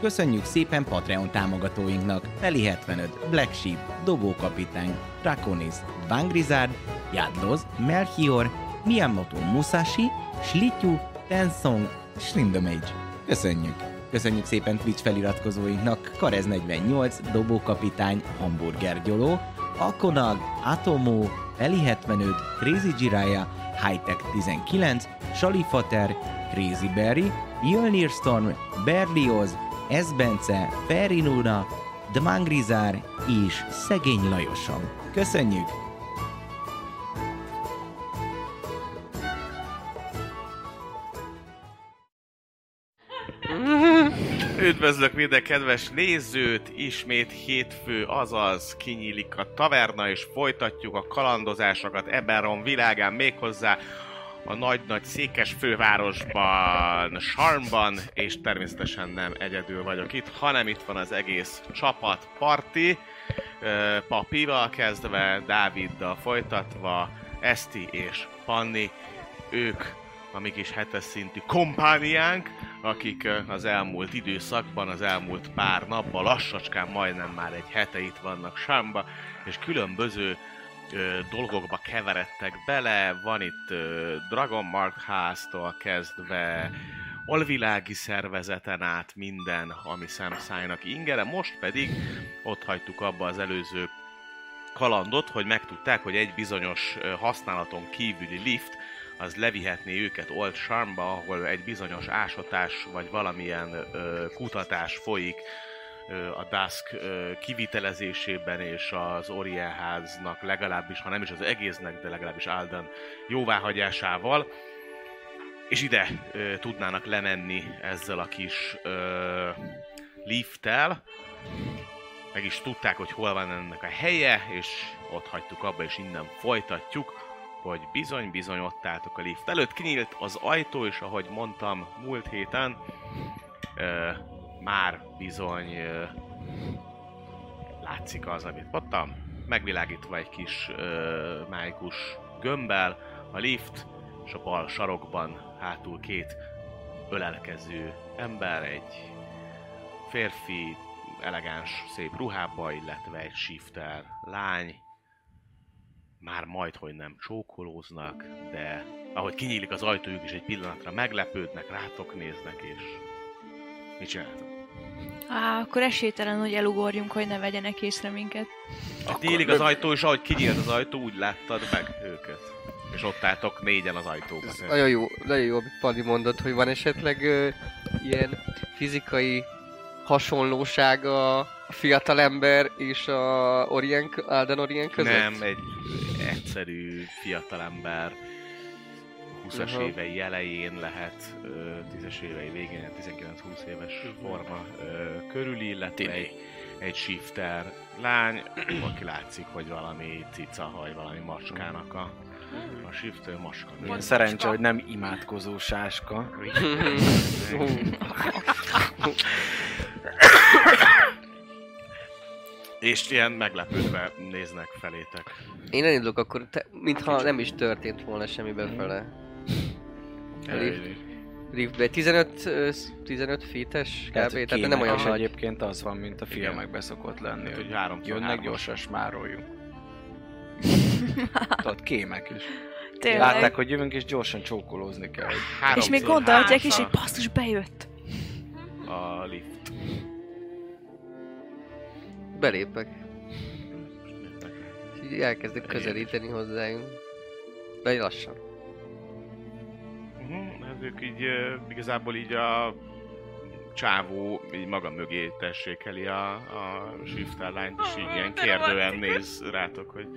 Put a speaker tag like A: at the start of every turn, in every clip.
A: Köszönjük szépen Patreon támogatóinknak! Feli 75, Black Sheep, Dobókapitány, Draconis, Vangrizard, Jadloz, Melchior, Miyamoto Musashi, Slityu, Tensong, Shrindamage. Köszönjük! Köszönjük szépen Twitch feliratkozóinknak Karez48, Dobókapitány, Hamburger Gyoló, Akonag, Atomó, Feli 75, Crazy Jiraya, Hightech 19, Salifater, Crazy Berry, Jölnir Storm, Berlioz, ez Bence, Feri Nuna, Dmangrizár és Szegény Lajosom. Köszönjük!
B: Üdvözlök minden kedves nézőt! Ismét hétfő, azaz kinyílik a taverna, és folytatjuk a kalandozásokat Eberon világán méghozzá a nagy-nagy székes fővárosban, Sarmban, és természetesen nem egyedül vagyok itt, hanem itt van az egész csapat parti, Papival kezdve, Dáviddal folytatva, Eszti és Panni, ők a mi kis hetes szintű kompániánk, akik eh, az elmúlt időszakban, az elmúlt pár napban lassacskán majdnem már egy hete itt vannak Sámba, és különböző ö, dolgokba keveredtek bele, van itt ö, Dragon Mark háztól kezdve alvilági szervezeten át minden, ami szemszájnak ingere, most pedig ott hagytuk abba az előző kalandot, hogy megtudták, hogy egy bizonyos ö, használaton kívüli lift az levihetné őket Old Sharmba, ahol egy bizonyos ásatás vagy valamilyen ö, kutatás folyik, a Dusk kivitelezésében és az Orient háznak legalábbis, ha nem is az egésznek, de legalábbis Alden jóváhagyásával. És ide ö, tudnának lemenni ezzel a kis ö, lifttel. Meg is tudták, hogy hol van ennek a helye, és ott hagytuk abba, és innen folytatjuk hogy bizony-bizony ott álltok a lift előtt. Kinyílt az ajtó, és ahogy mondtam múlt héten, ö, már bizony ö, látszik az, amit mondtam. Megvilágítva egy kis ö, májkus gömbbel, a lift, és a bal sarokban hátul két ölelkező ember, egy férfi, elegáns, szép ruhába, illetve egy shifter lány. Már majd, hogy nem csókolóznak, de ahogy kinyílik az ajtójuk is egy pillanatra meglepődnek, rátok néznek, és mit csináltok?
C: Á, akkor esélytelen, hogy elugorjunk, hogy ne vegyenek észre minket.
B: Akkor Délig az ajtó, és ahogy kinyílt az ajtó, úgy láttad meg őket. És ott álltok négyen az ajtóban.
D: Ez nagyon jó, nagyon jó, amit Pali mondott, hogy van esetleg ö, ilyen fizikai hasonlóság a fiatalember és a Orient, Alden Orient között?
B: Nem, egy egyszerű fiatalember 20-as
D: Aha.
B: évei elején lehet, ö, 10-es évei végén, ilyen 19-20 éves
C: Mhm.
B: forma ö, körüli, illetve egy, egy shifter lány, aki látszik, hogy valami cica haj, valami macskának a,
C: Mhm.
B: a shifter maska. nő.
E: Milyen szerencse, hogy nem imádkozó sáska.
D: Hú.
B: És ilyen meglepődve néznek felétek.
D: Én elindulok akkor, te, mintha nem is történt volna semmi befele. A lift- Liftbe 15, ö, 15 feet-es kb. Tehát, nem olyan
E: Aha,
D: nagy.
E: egyébként az van, mint a filmekben szokott lenni,
B: Hát, hogy
E: hogy
B: háromszor
E: jönnek
B: hármas.
E: gyorsan, smároljunk. Tudod, kémek is.
C: Tényleg.
E: Látták, hogy jövünk, és gyorsan csókolózni kell.
B: Három
C: és még
B: szor
C: gondolják
B: hármas
C: is,
B: a-
C: hogy basszus bejött.
B: A lift.
D: Belépek. Így elkezdek közelíteni hozzájuk. De így lassan.
B: Mhm, hát ők így ö, igazából így a csávó így maga mögé tessékeli a, a shifter lányt, és így ilyen kérdően néz rátok, hogy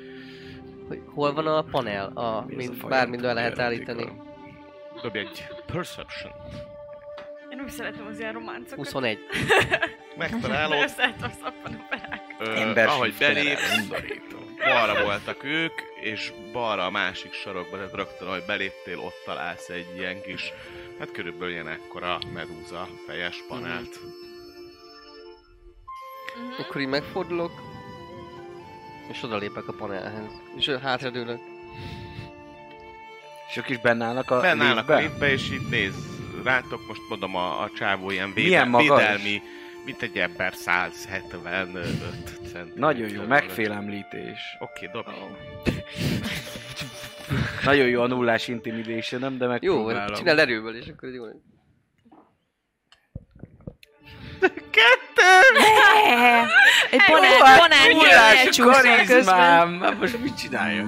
D: Hogy hol van a panel, a,
E: Mi ez a
D: mint,
E: fajta
D: bármint be lehet
E: játéka?
D: állítani.
B: dobj egy perception.
F: Én úgy szeretem az ilyen románcokat.
D: 21.
B: Megtalálod,
F: Összeálltam szappan a perák.
B: Ö,
G: Ember
B: ahogy
G: shifterrel.
B: belépsz, balra voltak ők, és balra a másik sarokba, tehát rögtön, ahogy beléptél, ott találsz egy ilyen kis, hát körülbelül ilyen ekkora medúza fejes panelt.
F: Mhm.
D: Akkor így megfordulok, és odalépek a panelhez. És hátradőlök.
E: És ők is benne állnak a
B: Benn állnak a
E: liftbe?
B: liftbe, és itt néz rátok, most mondom a, a csávó ilyen védel,
E: Milyen magas?
B: védelmi, mint egy ember 175 cent.
E: Nagyon jó, megfélemlítés.
B: Oké, dobj.
E: Nagyon jó a nullás intimidation, nem? De
D: Jó,
E: megpróbálom.
D: vagy csinál erőből, és akkor így jó.
C: Egy banán, banán
E: Nullás
C: kell csúszol közben.
E: karizmám! Hát most mit csináljak?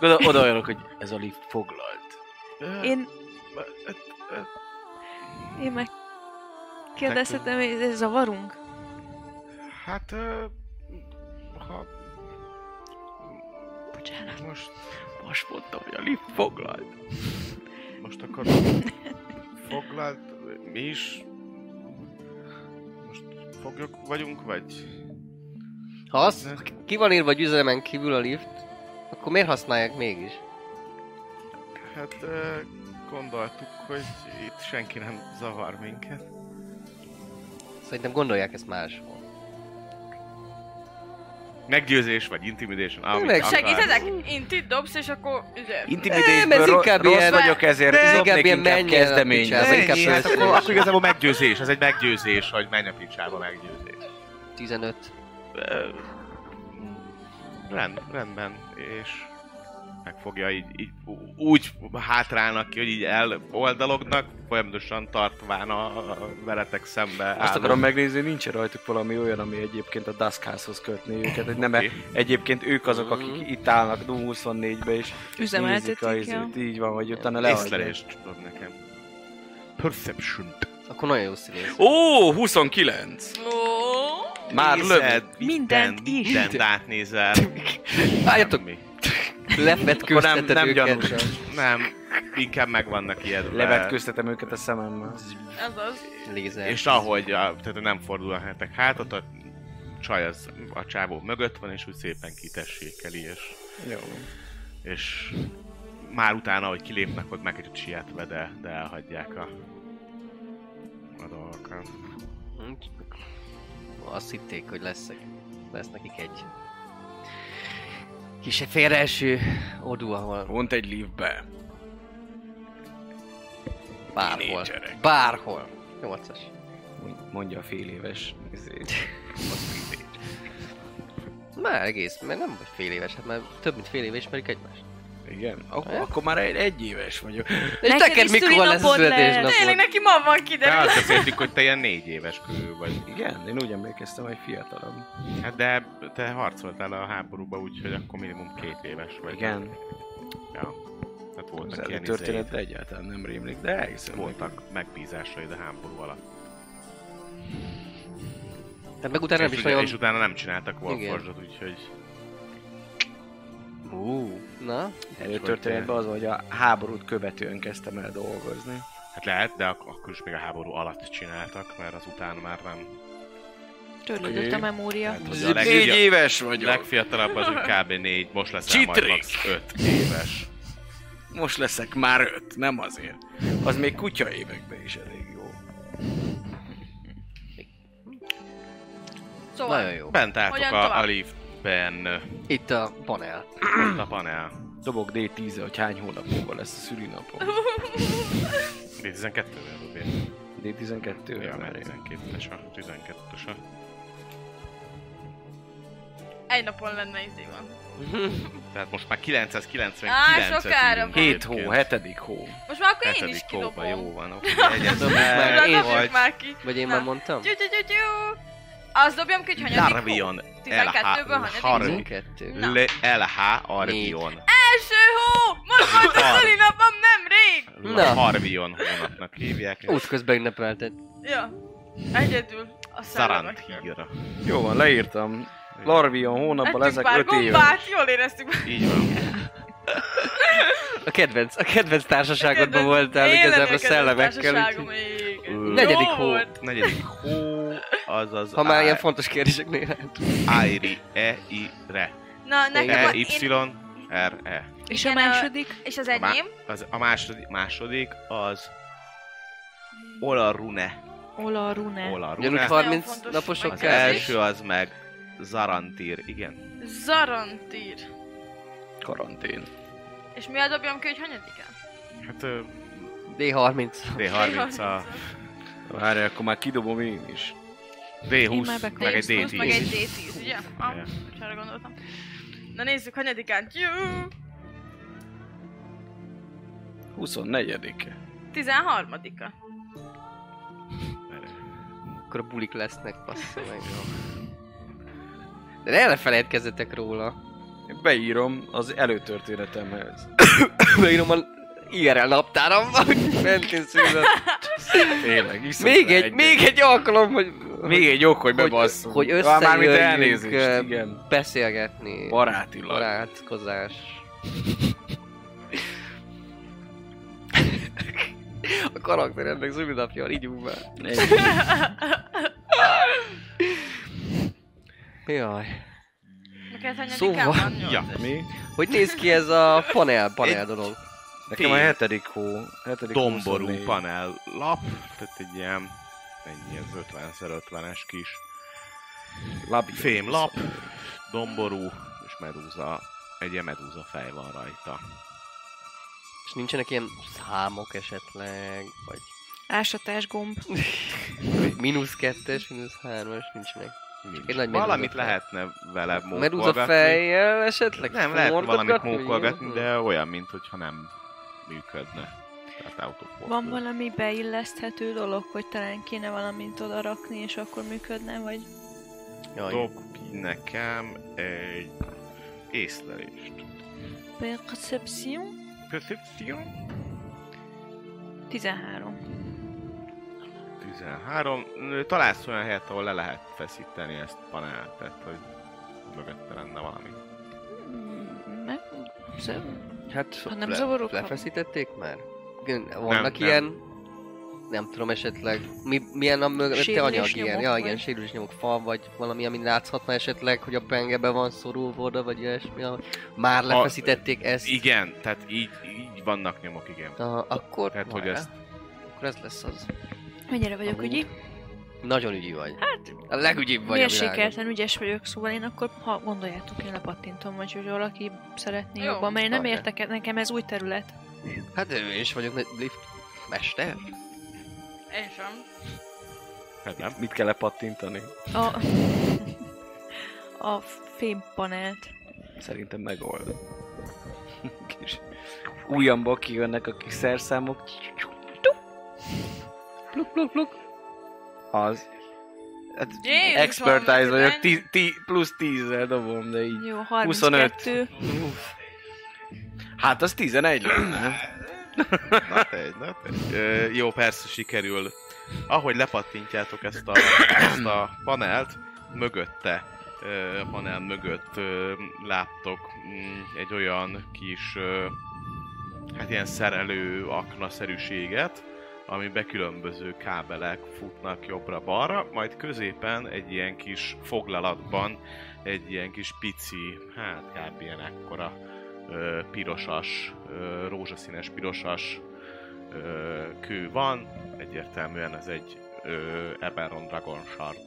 E: Oda, oda olyanok, hogy ez a lift foglalt.
C: Én... Én meg kérdezhetem, hogy ez zavarunk?
B: Hát, ö, ha
C: Bocsánat.
B: most,
E: Most mondtam, hogy a lift foglalt.
B: most akkor foglalt, mi is most foglyok vagyunk, vagy?
D: Ha az ki van írva, hogy üzemen kívül a lift, akkor miért használják mégis?
B: Hát ö, gondoltuk, hogy itt senki nem zavar minket.
D: Szerintem gondolják ezt máshol.
B: Meggyőzés vagy intimidation, amit
D: Tényleg,
B: akarsz.
F: Segítetek? Intit dobsz, és akkor üzen.
D: Nem, ez
E: Intimidation ro-
D: inkább
E: rossz
D: ilyen-
E: vagyok ezért,
D: de
E: ez
D: inkább
E: inkább,
D: ilyen
E: inkább
D: menjen a
E: kezdeményez.
D: picsába.
B: Ez
D: Ez
B: inkább
D: inkább
B: hát akkor,
D: perception.
B: akkor igazából meggyőzés, ez egy meggyőzés, hogy menj a picsába meggyőzés.
D: 15.
B: Ö, Rend, rendben, és megfogja így, így, ú- úgy hátrálnak ki, hogy így eloldalognak, folyamatosan tartván a a veletek szembe
E: Azt
B: álló-
E: akarom megnézni, nincs rajtuk valami olyan, ami egyébként a Duskhouse-hoz kötni őket, hogy nem
B: Oké.
E: egyébként ők azok, akik itt állnak Doom 24-be és nézik a
C: Üzemeltetik el.
E: izét. Így van, hogy utána leadják.
B: Észlelést dob nekem. Perception.
D: Akkor nagyon jó színész.
E: Ó, 29!
F: Ó,
E: Már löved.
B: Mindent,
C: Mindent is.
B: Mindent átnézel.
D: Álljatok,
B: Semmi.
D: lefetkőzteted
E: Akkor nem- nem
D: őket.
E: gyanús.
B: Nem, inkább meg vannak ijedve.
E: Levetkőztetem őket a szememmel.
F: azaz.
D: Lézer.
B: És ahogy, a, tehát nem fordul a hetek hátat, a csaj az a csávó mögött van, és úgy szépen kitessékeli, és,
E: Jó.
B: és már utána, hogy kilépnek, ott meg egy sietve, de, de elhagyják a, a dolgokat.
D: Nincs. Azt hitték, hogy leszek. Lesz nekik egy kis félreeső odú, ahol
E: Pont egy liftbe.
D: bárhol.
E: Tínédzserek.
D: Bárhol. Nyolcas.
E: Mondja a fél éves. izét.
D: Már egész, mert nem vagy fél éves, hát már több mint fél éve ismerik egymást.
E: Igen? Akkor, akkor már egy, egy éves vagyok.
D: És
C: Neked
D: neked,
C: is
D: mikor lesz a
C: szülinapod lesz.
F: Tényleg
D: születésnapod?
F: neki ma van
B: De
F: kiderül.
B: azt beszéltük, hogy te ilyen négy éves körül vagy.
E: Igen, én úgy emlékeztem, hogy fiatalabb.
B: Hát de te harcoltál a háborúba, úgyhogy akkor minimum két éves vagy.
E: Igen,
B: Ja. Tehát
E: az
B: voltak ilyen történet.
E: előtörténet Szóval egyáltalán nem rémlik, de elhiszem.
B: Voltak megbízásaid a háború alatt.
D: Tehát Hát meg utána
B: és,
D: nem is
B: ugye-
D: nagyon...
B: és utána nem csináltak
D: Igen.
B: Warforged-ot, úgyhogy...
E: Ú,
D: Na,
E: előtörténetben az, hogy a háborút követően kezdtem el dolgozni.
B: Hát lehet, de ak- akkor is még a háború alatt csináltak, mert az után már nem.
C: Törlődött a memória.
E: Hát,
B: Tehát, hogy a leg- ugye-
E: éves
B: legfiatalabb az, hogy kb. 4, most leszel majd
E: Csitrik!
B: max 5 éves.
E: Most leszek már öt, nem azért. Az még kutya években is elég jó.
D: nagyon
F: Szóval,
D: jó.
B: Bent álltok
F: Hogyan
B: a, a
F: tovább?
B: liftben,
D: Itt a panel.
B: ott a panel.
E: Dobok d 10 hogy hány hónap múlva lesz a szülinapom.
B: D12-vel dobja.
E: D12
B: Ja,
E: ja,
B: mert
E: már én.
B: 12-es a, 12-es a.
F: egy napon lenne izé van.
B: Tehát most már 999
F: Á, sokára már.
E: 7 hó, 7. hó.
F: Most már akkor én is
B: Hetedik hóban,
F: kidobom.
B: jó van, oké, jegyezd
D: már
B: meg,
D: én
F: Na,
B: vagy
F: dobjuk már ki.
D: Vagy én
F: Na.
D: már mondtam?
F: Gyú, gyú, gyú, gyú. Azt dobjam ki, hogy hanyadik hó?
B: Larvion
F: 12-ből hanyadik hó?
B: Harvey.
D: 12.
F: Na.
B: L- LH Arvion.
F: Első hó! Most volt a
B: Har-
F: szülinapom nemrég!
B: Na.
D: Na.
B: Harvion hónapnak hívják.
D: Útközben ünnepelted.
F: Ja. Egyedül. A
B: Szarant
F: szellemek.
B: hígra.
E: Jó van, leírtam. Larvion hónapban
F: Ettünk
E: ezek
F: pár
E: 5 év.
F: gombát, jól éreztük magunkat.
B: Így van.
D: A kedvenc, a kedvenc társaságodban
F: Kedvenc-
D: voltál
F: én lennék
D: igazából
F: kedvenc
D: szellemekkel.
F: társaságom,
D: úgyhogy-
F: igen.
B: Ö.
D: Negyedik
F: Jó
D: hó.
F: volt.
B: Negyedik hó, azaz
D: Ha már
B: Á-
D: ilyen fontos kérdéseknél. lehet.
B: Áiri, E, I, Re.
F: Na, nekem
B: E,
F: a,
B: Y,
F: én,
B: R, E.
C: És a
F: Igen, a-
C: második?
F: és az
B: A má-
F: enyém,
B: Az, a második, második az Olarune.
C: Ola Rune.
D: Ugyanúgy
B: Olarune.
F: van.
D: 30
F: fontos
D: naposok
B: Az
F: megkezdés.
D: kell.
B: első az meg Zarantír, igen.
F: Zarantír.
E: Karantén.
F: És mi a dobjam ki, hogy hanyadikán?
B: Hát ö,
D: D30.
B: D30 a...
E: Várj, akkor már kidobom én is.
C: Én már
B: D20,
C: bekötöm.
B: meg egy
F: D20, Meg egy
B: D10.
F: D10, ugye? Ah,
B: Ja.
F: most arra gondoltam. Na nézzük, hanyadikán. Jú!
E: 24
F: 13-a.
D: Akkor a bulik lesznek, bassza meg. De ne elfelejtkezzetek róla.
E: Beírom az előtörténetemhez.
D: Beírom a IRL naptáramba, hogy fentén született.
E: Tényleg, iszok
D: Még
E: rá
D: egy,
E: egyet.
D: még egy alkalom, hogy...
E: Még egy ok, hogy
D: hogy,
E: bebasszunk.
D: hogy
E: Á, Mármint
D: összejöjjünk
E: elnézést,
D: ö,
E: igen.
D: beszélgetni.
E: Barátilag.
D: Barátkozás. A karakteremnek zömidapja, így be. Jaj.
F: Neked hát hanyadikán
D: Szóval-
F: van?
B: Ja.
E: Mi?
D: Hogy néz ki ez a panel, panel dolog?
E: Nekem a hetedik hó. Hetedik
B: Domború
E: 24.
B: panel lap, tehát egy ilyen, ennyi ez 50 50-es kis
E: Labi.
B: fém lap, domború és medúza, egy ilyen medúza fej van rajta.
D: És nincsenek ilyen számok esetleg, vagy
C: Ásatás gomb.
D: mínusz kettes, mínusz hármas, nincsenek.
B: Nincs.
D: Egy nagy medúza
B: Valamit
D: fej.
B: lehetne vele mókolgatni.
D: Meduza fejjel esetleg?
B: Nem, lehet valamit
D: fordgatni?
B: mókolgatni, de olyan, mint hogyha nem működne. Tehát autoport.
C: Van valami beilleszthető dolog, hogy talán kéne valamint oda rakni, és akkor működne, vagy...
D: Jaj.
B: Dob ki nekem egy észlelést.
C: Perception?
B: Perception?
C: 13.
B: 13. Ö, Találsz olyan helyet, ahol le lehet feszíteni ezt a panelt, tehát hogy mögötte lenne valami.
C: Mm, Meg... zav-
D: Hát,
C: Ha nem zavarok, ha-
D: Lefeszítették már? Igen,
B: nem.
D: Vannak ilyen... Nem tudom esetleg, mi, milyen a mögötte
C: Sérülés
D: anyag ilyen,
C: nyomok,
D: ja
C: vagy-
D: igen, sérülés nyomok, fal vagy valami, ami látszhatna esetleg, hogy a pengebe van szorulva oda, vagy ilyesmi, ami- már lefeszítették ezt,
B: Igen, tehát így, így vannak nyomok, igen.
D: Aha, akkor,
B: Tehát, Hát, hogy
D: hajrá.
B: ezt-
D: akkor ez lesz az.
C: Mennyire vagyok
D: Amúgy
C: ügyi?
D: Nagyon ügyi vagy. Hát, a legügyibb vagy a világon.
C: Mérsékelten ügyes vagyok, szóval én akkor, ha gondoljátok, én lepattintom, vagy hogy valaki szeretné
F: Jó,
C: jobban, mert én nem
D: oké.
C: értek, nekem ez új terület.
D: Hát én is vagyok nagy lift mester.
F: Én sem.
B: Hát nem?
E: Mit kell lepattintani?
C: A... a fémpanelt.
E: Szerintem megold. Kis ujjamba kijönnek a kis szerszámok. Pluk, pluk, pluk. Az. Hát,
F: Jézus,
E: expertise
F: Alma,
E: vagyok,
F: Tirány.
E: ti, ti, plusz 10-zel dobom, de így.
C: Jó,
E: 25.
C: 32.
E: Hát az 11 lenne.
B: Na te, na te. Ö, jó, persze sikerül. Ahogy lepattintjátok ezt a, ezt a panelt, mögötte, ö, a panel mögött ö, láttok mm, egy olyan kis, ö, hát ilyen szerelő aknaszerűséget, amibe különböző kábelek futnak jobbra-balra, majd középen egy ilyen kis foglalatban egy ilyen kis pici, hát kb. ilyen ekkora ö, pirosas, ö, rózsaszínes pirosas ö, kő van. Egyértelműen ez egy ö, Eberron Dragon Shard.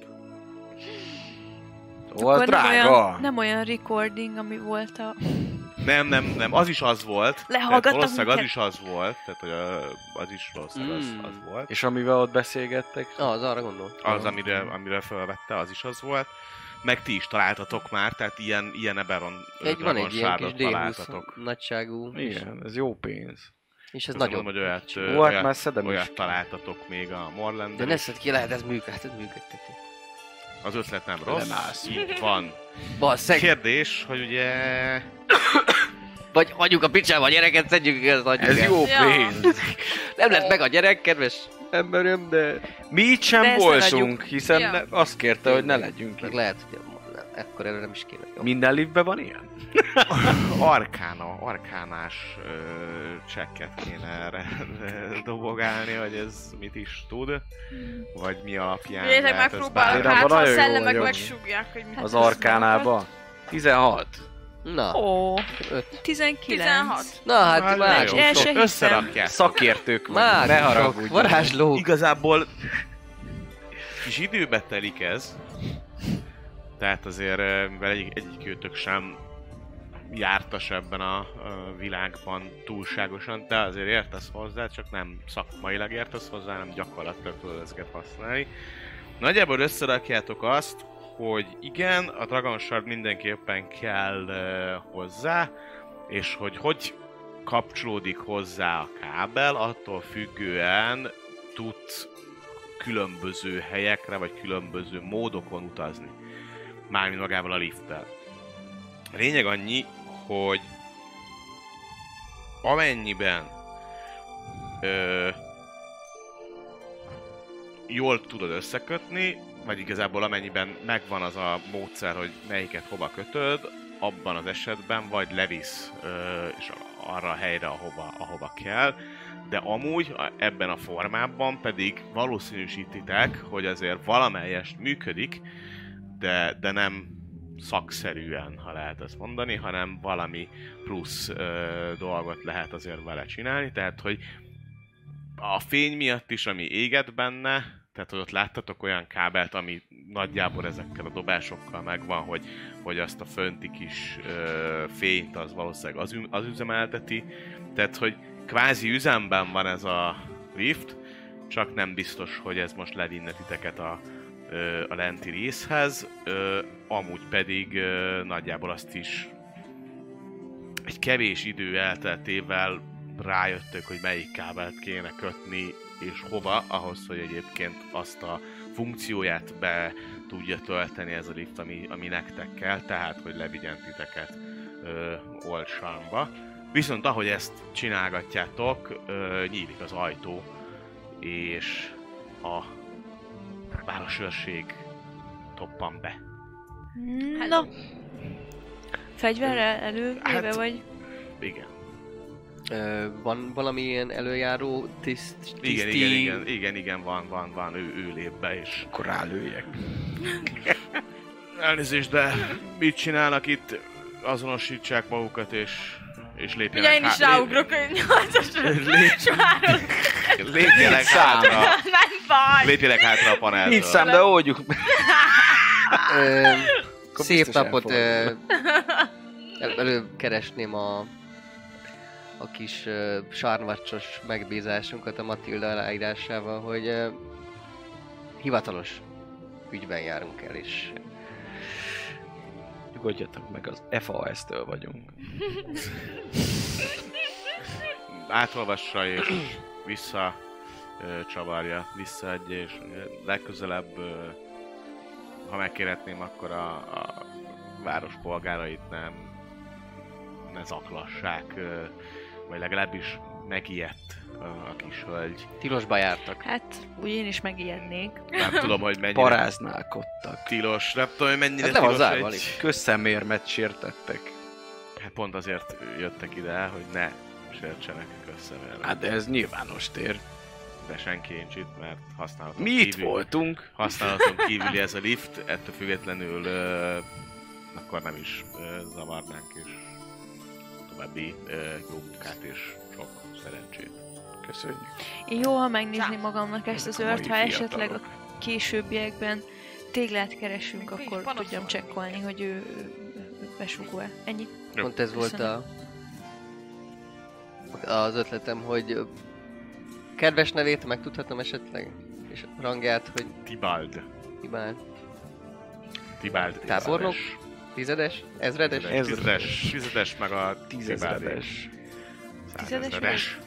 E: Ó, az
C: nem
E: drága.
C: olyan, nem olyan recording, ami volt a...
B: Nem, nem, nem, az is az volt. Tehát
C: Lehallgattam
B: valószínűleg az
C: minket.
B: is az volt, tehát hogy ö, az is valószínűleg az,
D: Mm.
B: az volt.
E: És amivel ott beszélgettek,
D: Az, arra gondoltam.
B: Az, amire, amire felvette, az is az volt. Meg ti is találtatok már, tehát ilyen, ilyen Eberron ö,
D: Egy van
B: Dragon
D: egy ilyen kis
B: Shardot
D: D20
B: találtatok.
D: nagyságú. és-
E: igen, ez jó pénz.
D: És ez
B: Azt
D: nagyon...
B: mondom, hogy olyat,
D: kicsi.
B: ö,
E: Ó, hát
B: olyat-
E: már szedem is.
B: Olyat találtatok még a Morland.
D: De ne szed ki, lehet ez működtet, működteti.
B: Az ötlet nem rossz.
E: állsz.
B: Így van.
D: Basszeg,
B: Kérdés, hogy ugye
D: Vagy hagyjuk a picsába a gyereket, szedjük ki az anyjukat.
E: Ez jó
F: Ja.
E: pénz.
D: Nem lett meg a gyerek, kedves emberem, de...
E: Mi itt
F: De
E: sem
F: ezt ne
E: voltunk,
F: hagyjuk.
E: hiszen
F: Ja.
E: ne- azt kérte, hogy ne legyünk
D: Meg
E: itt.
D: lehet, hogy nem, ekkor előre nem is kéne. Jó.
E: Minden liftben van ilyen?
F: Hát
B: Arkána, arkánás ö, csekket kéne erre dobogálni, hogy ez mit is tud, vagy mi alapján
F: Nézzétek,
B: lehet ezt
F: megpróbálok,
E: bármire.
B: bármire.
F: hát ha a
E: Nagyon jó
F: szellemek
E: vagyok.
F: megsúgják, hogy mi
C: Hát
E: Az
C: ez
E: arkánába? 16.
D: Na,
C: Ó,
D: Öt.
C: 19.
F: 16.
D: na hát már
B: nagyon
D: jó.
B: sok.
C: El se hiszem.
B: Összerakják.
E: Szakértők vagyunk, ne
D: Már sok.
E: haragudj.
D: Varázsló.
B: Igazából kis időbe telik ez. Tehát azért, ö, mivel egy, egyikőtök sem jártas ebben a ö, világban túlságosan, te azért értesz hozzá, csak nem szakmailag értesz hozzá, hanem gyakorlatilag tudod ezeket használni. Nagyjából összerakjátok azt, hogy igen, a Dragon Shard mindenképpen kell ö, hozzá, és hogy hogy kapcsolódik hozzá a kábel, attól függően tudsz különböző helyekre, vagy különböző módokon utazni. Mármint magával a lifttel. Lényeg annyi, hogy amennyiben ö, jól tudod összekötni, vagy igazából amennyiben megvan az a módszer, hogy melyiket hova kötöd, abban az esetben vagy levisz ö, és arra a helyre, ahova, ahova kell, de amúgy a- ebben a formában pedig valószínűsítitek, hogy azért valamelyest működik, de, de nem szakszerűen, ha lehet ezt mondani, hanem valami plusz ö, dolgot lehet azért vele csinálni, tehát hogy a fény miatt is, ami éget benne, tehát hogy ott láttatok olyan kábelt, ami nagyjából ezekkel a dobásokkal megvan, hogy, hogy azt a fönti kis ö, fényt az valószínűleg az, ü- az üzemelteti, tehát hogy kvázi üzemben van ez a lift, csak nem biztos, hogy ez most levinne titeket a, ö, a lenti részhez, ö, amúgy pedig ö, nagyjából azt is egy kevés idő elteltével rájöttök, hogy melyik kábelt kéne kötni és hova, ahhoz, hogy egyébként azt a funkcióját be tudja tölteni ez a lift, ami, ami nektek kell, tehát hogy levigyen titeket ö, Olsánba. Viszont ahogy ezt csinálgatjátok, ö, nyílik az ajtó, és a városőrség toppan be.
C: Na. Fegyverrel elővéve
B: Hát-
C: vagy?
B: Igen.
D: Ö, van valami ilyen előjáró tiszt, tiszti...
B: Igen, igen, igen, igen, igen, van, van, van, ő, ő lép be, és...
E: Akkor rálőjek.
B: Elnézést, de mit csinálnak itt? Azonosítsák magukat, és, és lépjenek
F: Ugye én is
B: há- lép-
F: ráugrok, hogy nyolcas sváros.
B: Lépjenek hátra,
F: Nem baj.
B: lépjenek hátra a paneltől.
E: Nincs szám, de oldjuk meg.
D: Ö,
E: Akkor
D: szép
E: biztos
D: napot ö,
E: elfogadjuk.
D: el, előkeresném a, a kis ö, sárvacsos megbízásunkat a Matilda aláírásával, hogy ö, hivatalos ügyben járunk el, és
E: Nyugodjatok meg, az FAS-től vagyunk.
B: átolvassa és vissza ö, csavarja, visszaadja, és ö, legközelebb, ö, ha megkérhetném, akkor a, a város polgárait nem ne zaklassák, ö, vagy legalábbis megijedt ö, a kis hölgy.
D: tilosba jártak.
C: Hát, úgy én is megijednék.
B: Nem tudom, hogy mennyire
E: Paráználkodtak.
B: tilos, nem tudom, hogy mennyire
D: Ez le van
B: tilos
D: zárva,
B: egy...
D: Lik.
E: Közszemérmet sértettek.
B: Hát pont azért jöttek ide, hogy ne sértsenek összeverni.
E: Hát de ez nyilvános tér.
B: de senki nincs itt, mert használaton
E: Mi itt
B: kívül.
E: voltunk.
B: használaton kívüli ez a lift, ettől függetlenül ö, akkor nem is ö, zavarnánk, és további ö, jó munkát és sok szerencsét.
E: Köszönjük.
C: Én jó, ha megnézni
F: Zá.
C: magamnak ezt az
E: Ezek a
C: ört, ha
E: mai
C: esetleg a
E: fiatalok.
C: későbbiekben téglát keresünk,
F: Még
C: akkor
F: panasz
C: tudjam
F: van.
C: csekkolni, hogy ő ő besugó-e. Ennyi.
B: Jó.
D: Pont ez volt a, az ötletem, hogy ö, kedves nevét megtudhatom esetleg, és rangját, hogy
B: Tibald.
D: hibán
B: Tibald.
D: Tábornok? tizedes, ezredes.
B: Ezredes. Tizedes. Tizedes meg a
E: Tízezredes.
B: Tizedes.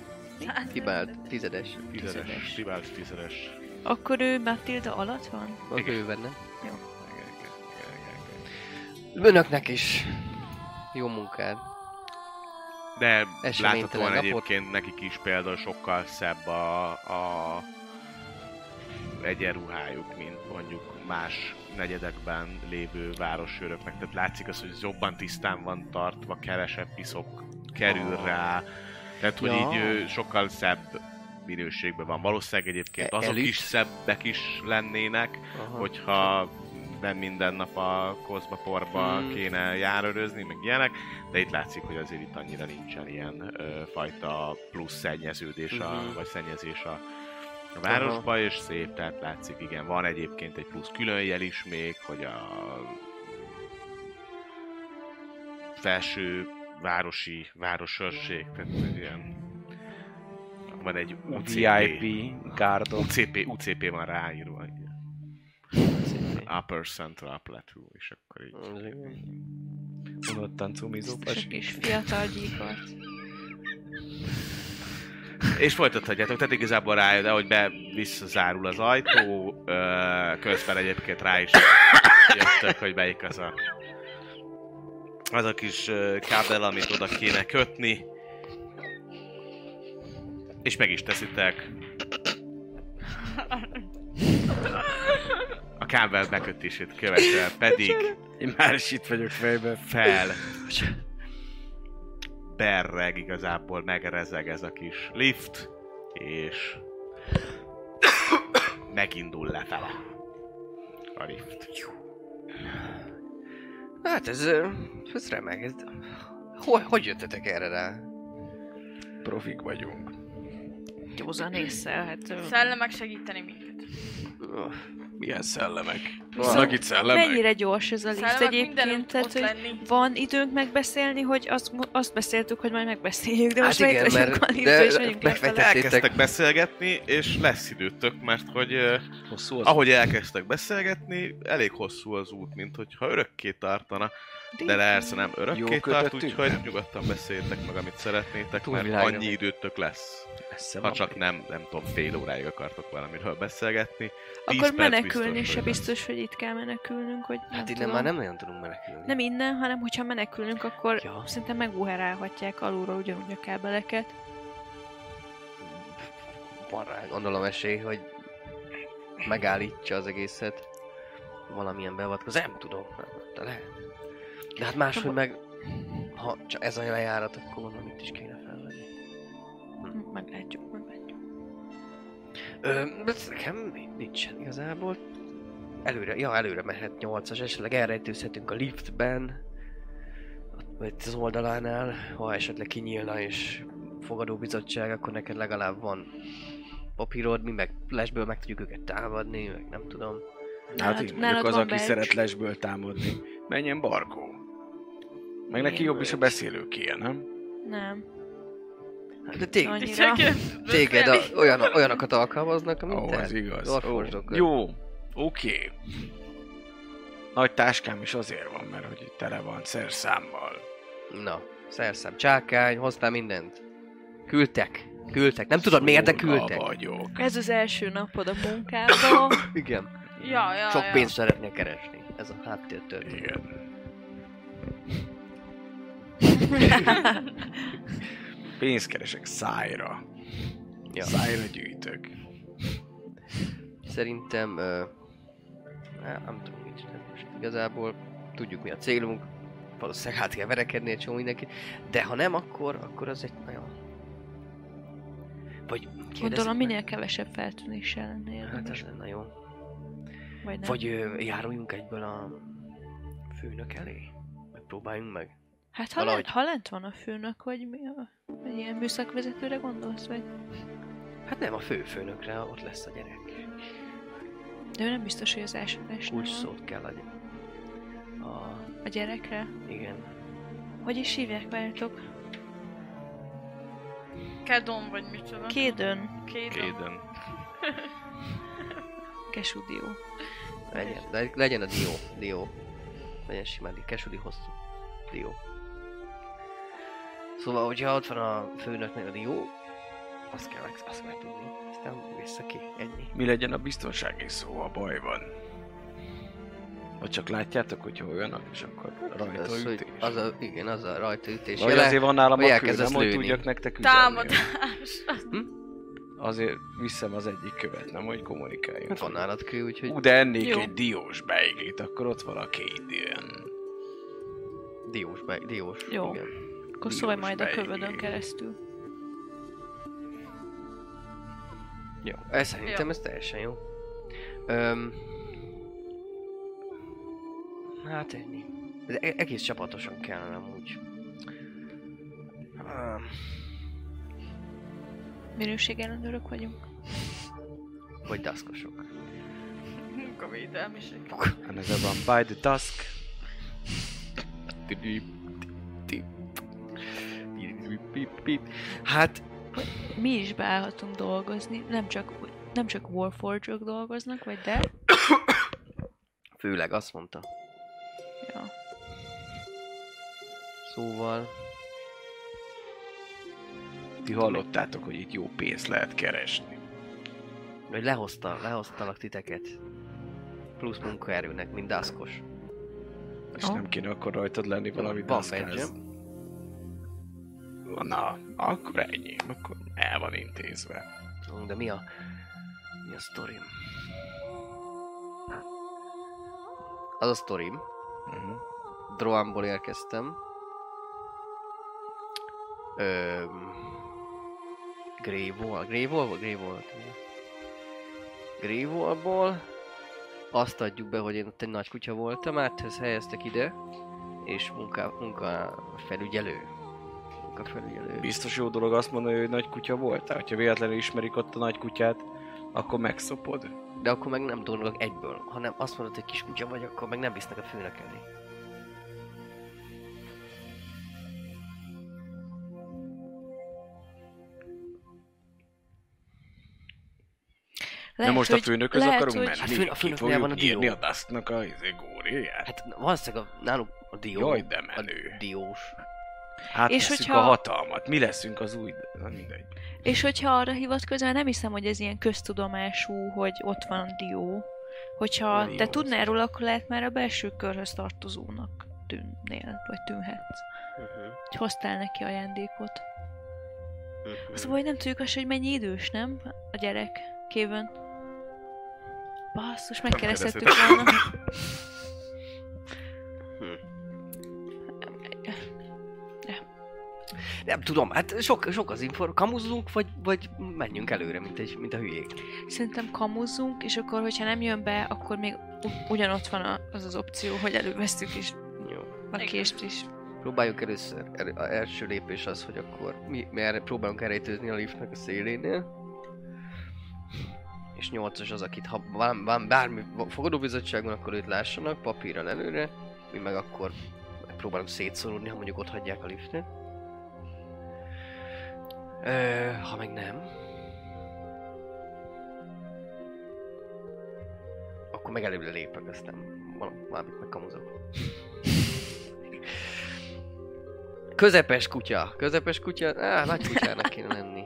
D: Hibált, tizedes.
B: Tizedes. Tibald tizedes.
C: Akkor ő Matilda alatt van?
D: Van
B: Igen.
D: bőven, nem?
B: Igen, igen, igen, igen, igen.
D: Önöknek is. Jó munkát.
B: De
D: Eseménytelen
B: láthatóan
D: napot.
B: egyébként nekik is például sokkal szebb a, a egyenruhájuk, mint mondjuk más negyedekben lévő városőröknek. Tehát látszik az, hogy jobban tisztán van tartva, kevesebb piszok kerül rá. Tehát, hogy
D: Ah. Ja.
B: így ö, sokkal szebb minőségben van. Valószínűleg egyébként
D: E-
B: azok
D: elit?
B: is szebbek is lennének,
D: Aha.
B: hogyha nem minden nap a kozba porba
D: Hmm.
B: kéne járőrözni, meg ilyenek, de itt látszik, hogy azért itt annyira nincsen ilyen ö, fajta plusz szennyeződés, a,
D: Mhm.
B: vagy szennyezés a, a városba, és szép, tehát látszik, igen, van egyébként egy plusz különjel is még, hogy a felső városi városőrség, tehát egy ilyen van egy UCP,
E: VIP gárdok.
B: UCP, UCP van ráírva, igen. Upper Central Plateau, és akkor így.
D: Mm.
E: Unottan cumizó
C: Biztos a
E: pasi.
C: kis fiatal gyíkot.
B: És folytathatjátok, tehát igazából rájön, de hogy be visszazárul az ajtó, ö, közben egyébként rá is jöttök, hogy melyik az a az a kis ö, kábel, amit oda kéne kötni. És meg is teszitek. A kábel bekötését követően pedig
E: Én már is itt vagyok fejben.
B: fel. Berreg igazából, megrezeg ez a kis lift, és megindul lefele a lift.
D: Hát ez, ö, ez remek. Ez... Hogy, hogy jöttetek erre rá?
E: Profik vagyunk.
C: Józan észre, hát... ö,
F: Szellemek segíteni minket.
D: Öh,
E: Milyen szellemek?
D: Viszont
E: Vannak itt szellemek?
C: Mennyire gyors ez a lift
F: Szellemek
C: egyébként,
F: mindenütt
C: tehát
F: ott
C: hogy
F: lenni.
C: van időnk megbeszélni, hogy azt, azt beszéltük, hogy majd megbeszéljük, de
D: Hát
C: most
D: igen,
C: hát igen,
D: mert-
C: a liftbe,
D: de
C: és megyünk
D: megvetették.
C: lefele.
B: Elkezdtek beszélgetni, és lesz időtök, mert hogy ö,
E: Hosszú az.
B: ahogy elkezdtek beszélgetni, elég hosszú az út, mint hogyha örökké tartana. De persze nem örökké
E: Jó
B: tart,
E: kötöttük?
B: úgyhogy nyugodtan beszéljétek meg, amit szeretnétek, mert
D: Túlvilágra
B: annyi
D: megy.
B: időtök lesz.
E: Messze
B: Ha
E: van.
B: csak nem, nem tudom, fél óráig akartok valamiről beszélgetni. Tíz
C: Akkor
B: perc
C: menekülni
B: biztos,
C: se
B: hogy lesz.
C: biztos, hogy itt kell menekülnünk, hogy nem
D: Hát innen
C: tudom.
D: már nem nagyon tudunk menekülni.
C: Nem innen, hanem hogyha menekülünk, akkor
D: Ja.
C: ja. szerintem megbuherálhatják alulról ugyanúgy a kábeleket.
D: Van rá, gondolom esély, hogy megállítsa az egészet. Valamilyen beavatkozás, nem tudom, nem, de lehet. De hát máshogy meg, ha csak ez a lejárat, akkor gondolom itt is kéne felvenni.
C: Hm, Meglátjuk, meglátjuk.
D: Ö, ez nekem nincsen igazából. Előre, ja, előre mehet 8-as, esetleg elrejtőzhetünk a liftben, ott- vagy az oldalánál, ha esetleg kinyílna és fogadóbizottság, akkor neked legalább van papírod, mi meg lesből meg tudjuk őket támadni, meg nem tudom.
E: Hát
C: Nálad-
E: én
C: nálad
E: vagyok az,
C: van
E: aki
C: badge.
E: szeret lesből támadni. Menjen Barkó. Meg neki jobb is a beszélőkéje, nem?
C: Nem.
D: Hát, De tég,
C: Annyi-
F: Senki nem tud
D: téged
F: beszélni.
D: a, olyan, olyanokat alkalmaznak,
E: Ó,
D: amit
E: oh,
D: te.
E: ez igaz.
D: Orvosdok.
E: Jó, oké. Nagy táskám is azért van, mert hogy itt tele van szerszámmal.
D: Na, szerszám, csákány, hoztál mindent. Küldtek, küldtek. Nem tudod miért, de
E: Szóda
D: küldtek.
E: vagyok.
C: Ez az első napod a munkában.
D: Igen.
F: Ja, ja,
D: Sok
F: ja.
D: pénzt szeretnél keresni. Ez a háttér történet.
E: Igen. Pénzt keresek szájra.
D: Ja.
E: Ja. Szájra gyűjtök.
D: Szerintem... Ö, á, nem tudom, mit csinálni most. Igazából tudjuk mi a célunk. Valószínűleg hát kell verekedni egy csomó mindenkit. De ha nem, akkor, akkor az egy nagyon... Vagy kérdezzük
C: Gondolom,
D: meg.
C: minél kevesebb feltűnéssel lenne
D: Hát ez
C: érdemes.
D: lenne jó.
C: Vagy nem.
D: Vagy ö, járuljunk egyből a főnök elé. Megpróbáljunk meg.
C: Hát ha,
D: valahogy-
C: lent, ha lent van a főnök, vagy mi a... Vagy ilyen műszakvezetőre gondolsz, vagy...
D: Hát nem, a fő főnökre, ott lesz a gyerek.
C: De ő nem biztos, hogy az ásatásnál
D: Úgy
C: van.
D: szót kell adni. A...
C: A gyerekre.
D: Igen.
C: Hogy is hívják várjátok?
F: Kedon vagy micsoda.
C: Kédön.
F: Kédon.
B: Kéden.
C: Kesudió.
D: Legyen, le- legyen a dió. Dió. Legyen simán dió. Kesudi hosszú. Dió. Szóval, hogyha ott van a főnöknek a dió, azt kell, meg, azt kell tudni. Aztán vissza ki. Ennyi.
E: Mi legyen a biztonsági szó, a baj van. A Vagy csak látjátok, hogy hol jönnek, és akkor
D: Az, Hát hogy
E: rajtaütés.
D: az a, igen, az a rajtaütés
E: Vagy
D: jele.
E: azért van nálam
D: hogy
E: a kő,
D: elkezdesz
E: nem hogy
D: lőni.
E: tudjak nektek üzenni.
F: Támadás.
E: Azért viszem az egyik követ, nem hogy kommunikáljon.
D: Hát Van nálad kő, úgyhogy...
E: Ú, de ennék
F: Jó.
E: egy diós beiglit, akkor ott van a két ilyen.
D: Diós, be, diós.
C: Jó.
D: Igen.
C: Akkor szólj majd a
E: Bej.
C: kövödön keresztül.
D: Ez szerintem ez teljesen jó. Öm, hát ennyi. De e- egész csapatosan kellene amúgy. Öm,
C: Minőségellenőrök vagyunk.
D: Vagy daszkosok.
F: Munkavédelmiség.
E: And ez a van by the dusk.
D: Hát,
C: Mi is beállhatunk dolgozni, nem csak, nem csak warforge dolgoznak, vagy de?
D: főleg azt mondta.
C: Ja.
D: Szóval...
E: Ti hallottátok, hogy itt jó pénzt lehet keresni.
D: Hogy lehozta, lehoztalak titeket. Plusz munkaerőnek, mint daszkos.
E: És
C: Ó.
E: nem kéne akkor rajtad lenni valami
D: Van
E: daszkáz. Na, akkor ennyi. Akkor el van intézve.
D: De mi a... Mi a sztorim? Az a sztorim.
E: Uh-huh.
D: Droánból érkeztem. Ö... Grévol, Grévol volt? Grévol volt. igen. Grévolból azt adjuk be, hogy én ott egy nagy kutya voltam, áthez helyeztek ide, és munka, munka felügyelő. Munka felügyelő.
E: Biztos jó dolog azt mondani, hogy nagy kutya voltál. Ha véletlenül ismerik ott a nagy kutyát, akkor megszopod.
D: De akkor meg nem dolgok egyből, hanem azt mondod, hogy kis kutya vagy, akkor meg nem visznek a főnök elé.
E: Lehet, most a főnökhöz
C: lehet,
E: akarunk
C: hogy-
E: menni?
D: Hát főn- a
E: Ki
D: főnöknél
E: fogjuk
D: van a dió.
E: írni a dasznak a izé góriát?
D: Hát valószínűleg a, náluk a dió.
E: Jaj, de
D: a
E: menő.
D: diós.
E: Hát
C: És
E: és hogyha...
C: hogyha-
E: a hatalmat. Mi leszünk az új... Na mindegy.
C: És hogyha arra hivatkozol, nem hiszem, hogy ez ilyen köztudomású, hogy ott van dió. Hogyha
E: Dió,
C: te
E: az-
C: tudnál róla, akkor lehet már a belső körhöz tartozónak tűnnél, vagy tűnhetsz.
D: Uh-huh.
C: Hogy hoztál neki ajándékot. Szóval, hogy nem tudjuk azt, hogy mennyi idős, nem? A gyerek. Kévön. Basszus, megkeresztettük volna.
D: Nem tudom, hát sok, sok az infor. Kamuzzunk, vagy, vagy menjünk előre, mint, egy, mint a hülyék.
C: Szerintem kamuzzunk, és akkor, hogyha nem jön be, akkor még u- ugyanott van a- az az opció, hogy elővesztük is
D: Jó.
C: a
F: Igen.
C: kést is.
D: Próbáljuk először, elő, a első lépés az, hogy akkor mi, mi erre próbálunk elrejtőzni a liftnek a szélénél. És nyolcas az, akit ha van, van bármi fogadóbizottságon, akkor őt lássanak papíron előre, mi meg akkor próbálunk szétszorulni, ha mondjuk ott hagyják a liftet. Ö, ha meg nem, akkor meg előre lépek, aztán val- valamit megkamuzok. Közepes kutya. Közepes kutya. Á, nagy kutyának kéne lenni.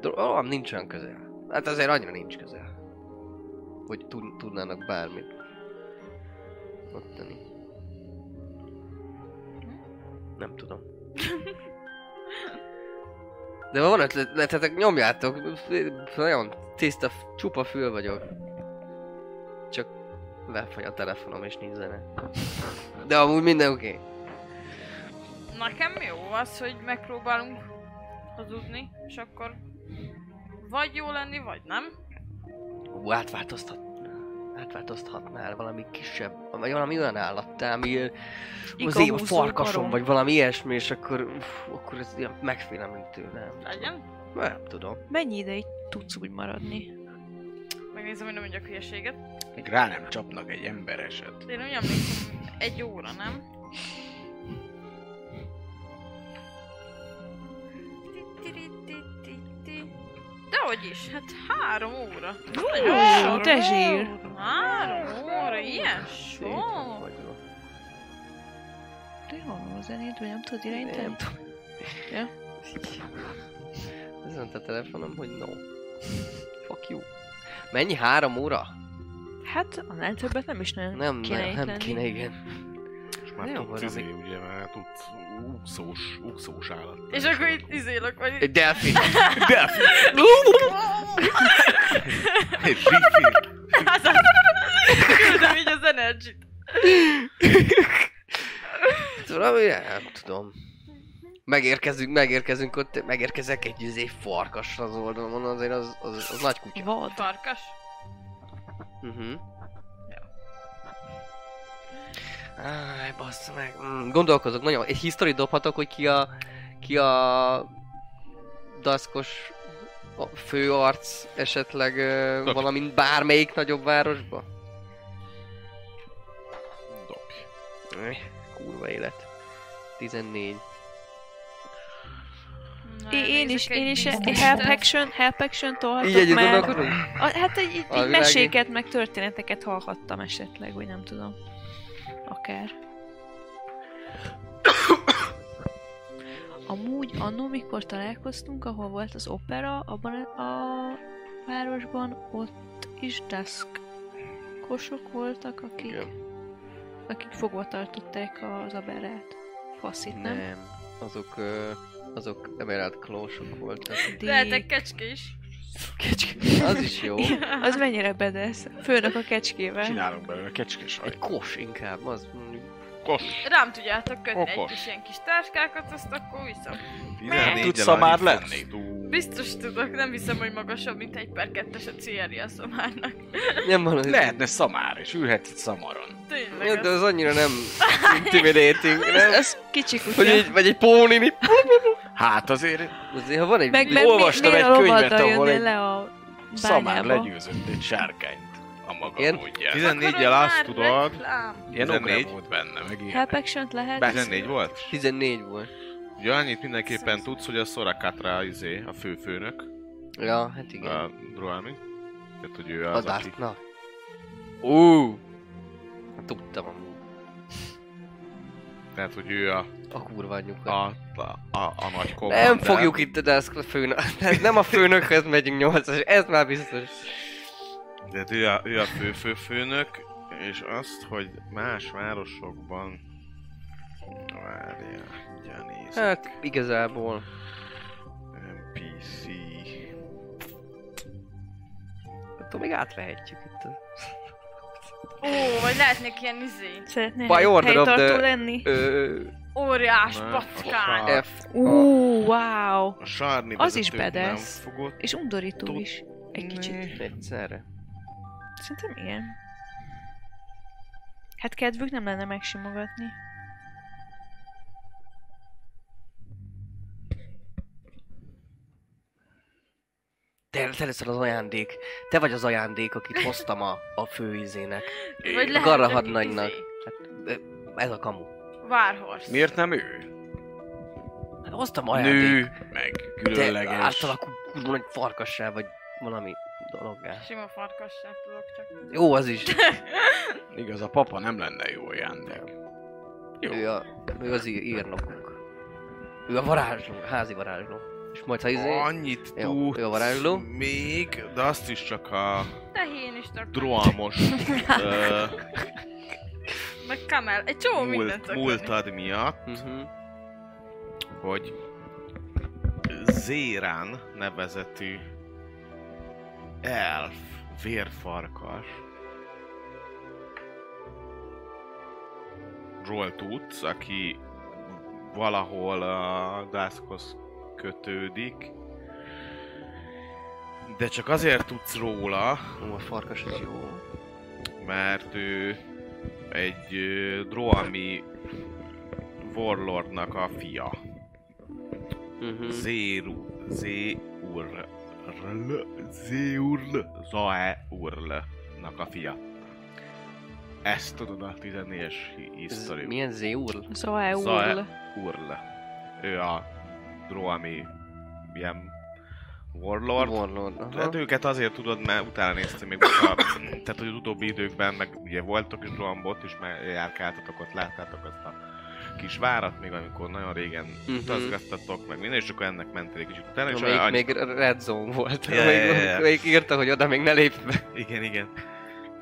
D: Dro- Ó, nincs olyan közel. Hát azért annyira nincs közel. Hogy tud- tudnának bármit. Ott tenni. Nem tudom. De van ötletetek, nyomjátok. Nagyon tiszta, f- csupa fül vagyok. Csak lefagy a telefonom és nincs zene. De amúgy minden oké. Okay.
F: Nekem jó az, hogy megpróbálunk hazudni, és akkor vagy jó lenni, vagy nem.
D: Ú, átváltoztat... átváltoztatnál valami kisebb, vagy valami olyan állattá, ami az én
C: Igahúzó
D: farkasom,
C: karom.
D: vagy valami ilyesmi, és akkor, uff, akkor ez ilyen megfélemlítő, nem?
F: Legyen.
D: Nem tudom.
C: Mennyi ideig tudsz úgy maradni?
F: Megnézem, hogy nem mondjak hülyeséget.
E: Még rá nem csapnak egy embereset.
F: De én úgy emlékszem, egy óra, nem? Dehogy is, hát három óra. Nagyon
C: Ó,
F: sok.
C: te zsír!
F: Három óra, ilyen
D: Szét
F: sok.
D: vagyok.
C: De van a zenét, vagy nem tudod irányítani?
D: Nem tudom.
C: Ja.
D: Ez a telefonom, hogy no. Fuck you. Mennyi? Három óra?
C: Hát annál többet nem is nagyon
D: Nem,
C: kéne
D: nem,
C: itt
D: nem
C: lenni.
D: kéne, igen.
B: És már
D: Jó,
B: tudsz,
D: valami.
B: izé, ugye, már tudsz úszós, úszós állat.
F: És akkor itt izélök, vagy
D: Egy delfin.
B: Delfin! Egy delfin!
F: Hát, az- Küldöm így az energy
D: Valami, nem tudom. Megérkezünk, megérkezünk ott, megérkezek egy izé farkasra az oldalon, azért az, az, az nagy kutya.
C: Vad.
F: Tarkas?
D: Uh-huh. Áj, bassza meg. Mm, gondolkozok, nagyon. Egy history dobhatok, hogy ki a... Ki a... Daszkos a főarc esetleg ö,
B: Dobj.
D: valamint bármelyik nagyobb városba?
B: Dobj.
D: Öh, Kurva élet. 14.
F: Na,
C: Én, én is,
F: nézek egy
C: én is
F: biztos
C: help
F: teszt.
C: action, help action
D: Így
C: tolhatok
D: együtt
C: már.
D: gondolkodunk?
C: A, hát egy, így, így
D: Valami
C: meséket, meg történeteket hallhattam esetleg, vagy nem tudom. Akár. Amúgy annó, mikor találkoztunk, ahol volt az opera, abban a városban, ott is dusk kosok voltak, akik,
D: Igen.
C: akik fogva tartották az aberát. Faszit, nem?
D: Nem. Azok... ö, azok Emerald Claw-sok voltak.
C: Dick.
F: Lehetek kecske is.
D: Az is jó.
C: Az mennyire bedesz? Főnök a kecskével.
E: Csinálunk belőle kecskés
D: Egy
E: sajt.
D: kos inkább, az mondjuk.
B: Kos!
F: Rám tudjátok kötni egy
B: Okos.
F: kis ilyen kis táskákat, azt akkor vissza.
B: 14
E: Tudsz
B: elég
E: szamár
B: fogsz
E: lenni?
B: túl.
F: Biztos tudok, nem hiszem, hogy magasabb, mint egy per 2-es a CRI a szomárnak.
D: Nem van, hogy
E: Lehetne szamár, és ülhetsz egy szamaron.
F: Tényleg.
D: Ja, de
F: az-
D: az annyira nem intimidating, nem?
C: Ez kicsi
D: Vagy
C: kutya.
D: egy, vagy egy pónini.
E: Hát azért
D: Azért, ha van egy...
C: Meg,
E: Így
C: meg
E: olvastam
C: mi, miért
E: egy
C: a
E: könyvet,
C: lovaddal
E: ahol
C: jönnél
E: egy
C: le a
E: szamár
C: bányába?
E: legyőzött egy sárkányt a maga
D: Igen.
E: módján.
F: Akkor
B: 14-jel
F: az
B: azt
F: már
B: tudod...
F: reklám.
E: Ilyen
B: 14?
E: ugra volt benne, meg ilyen.
C: Help action Hát lehet?
E: Be-
B: 14 volt?
D: 14 volt.
B: Ugye annyit mindenképpen tudsz, hogy a Szorakatra izé, a főfőnök,
D: Ja, hát igen.
B: a Druami. Tehát, hogy ő
D: az
B: az, aki...
D: Dark, na. Ó! Hát Tudtam amúgy.
B: Tehát, hogy ő a,
D: A kurva anyjukat.
B: a, a, a, a nagy kommander.
D: nem fogjuk itt a Dusk főnök. Nem a főnökhöz megyünk nyolcas, ez már biztos.
B: De ő a, ő a fő, fő főnök, és azt, hogy más városokban... Várjál, ugyanéz.
D: Hát igazából.
B: NPC...
D: Attól még átvehetjük itt. a-
F: Ó, vagy lehetnek ilyen izé.
C: Szeretnél
D: By
C: hely-
D: order of
C: helytartó
D: the-
C: lenni?
D: Ö,
F: Óriás
B: Na,
F: patkány.
B: akkor-
D: F.
C: Ú, wow!
B: A sarni
C: Az is
B: vezetőt nem
C: badass.
B: fogod
C: És undorító
B: Tud-
C: is. Egy kicsit.
D: Egyszerre.
C: Szerintem igen. Hát kedvük nem lenne megsimogatni.
D: Te, te leszel az ajándék. Te vagy az ajándék, akit hoztam a, a főizének.
F: Vagy lehet
D: Garahad
F: neki
D: nagynak.
F: izé.
D: Hát, ö, ez a kamu.
F: Warhorse.
E: Miért nem ő?
D: Hát hoztam ajándék.
E: Nő, meg
D: Te
E: különleges.
D: átalakul kurva nagy farkassá, vagy valami dologgá.
F: Sima farkas sem tudok csak.
D: Jó, az is.
E: Igaz, a papa nem lenne jó ajándék. Jó.
D: Ő, a, ő az í- írnokunk. Ő a varázsló, házi varázsló. És majd ha izé...
B: Annyit
D: Jó, jó, varázsló.
B: tudsz még, de azt is csak a
F: Tehén is tudok.
B: droamos ö,
F: Meg kamel. Egy csomó mindent
B: múlt,
F: tudok lenni.
B: múltad miatt,
D: Uh-huh.
B: hogy Zérán nevezetű elf vérfarkas ról tudsz, aki valahol a Dászkhoz kötődik, de csak azért tudsz róla,
D: Ó, a farkas az jó.
B: mert ő egy ö, droami warlordnak a fia.
D: Uh-huh.
B: Zéru, Zéurl, Rl, Zéurl, Zaeurl, nak a fia. Ezt tudod a 14-es
D: Ez
B: history.
D: milyen zéúr?
B: Zoe.
C: Zoe úrl.
E: E-
B: Url. Ő a Droami ilyen warlord.
D: Warlord. aha.
B: Tehát őket azért tudod, mert utána néztem még most a, tehát hogy az utóbbi időkben, meg ugye voltok is Droambot is, már járkáltatok ott, láttátok azt a kis várat, még amikor nagyon régen
D: Mhm.
B: utazgattatok, meg minden, és akkor ennek mentél egy kicsit utána, és
D: Amelyik
B: annyi-
D: még Red Zone volt.
B: Ja, ja, ja, ja.
D: Amelyik, amelyik írta, hogy oda még ne lépj be.
B: Igen, igen.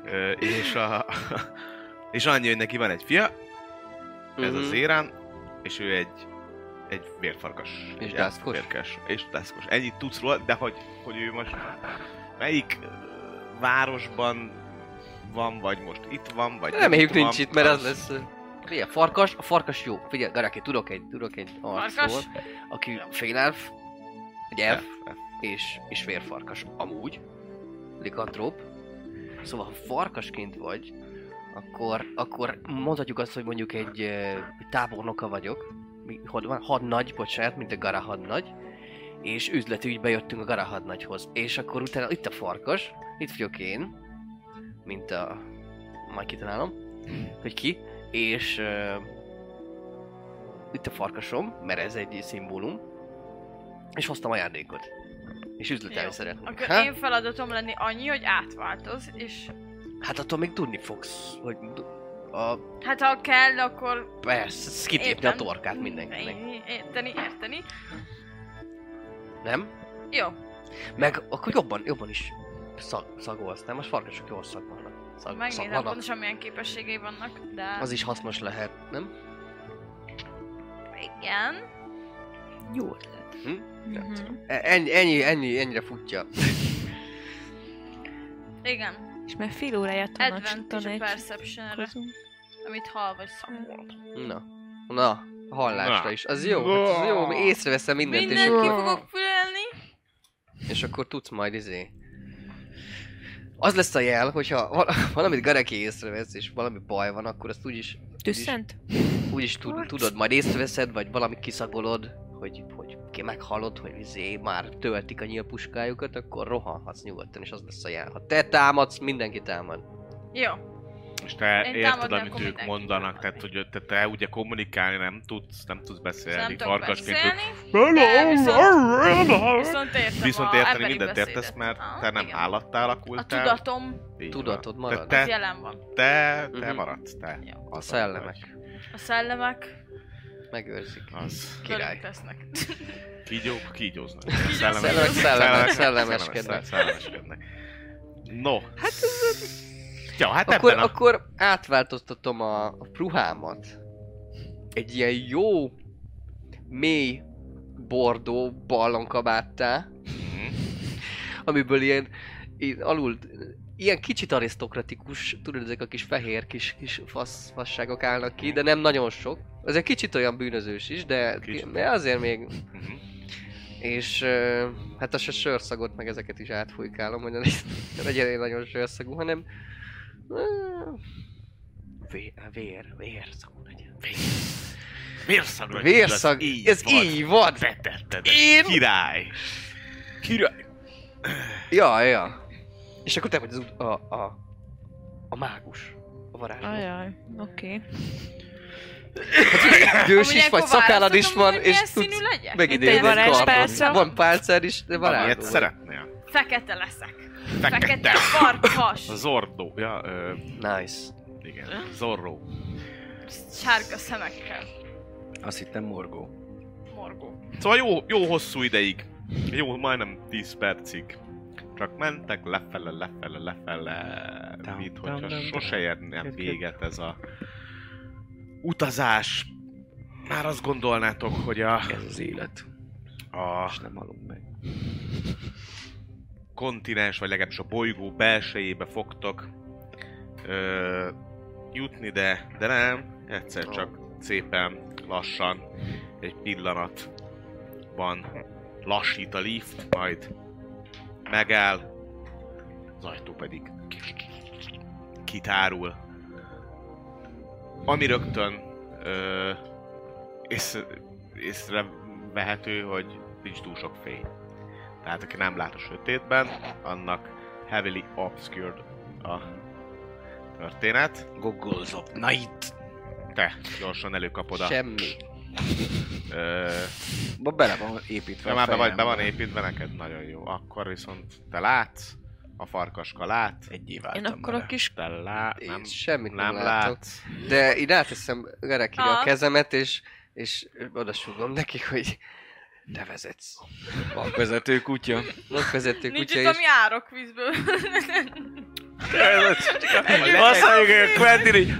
B: Ö, és a... és annyi, hogy neki van egy fia,
D: Mhm.
B: ez az Érán, és ő egy egy vérfarkas.
D: És
B: Egy
D: dászkos?
B: Vérkes, és dászkos. Ennyit tudsz róla, de hogy, hogy ő most melyik ö, városban van, vagy most itt van, vagy
D: Reméljük
B: van,
D: nincs itt, mert az lesz... ö, Figyelj, farkas, a farkas jó. Figyelj, Garaki, tudok egy, tudok egy arcról,
F: Farkas?
D: aki félelf, egy elf,
B: elf.
D: és, és vérfarkas. Amúgy, likantróp. Szóval, ha farkasként vagy, akkor, akkor mondhatjuk azt, hogy mondjuk egy ö, tábornoka vagyok, mi, had, van, hadnagy, bocsánat, mint a Gara hadnagy, és üzletügybe jöttünk a Gara hadnagyhoz. És akkor utána itt a farkas, itt vagyok én, mint a... majd kitalálom,
F: Hmm.
D: hogy ki, és ö, itt a farkasom, mert ez egy szimbólum, és hoztam ajándékot. És üzletelni
F: Jó.
D: szeretnék.
F: Akkor
D: Ha?
F: én feladatom lenni annyi, hogy átváltoz, és
D: Hát attól még tudni fogsz, hogy du- a,
F: hát ha kell, akkor
D: persze, kitépni a torkát mindenkinek.
F: É- Érteni, érteni.
D: Nem?
F: Jó,
D: Meg akkor jobban, jobban is szag, szagolsz, nem? Most farkasok jól szagolnak. Szag,
F: megnézem
D: szagolnak.
F: pontosan milyen képességei vannak, de...
D: Az is hasznos lehet, nem?
F: Igen.
C: Jó ötlet.
E: Hm?
C: Mhm.
D: E- Ennyi, ennyi, ennyi, ennyire futja.
F: Igen.
C: És már fél óráját tanács,
F: Advantage a
C: tanács.
F: perception amit hal vagy szakol.
D: Na. Na, a hallásra
B: Na.
D: is. Az jó, hát az jó, mi észreveszem mindent, és,
F: Mindenki
D: akkor,
F: fogok fülelni.
D: és akkor tudsz majd izé. Az lesz a jel, hogyha val- valamit Gareki észrevesz, és valami baj van, akkor azt úgyis
C: Tüsszent?
D: úgyis tud, tudod, majd észreveszed, vagy valamit kiszagolod, hogy, hogy ki meghallod, hogy izé már töltik a nyílpuskájukat, akkor rohanhatsz nyugodtan, és az lesz a jel. Ha te támadsz, mindenki támad.
F: Jó.
B: És te
F: Én
B: érted,
F: támadni,
B: amit
F: akkor
B: ők
F: mindenki
B: mondanak,
F: támad.
B: tehát hogy te, te ugye kommunikálni nem tudsz, nem tudsz
F: Szóval
B: beszélni,
F: nem tudok
B: farkasként
F: beszélni, de
B: tudsz.
F: viszont értem
B: Viszont
F: a
B: érteni
F: emberi
B: mindent
F: beszédet.
B: értesz, mert
F: Aha,
B: te nem E?
F: igen.
B: állattá
F: A
B: alakultál.
F: tudatom
B: Így van.
D: Tudatod marad.
F: az
B: Te,
F: jelen van.
B: te, te
D: Mhm.
B: maradsz, te.
F: Jó.
B: Az
D: szellemek.
F: A szellemek
D: Megőrzik.
B: vagy. Az.
D: Király.
F: velünk tesznek.
B: Kígyók, kígyóznak.
D: Szellemek, szellemek, szellemeskednek.
B: szellemeskednek. No. Hát ez... Ja, hát
D: Akkor,
B: ebben a...
D: akkor átváltoztatom a, a ruhámat. Egy ilyen jó, mély, bordó ballonkabáttá,
B: Mhm.
D: amiből ilyen, ilyen alul, ilyen kicsit arisztokratikus, tudod, ezek a kis fehér kis, kis fasz, fasságok állnak ki, de nem nagyon sok. Ez egy kicsit olyan bűnözős is, de,
B: Kicsit.
D: de azért még...
B: Mhm.
D: És ö, hát azt a sörszagot meg ezeket is átfújkálom, hogy ne legyen egy nagyon sörszagú, hanem... ö, Vér, vér, vérszagú legyen.
B: Vérszag vagy
D: Vérszag,
B: tudat, így
D: ez
B: van.
D: így van!
B: Betetted.
D: Én-
B: Király.
D: Király! Ja, ja. És akkor te vagy az ut- a, a, a mágus. A varázsló.
F: Ah,
C: Ajaj, oké.
E: Hát
C: Okay.
D: Idős
F: Amúgy
D: is vagy,
F: akkor
D: szakállad is
F: választhatom,
D: van,
F: hogy
D: és
F: milyen
D: tudsz
F: színű legyek?
D: megidézni
C: Mint egy
D: kartot.
C: varázspálca?
D: Van pálcád is, de
B: Ilyet
D: varázsló. vagy.
B: szeretnél?
F: Fekete leszek. Fekete
B: Fekete.
F: farkas.
B: Zordó. Ja, ö,
D: Nice.
B: igen. Zorro.
F: Sárga szemekkel.
E: Azt hittem morgó.
F: Morgó.
B: Szóval jó, jó hosszú ideig. Jó, majdnem 10 percig. Csak mentek lefele, lefele, lefele,
E: Tam,
B: mint
E: tam,
B: hogyha
E: tam,
B: sose érne
E: Köt, köt.
B: véget ez a utazás. Már azt gondolnátok, hogy a,
E: Ez az élet.
B: a
E: És nem halunk meg.
B: kontinens, vagy legalábbis a bolygó belsejébe fogtok ö, jutni, de, de nem. Egyszer csak szépen lassan egy pillanatban lassít a lift, majd megáll, az ajtó pedig kitárul. Ami rögtön ö, ész, észrevehető, hogy nincs túl sok fény. Tehát aki nem lát a sötétben, annak heavily obscured a történet.
E: Goggles of night.
B: Te gyorsan előkapod a...
D: Semmi.
B: Ö,
E: Ba bele van építve
B: de
E: a
B: már be, vagy, be
E: fejembe.
B: van építve neked, nagyon jó. Akkor viszont te látsz, a farkaska lát,
E: Egy év
C: Én akkor a kis...
B: te lát,
D: Én
B: nem,
D: semmit nem
B: nem
D: látok.
B: látsz.
D: De így ráteszem Garekire a
F: Ah.
D: kezemet, és, és oda súgom neki, hogy te vezetsz.
E: Van vezető kutya.
D: Ott vezető
F: Nincs
D: kutya
F: itt,
D: is.
F: ami árok vízből.
B: Azt
E: mondjuk, Quentin így...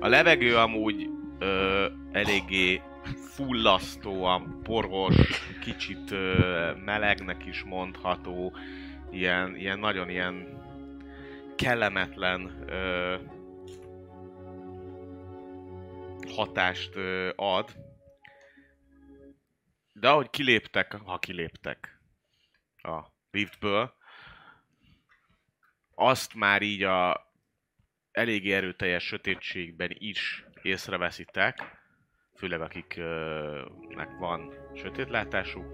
B: A levegő amúgy ö, eléggé fullasztóan poros, kicsit ö, melegnek is mondható, ilyen, ilyen nagyon ilyen kellemetlen ö, hatást ö, ad. De ahogy kiléptek, ha kiléptek a liftből, azt már így a eléggé erőteljes sötétségben is észreveszitek, főleg akiknek van sötétlátásuk,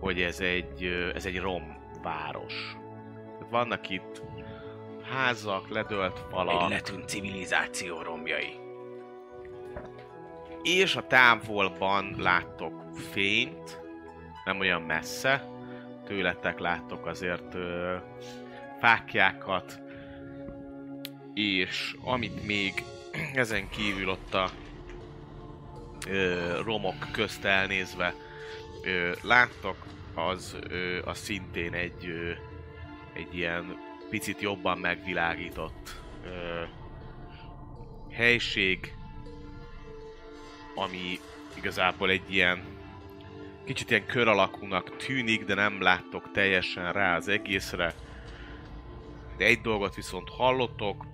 B: hogy ez egy, ö, ez egy romváros. Tehát Vannak itt házak, ledölt falak,
E: Egy letűnt civilizáció romjai.
B: és a távolban láttok fényt, nem olyan messze, tőletek láttok azért ö, fákjákat, és amit még ezen kívül ott a ö, romok közt elnézve ö, láttok, az, ö, az szintén egy, ö, egy ilyen picit jobban megvilágított ö, helység, ami igazából egy ilyen kicsit ilyen kör alakúnak tűnik, de nem láttok teljesen rá az egészre. De egy dolgot viszont hallottok,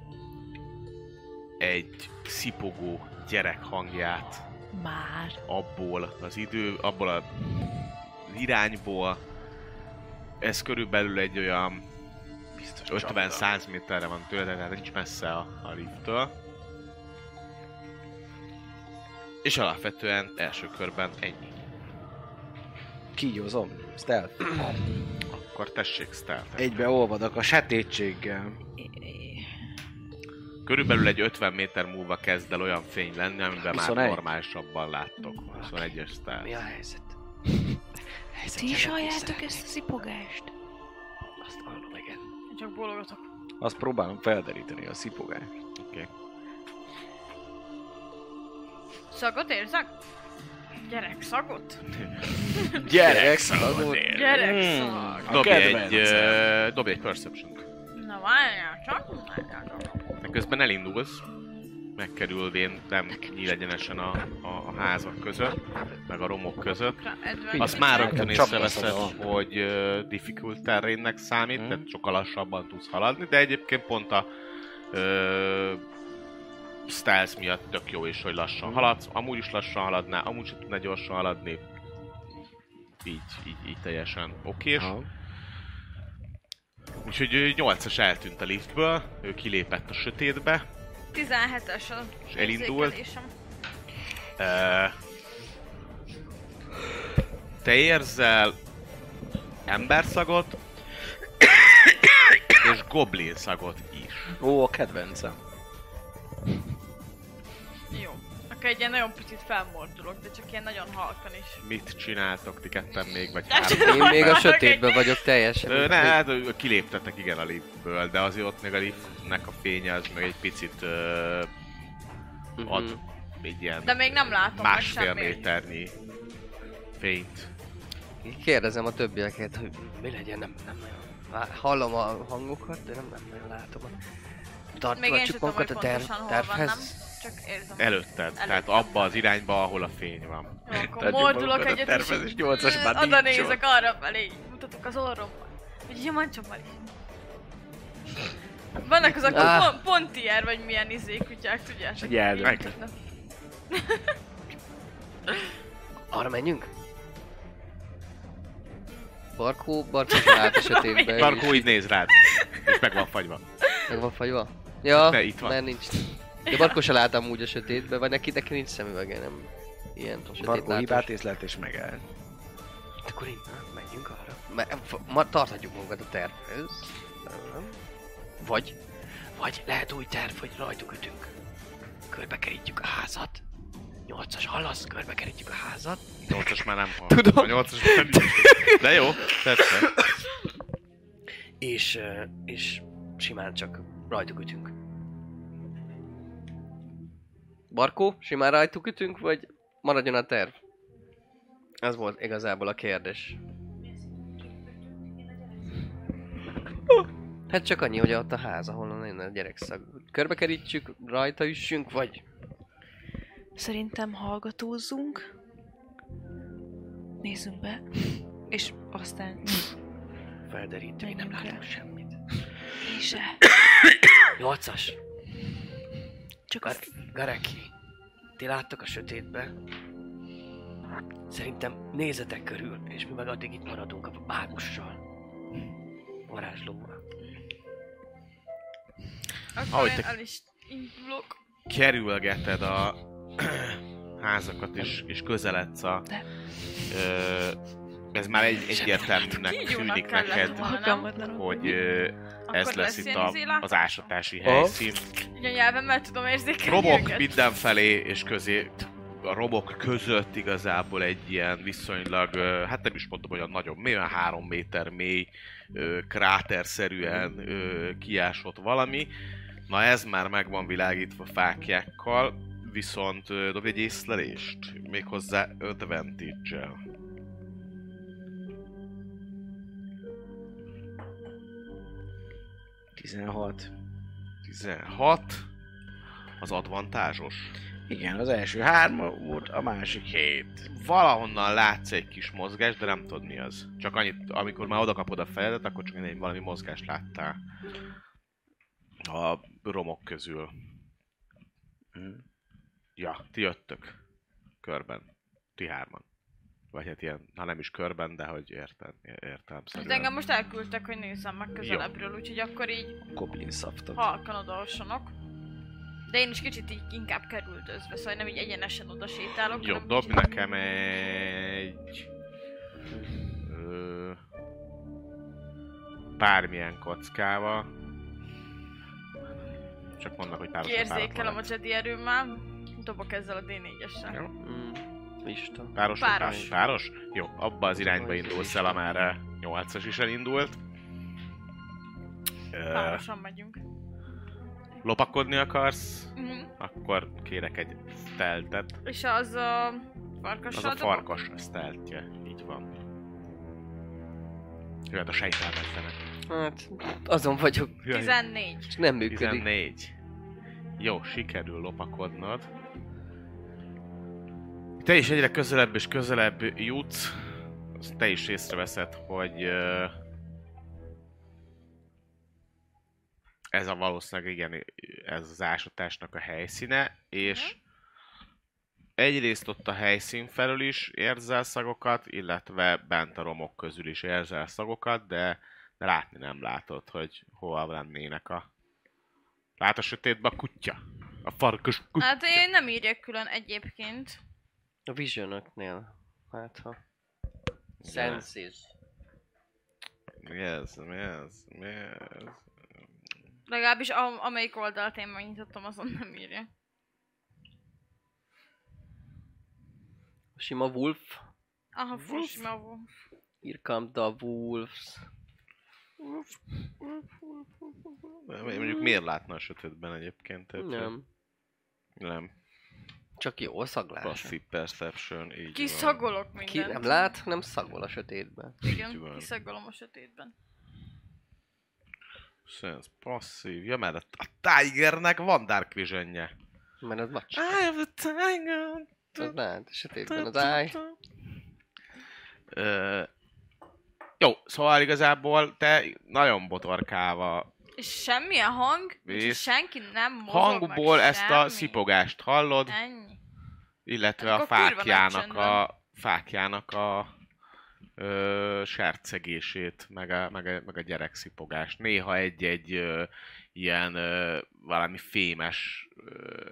B: egy szipogó gyerek hangját
C: Már.
B: abból az idő, abból a irányból. Ez körülbelül egy olyan
E: Biztos csapda.
B: 50-100 méterre van tőle, tehát nincs messze a, a lifttől. És alapvetően első körben ennyi.
E: Kígyózom. Stealth.
B: Akkor tessék, stealth
E: Egybe olvadok a sötétséggel.
B: Körülbelül egy 50 méter múlva kezd el olyan fény lenni, amiben már
E: 21.
B: normálisabban láttok. 21-es
D: Mi
B: stealth.
D: a helyzet? helyzet
C: Ti is
D: jelenteni
C: halljátok
D: szeretnék.
C: ezt a szipogást?
D: Azt hallom, igen.
F: Én csak bólogatok.
E: Azt próbálom felderíteni a szipogást.
B: Oké.
F: Szagot érzek? Gyerek szagot?
E: Gyerek szabadon.
F: Gyerek szag.
E: A
B: Hmm. Dobj egy,
E: kedvencem.
B: ö, dobj egy perception
F: Na várjál csak, várjál csak.
B: Közben elindulsz, megkerüld én nem nyílegyenesen a, a, a házak között, meg a romok között.
F: Rá- Edward-
B: Azt már
E: Nekem
B: rögtön
E: csapda
B: észreveszed,
E: szaga
B: hogy uh, difficult terrénnek számít,
E: Mhm.
B: tehát sokkal lassabban tudsz haladni, de egyébként pont a uh, stealth miatt tök jó is, hogy
E: Hm.
B: lassan haladsz. Amúgy is lassan haladná, amúgy sem tudná gyorsan haladni. Így, így, így teljesen okés.
E: Aha.
B: Úgyhogy ő 8-as eltűnt a liftből, ő kilépett a sötétbe,
F: 17-es az
B: És elindult.
F: érzékelésem.
B: Ö, Te érzel emberszagot, és goblin szagot is.
E: Ó, a kedvencem.
F: Jó. Akkor egy ilyen nagyon picit felmordulok, de csak ilyen nagyon halkan is.
B: Mit csináltok ti ketten még, vagy
F: Nem
B: három?
F: tudom.
D: Én még a
F: Egy-
D: sötétben vagyok teljesen.
B: Ö, Ne, hát ö, kiléptetek igen a liftből, de azért ott még a liftnek a fénye az meg egy picit ö,
D: Mhm.
B: ad egy ilyen
F: De még nem látom meg
B: másfél
F: semmit.
B: méternyi fényt.
D: Kérdezem a többieket, hogy mi legyen, nem, nem nagyon. vá- Hallom a hangokat, de nem, nem nagyon látom.
F: Még én sem
D: Tartjuk
F: tudom, hogy
D: magunkat a terv,
F: pontosan hol van, nem?
D: tervhez.
F: Csak érzem.
B: Előtted, tehát
F: Előttem.
B: abba az irányba, ahol a fény van.
F: Jó, akkor
E: Tehát
F: mordulok
E: magukat a
F: egyet,
E: tervezés nyolcas már
F: Ö, Oda
E: nincs
F: nézek arra felé, mutatok az orrommal. Hogy ilyen mancsommal is. Vannak azok a
D: Ah.
F: pon- pontier, vagy milyen izé kutyák, tudjátok?
E: Egy jelző.
F: így mutatnak.
D: Arra menjünk? Barkó, Barkó se állt a sötétbe. ő
B: Tarkó
D: is.
B: így néz rád, és meg van fagyva.
D: Meg van fagyva? Ja,
B: Ne, itt van.
D: mert nincs. De Barkó se láttam úgy a sötétbe, vagy neki, neki nincs szemüvege, nem ilyen
E: Barkó hibát
D: sötétlátós.
E: észlelt és megáll.
D: Akkor én, hát, menjünk arra. Mert, f- ma tarthatjuk magunkat a tervhez. Nem? Vagy, vagy lehet új terv, hogy rajtuk ütünk. Körbekerítjük a házat. Nyolcas halasz, körbekerítjük a házat.
B: Nyolcas már nem hal.
D: Tudom.
B: A nyolcas már nincs. De jó, persze.
D: És, ö, és simán csak rajtuk ütünk. Barkó, simán rajtuk ütünk, vagy maradjon a terv? Ez volt igazából a kérdés. Hát csak annyi, hogy ott a ház, ahol én a gyerekszag. Körbekerítjük, rajta üssünk, vagy...
C: Szerintem hallgatózzunk. Nézzünk be. És aztán
D: Felderíteni, nem
C: Menjünk
D: látunk
C: el.
D: semmit.
C: én se.
D: Nyolcas!
C: Csak a
D: Gar- Gareki, ti láttok a sötétbe? Szerintem nézzetek körül, és mi meg addig itt maradunk a mágussal. Varázslóval.
F: Akkor
B: Ahogy
F: én
B: te-
F: el is indulok.
B: kerülgeted a házakat, és, és közeledsz a...
C: De.
B: Ö, ez már egy, egyértelműnek
F: Kígyónak
B: tűnik
F: kellett
B: neked,
F: volna.
C: magamat lerom.
B: hogy ö,
F: Akkor
B: ez lesz itt
F: ilyen
B: a,
F: izé látható?
B: az ásatási helyszín.
F: Így a nyelvemmel tudom érzékelni
B: Robok
F: őket.
B: mindenfelé, és közé a robok között igazából egy ilyen viszonylag, ö, hát nem is mondom, hogy a nagyon mély, olyan három méter mély, ö, kráterszerűen ö, kiásott valami. Na ez már meg van világítva fákjákkal, viszont ö, dobj egy észlelést, méghozzá advantage-el.
E: Tizenhat.
B: 16, az advantázsos.
E: Igen, az első három volt, a másik hét.
B: valahonnan látsz egy kis mozgást, de nem tudod mi az. Csak annyit, amikor már odakapod a fejedet, akkor csak egy valami mozgást láttál. A romok közül.
E: Mm.
B: Ja, ti jöttök. Körben. Ti hárman. Vagy hát ilyen, ha nem is körben, de hogy értem,
F: Hát
B: értelemszerűen.
F: engem most elküldtek, hogy nézzem meg közelebbről, úgyhogy akkor így
E: Goblin szaftot.
F: halkan odaossanak. De én is kicsit így inkább kerüldözve, szóval nem így egyenesen oda sétálok.
B: Jó,
F: hanem
B: dob
F: kicsit-
B: nekem egy... Ö, bármilyen kockával. Csak mondnak, hogy páros
F: Érzékelem a Jedi erőmmel. Dobok ezzel a D4-essel.
D: Mm, Isten.
B: Páros? vagy páros.
F: Páros.
B: Páros? Jó, abba az irányba indulsz el, amerre 8-as is elindult. Ö,
F: Párosan megyünk.
B: lopakodni akarsz?
F: Mhm.
B: Akkor kérek egy steltet.
F: És az a farkassal
B: Az a
F: dobok?
B: farkas steltje. Így van. Jöhet a sejtelmetlenek.
D: Hát, azon vagyok,
F: 14.
D: és nem működik.
B: 14. Jó, sikerül lopakodnod. Te is egyre közelebb és közelebb jutsz. Azt Te is észreveszed, hogy ö, ez a valószínűleg igen, ez az ásatásnak a helyszíne, és egyrészt ott a helyszín felül is érzel szagokat, illetve bent a romok közül is érzel szagokat, de, de látni nem látod, hogy hol lennének a Lát a sötétbe a kutya. A farkas kutya.
F: Hát én nem írjak külön egyébként.
D: A visionöknél. Hát ha... Senses.
B: Mi ez? Mi ez? Mi ez?
F: Legalábbis a, amelyik oldalt én megnyitottam, azon nem írja.
D: Sima wolf.
F: Aha, Fushima Wolf.
D: Here come the wolves.
B: Mondjuk miért látna a sötétben egyébként? Tehát, hogy
D: Nem.
B: Nem.
D: Csak jó szaglás.
B: Passive perception, így van.
F: Kiszagolok
D: Ki
F: mindent.
D: nem lát, nem szagol a sötétben.
B: Így van.
F: Igen, kiszagolom a sötétben.
B: Sense Szóval passzív. Ja, mert a- a Tigernek van Dark Visionje.
D: Mert az macska.
B: I have a Tiger.
D: Az lát, a sötétben az áj.
B: Ö, jó, szóval igazából te nagyon botorkálva
F: És semmilyen hang,
B: Vész.
F: és senki nem mozog
B: hangból
F: meg,
B: ezt a
F: semmi.
B: szipogást hallod,
F: Ennyi.
B: illetve a
F: Akkor kurva nagy
B: fákjának
F: csönd van.
B: a fákjának a ö, sercegését, meg a, meg, a, meg a gyerekszipogást. Néha egy-egy ö, ilyen ö, valami fémes ö,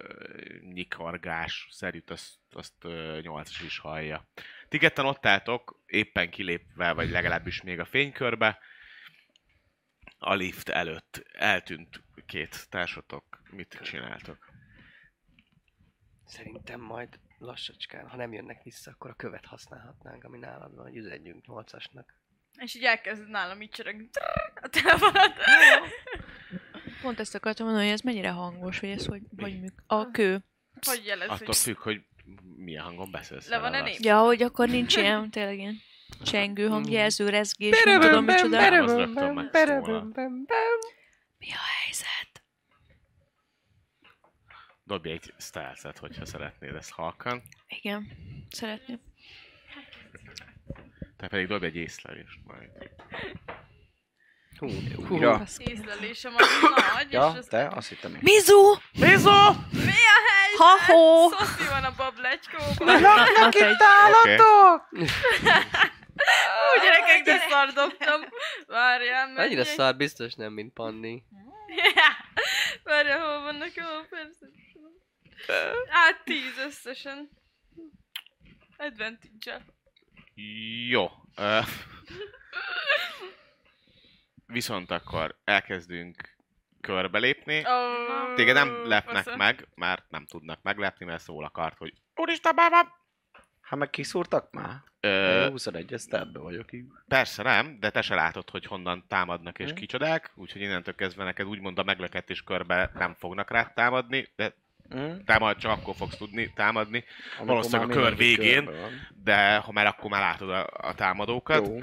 B: nyikargás szerint azt, azt ö, nyolcas is hallja. Ti ketten ott álltok, éppen kilépve, vagy legalábbis még a fénykörbe, a lift előtt eltűnt két társatok. Mit csináltok?
D: Szerintem majd lassacskán, ha nem jönnek vissza, akkor a követ használhatnánk, ami nálad van, hogy üzenjünk 8-asnak.
F: És így elkezded nálam így csörögni. A telefonod.
C: Pont ezt akartam mondani, hogy ez mennyire hangos, hogy ez hogy, hogy műk. A kő.
F: Hogy jelez,
B: Attól
F: hogy
B: függ, hogy milyen hangon beszélsz.
F: Le van
B: vele,
F: a
B: azt-
F: nép?
C: Ja, hogy akkor nincs ilyen, tényleg ilyen Mm. csengő hangjelző, rezgés, nem tudom micsoda.
B: Nem, az rögtön megszólal.
C: Mi a helyzet?
B: Dobj egy stealth hogyha szeretnéd ezt halkan.
C: Igen, szeretném.
B: Te pedig dobj egy észlelést majd.
E: Újra.
D: hát
F: Ízlelésem az nagy, hát és
E: Ja,
F: ez-
E: te? Azt hittem én.
C: Mizu!
B: Nézó!
F: Mi a helyzet?
C: Ha-ho!
F: Szoszi van a bablecskóban.
C: Laknak egy...
B: Oké.
F: Úgy gyerekek, de szar dobtam. Várjál, menjek.
D: Annyira szar biztos nem, mint Panni.
F: Várjál, hol vannak jó persze. Hát tíz összesen. Advantage-el.
B: Jó. Ö, Viszont akkor elkezdünk körbelépni.
F: Oh,
B: Téged nem lepnek meg, mert nem tudnak meglepni, mert szól a kart, hogy Úristen, bábám!
E: Hát meg kiszúrtak már?
B: Ö,
E: Ö... 21 esztábbe vagyok így.
B: persze nem, de te se látod, hogy honnan támadnak és
E: Hm.
B: kicsodák, úgyhogy innentől kezdve neked úgymond a meglökett és körbe nem fognak rád támadni, de
E: Hm?
B: támad csak akkor fogsz tudni támadni,
E: Amikor
B: Valószínűleg
E: már
B: a kör
E: mindenki
B: végén.
E: körbe van.
B: de ha már akkor már látod a, a támadókat,
E: Jó.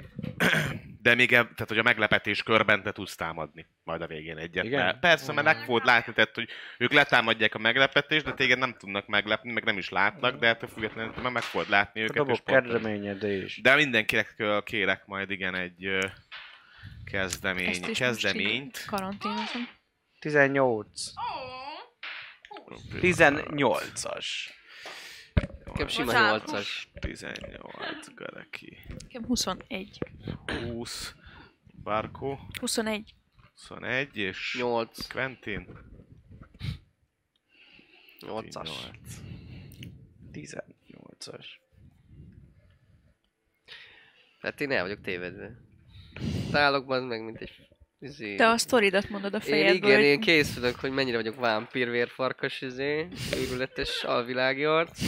B: De még eb, tehát, hogy a meglepetés körben te tudsz támadni majd a végén egyet.
E: Igen?
B: Igen? Persze, mert
E: Mhm.
B: meg fogod látni, tehát, hogy ők letámadják a meglepetést, de téged nem tudnak meglepni, meg nem is látnak, de ettől függetlenül te már meg fogod látni
E: A
B: őket. és
E: dobok
B: pont-
E: kedreményedés.
B: De mindenkinek ö, kérek majd igen egy ö, kezdemény, kezdeményt.
C: Karantínozom.
E: 18. 18-as.
D: Nekem sima
F: Bocsánat.
D: 8-as.
B: 18, Gareki.
C: Nekem 21.
B: 20, Barkó,
C: 21.
B: 21 és
D: 8.
B: Quentin.
D: 8-as.
E: 18-as.
D: Tehát Hát én el vagyok tévedve. Tálok az meg, mint egy... Izé.
C: Te a sztoridat mondod a
D: Én
C: fejedből.
D: igen, én készülök, hogy mennyire vagyok vámpír vérfarkas, izé, őrületes alvilági arc.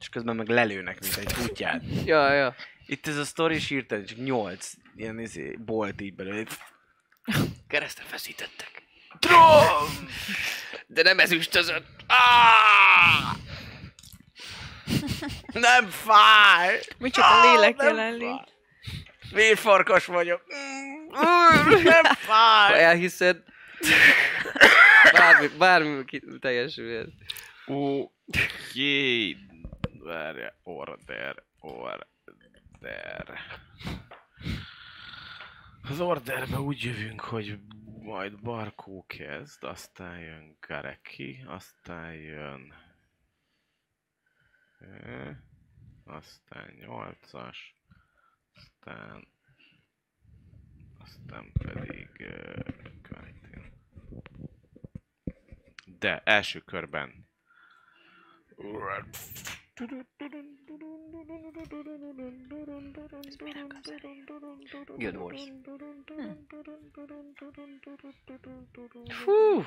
E: És közben meg lelőnek, mint egy kutyát.
D: Ja, ja.
E: Itt ez a sztori is írtad, csak 8 ilyen izé, bolt így belőle.
D: Keresztre feszítettek. Trom! De nem ezüstözött. Ah!
E: Nem fáj!
C: Mi csak a lélek
E: nem
C: jelenlét.
E: Vérfarkas vagyok. Mm, mm, Nem
D: Ha
E: fáj!
D: elhiszed, bármi, bármi ki- teljesülhet.
B: Ó, jé, várja, order, order. Az orderbe úgy jövünk, hogy majd Barkó kezd, aztán jön Gareki, aztán jön... Ö, Aztán 8-as, aztán... Aztán pedig... ö, Quentin. De első körben
D: Guild Wars. Hú,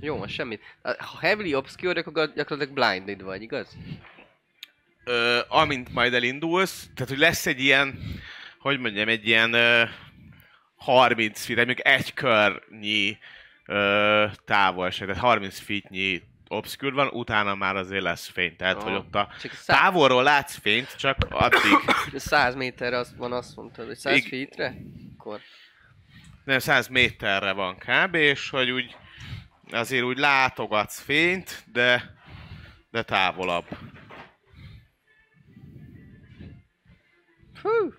D: jó, most semmit. Ha heavily obscure, akkor gyakorlatilag blinded vagy, igaz?
B: ö, amint majd elindulsz, tehát hogy lesz egy ilyen, hogy mondjam, egy ilyen ö, 30 feet, mondjuk egy környi ö, távolság, tehát 30 feetnyi obszkür van, utána már azért lesz fény, tehát
D: Aha.
B: hogy ott a
D: Csak szá-
B: távolról látsz fényt, csak addig,
D: 100 méterre azt van, azt mondtad, hogy 100
B: Ig-
D: feetre? Akkor.
B: nem 100 méterre van kb, és hogy úgy azért úgy látogatsz fényt, de, de távolabb.
D: Hú.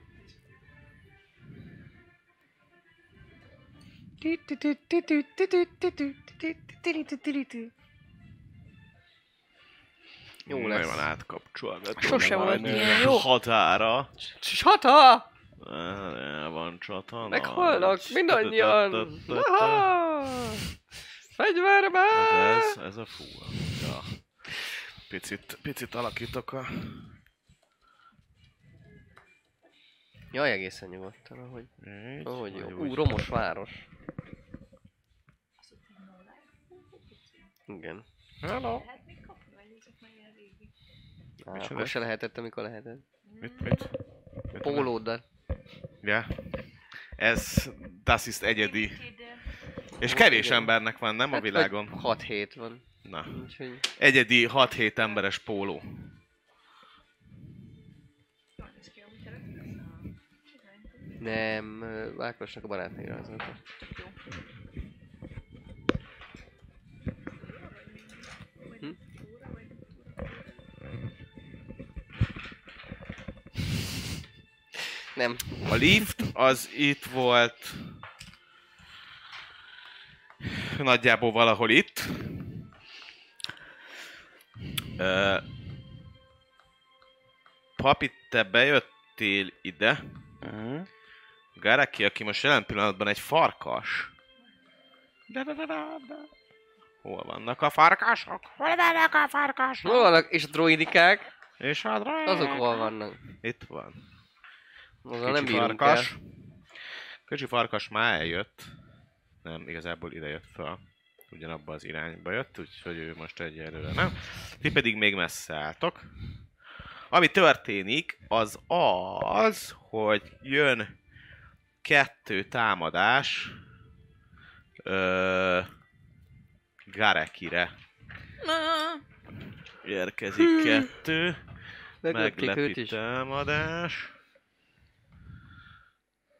D: Jó lesz.
B: Nagyon átkapcsolgató.
C: Sose
B: nem
C: volt
B: valami
C: ilyen jó.
B: Határa.
D: Csata!
B: El van csatana.
D: Meghalnak mindannyian! Aha! Fegyverbe!
B: Ez, ez, ez a fú. Ja. Picit, picit alakítok a...
D: Jaj, egészen nyugodtan, ahogy,
B: Így,
D: ahogy jó.
B: vagy
D: Ú,
B: úgy.
D: romos város. Igen.
B: Hello.
D: Á,
B: Micsoda?
D: akkor se lehetett, amikor lehetett.
B: Mit, mit? mit
D: Pólóddal.
B: Ja. Ez, das ist egyedi. És kevés embernek van,
D: Hát,
B: nem a világon?
D: 6 hét van.
B: Na.
D: Úgyhogy...
B: Egyedi 6-7 emberes póló.
D: Nem, ö, Ákosnak a barátnőre rajzolta. Hm? Nem.
B: A lift az itt volt nagyjából valahol itt. Ö, Papi, te bejöttél ide.
E: Mhm.
B: Garaki, aki most jelen pillanatban egy farkas. Da-da-da-da-da. Hol vannak a farkasok? Hol vannak a farkasok?
D: Hol vannak? És a droidikák?
B: És a drágák?
D: Azok hol vannak?
B: Itt van.
D: Azzal
B: Kicsi
D: nem bírunk el.
B: farkas. Kicsi farkas már eljött. Nem, igazából ide jött fel. Ugyanabba az irányba jött, úgyhogy ő most egyelőre nem. Ti pedig még messze álltok. Ami történik, az az, hogy jön kettő támadás ö, Garekire. Érkezik kettő.
D: Meglepték őt
B: Meglepi
D: is.
B: támadás.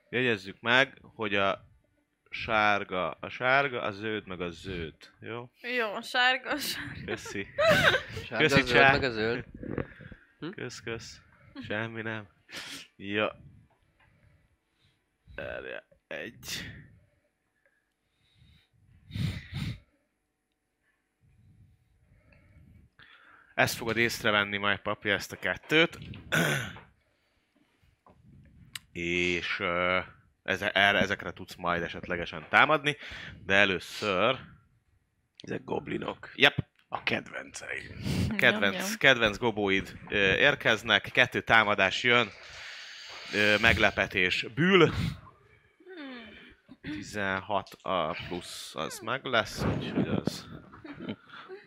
B: Jegyezzük meg, hogy a sárga, a sárga, a zöld, meg a zöld. Jó?
F: Jó, a sárga, a sárga.
B: Köszi.
D: Sárga,
B: Köszi,
D: zöld,
B: csá.
D: meg a zöld.
B: Kösz, kösz. Semmi nem. Ja. Erre egy. Ezt fogod észrevenni majd papi, ezt a kettőt. És ö, ez, erre, ezekre tudsz majd esetlegesen támadni, de először...
E: Ezek goblinok.
B: Jep,
E: A kedvenceim.
B: kedvenc, kedvenc gobóid ö, érkeznek, kettő támadás jön, ö, meglepetés bűl. 16 a plusz az meg lesz, úgyhogy az...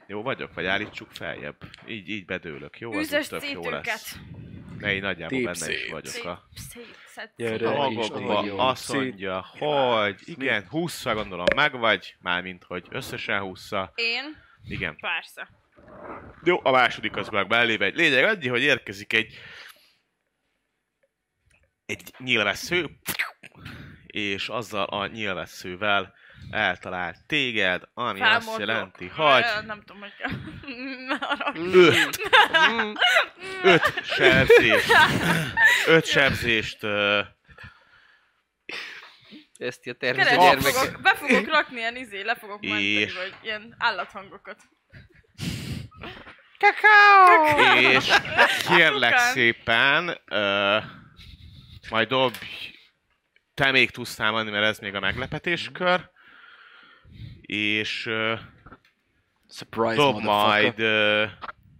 B: Jó vagyok, vagy állítsuk feljebb. Így, így bedőlök, jó? Az
F: Üzes
B: úgy tök jó lesz.
F: cétünket.
B: Ne, így nagyjából
E: Deep
B: benne is
E: seat.
B: vagyok a
F: Szép, szép.
E: Gyere.
B: a
E: Te is
B: magokba.
E: vagyok.
B: Azt mondja, hogy igen, 20 gondolom meg vagy, mármint, hogy összesen 20
F: Én?
B: Igen.
F: Persze.
B: Jó, a második az meg mellébe egy lényeg annyi, hogy érkezik egy egy nyilvessző, és azzal a nyilvesszővel eltalál téged, ami azt
F: Felmordulok.
B: jelenti, hogy
F: Ö, Nem tudom, hogy kell. Arra.
D: Hm.
B: öt, öt sebzést, öt sebzést ö,
D: Ezt a tervező
F: Keresni
D: gyermekek.
F: fogok, be fogok rakni ilyen izé, le fogok menteni,
B: És-
F: vagy ilyen állathangokat.
B: és kérlek
F: Anyukám.
B: szépen, ö, majd dobj, te még tudsz támadni, mert ez még a meglepetéskör, és ö,
E: Surprise,
B: Dob
E: motherfucker.
B: majd ö,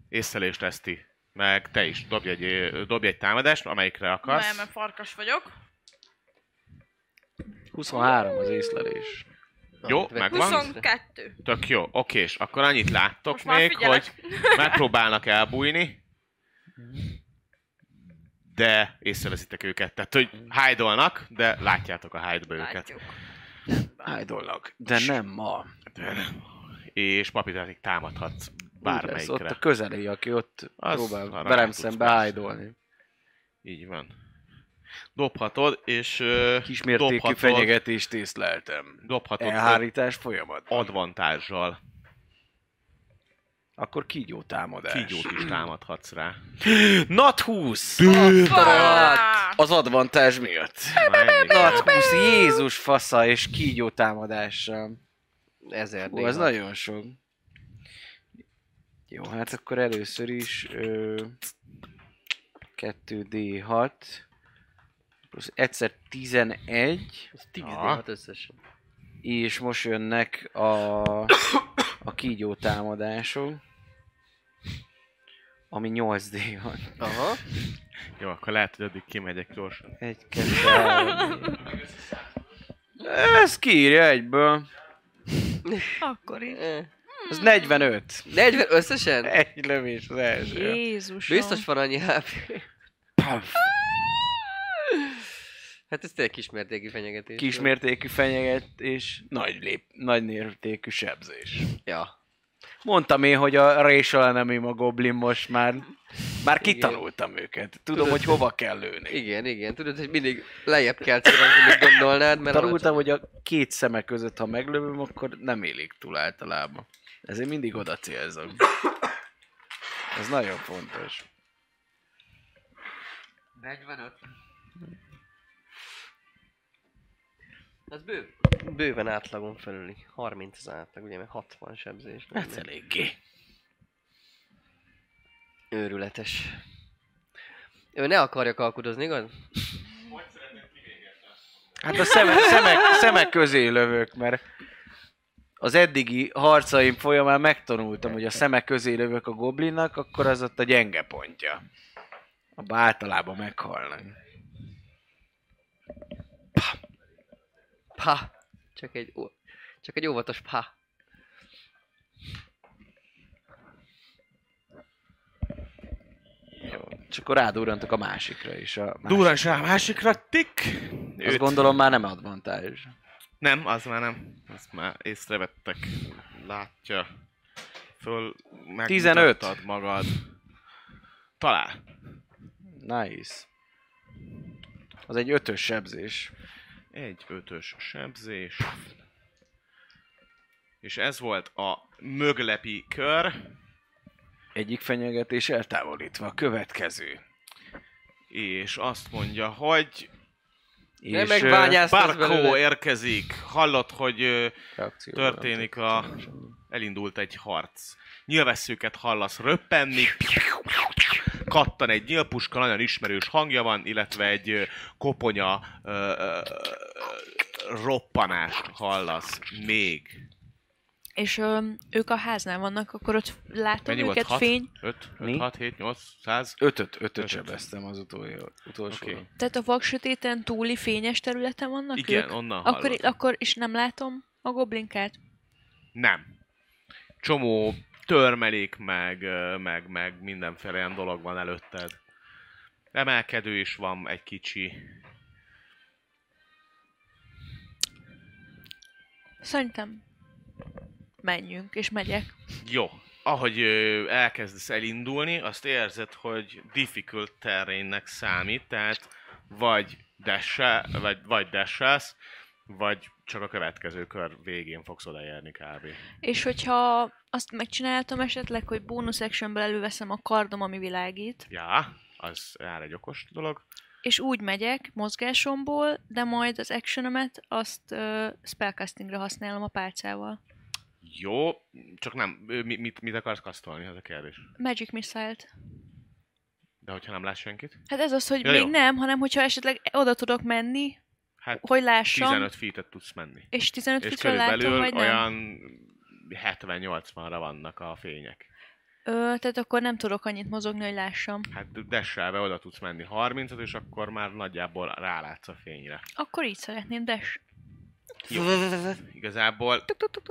B: észlelés teszti. Meg te is dobj egy, ö, dobj egy támadást, amelyikre
F: Mert,
B: akarsz.
F: mert farkas vagyok.
B: Hát
E: 23 az észlelés.
B: Jó,
D: Amit
B: megvan.
D: vettem
B: 20.
D: észre.
F: 22.
B: Tök jó, oké, és akkor annyit láttok
F: Most már
B: még,
F: figyelek.
B: hogy megpróbálnak elbújni, de észreveszitek őket. Tehát, hogy hide de látjátok a hide őket.
F: Látjuk.
E: Ájdolnak, de nem ma.
B: És papitátig támadhatsz
E: Úgy lesz,
B: bármelyikre.
E: Ott a közeli, aki ott
B: Az
E: az
B: arra
E: próbál
B: nem
E: velem
B: tudsz
E: szembe
B: más.
E: ájdolni.
B: Így van. Dobhatod, és ö,
E: Kismértékű
B: Dobhatod.
E: fenyegetést észleltem.
B: dobhatod Elhári...
E: Elhárítás folyamat.
B: advantással.
E: Akkor kígyó támadás.
B: Kígyót is támadhatsz rá.
E: Not 20!
F: Hoppá!
E: Az advantás miatt.
B: Már ennyi kell.
E: Not 20, Jézus fasza és kígyó támadással.
D: Ezer
E: Ó, ez
D: néha.
E: nagyon sok. Jó, hát akkor először is ö, 2D6 plusz egyszer 11,
D: Ez 10
B: Aha.
D: D6 összesen.
E: és most jönnek a, a kígyó támadások, ami 8D6.
D: Aha.
B: Jó, akkor lehet, hogy addig kimegyek gyorsan.
E: Egy, kettő, három. Ez kiírja egyből.
C: Akkor így.
D: Eh.
E: Ez 45.
D: 40 összesen?
E: Egy lövés az első.
C: Jézusom.
D: Biztos van annyi HP. Hát ez tényleg kismértékű fenyegetés.
E: kismértékű fenyegetés, nagy, lép, nagy mértékű sebzés.
D: Ja.
E: Mondtam én, hogy a Rachel Enemy a Goblin most már. Már kitanultam őket. Tudom,
D: Tudod,
E: hogy hova kell lőni.
D: Igen, igen, tudod, hogy mindig lejjebb kell célozni, mint gondolnád, mert
E: Tanultam, hogy a két szeme között, ha meglövöm, akkor nem élik túl általában. Ezért mindig oda célzok. Ez nagyon fontos.
D: 45. Ez bő. Bőven átlagon felüli. 30 az átlag, ugye, mert 60 sebzés.
E: Hát eléggé.
D: Őrületes. Ő ne akarja kalkudozni, igaz?
E: Hát a szemek, szemek, szemek közé lövök, mert az eddigi harcaim folyamán megtanultam, hogy a szemek közé lövök a goblinnak, akkor az ott a gyenge pontja. Abba általában meghalnak.
D: Pá! Csak egy, ó- csak egy óvatos pá.
E: Jó. És akkor rádurrantok a másikra is. A másik.
B: Durans rá a másikra, tik!
E: Azt
B: Őt.
E: gondolom már nem advantage.
B: Nem, az már nem. Azt már észrevettek. Látja. Föl
E: 15.
B: megmutattad magad. Talál.
E: Nice. Az egy ötös sebzés.
B: Egy ötös sebzés. És ez volt a möglepi kör,
E: Egyik fenyegetés eltávolítva. A következő.
B: és azt mondja, hogy
D: Ne
E: ö,
D: megbányásztad
B: Barkó
D: belőle.
B: érkezik. Hallott, hogy ö,
E: reakcióval
B: történik
E: nem
B: a...
E: történik semmi.
B: Elindult egy harc. Nyilvesszőket hallasz röppenni. Kattan egy nyilpuska, nagyon ismerős hangja van, illetve egy ö, koponya ö, ö, ö, roppanást hallasz még.
C: És öm, ők a háznál vannak, akkor ott látom
B: Mennyi
C: őket
B: volt? 6,
C: fény.
B: 5,
E: Mi?
B: 6, 7, 8, 100?
E: Ötöt, ötöt
B: Ötöt.
E: sebeztem az utolsó. utolsó.
B: Oké.
C: Tehát a vaksötéten túli fényes területen vannak
B: Igen,
C: ők?
B: onnan
C: Akkor,
B: hallod.
C: akkor, és nem látom a goblinkát.
B: Nem. Csomó törmelék, meg, ö, meg, meg mindenféle ilyen dolog van előtted. Emelkedő is van egy kicsi.
C: Szerintem menjünk, és megyek.
B: Jó. Ahogy ö, elkezdesz elindulni, azt érzed, hogy difficult terrainnek számít, tehát vagy dessel, vagy, vagy desselsz, vagy csak a következő kör végén fogsz odaérni kb.
C: És hogyha azt megcsináltam esetleg, hogy bónusz actionből előveszem a kardom, ami világít,
B: Ja, az jár egy okos dolog.
C: és úgy megyek mozgásomból, de majd az actionemet azt ö, spellcastingra használom a pálcával.
B: Jó, csak nem, ö, mi- mit, mit akarsz kasztolni, az a kérdés.
C: Magic Missile-t.
B: De hogyha nem lát senkit?
C: Hát ez az, hogy
B: Ja,
C: még
B: jó.
C: nem, hanem hogyha esetleg oda tudok menni,
B: Hát
C: hogy lássam,
B: 15 feet tudsz menni.
C: és 15
B: És
C: fitről látom,
B: körülbelül
C: vagy nem.
B: olyan 70-80-ra vannak a fények.
C: Ö, tehát akkor nem tudok annyit mozogni, hogy lássam.
B: Hát desselve oda tudsz menni 30 és akkor már nagyjából rálátsz a fényre.
C: Akkor így szeretném, des.
B: Jó. Igazából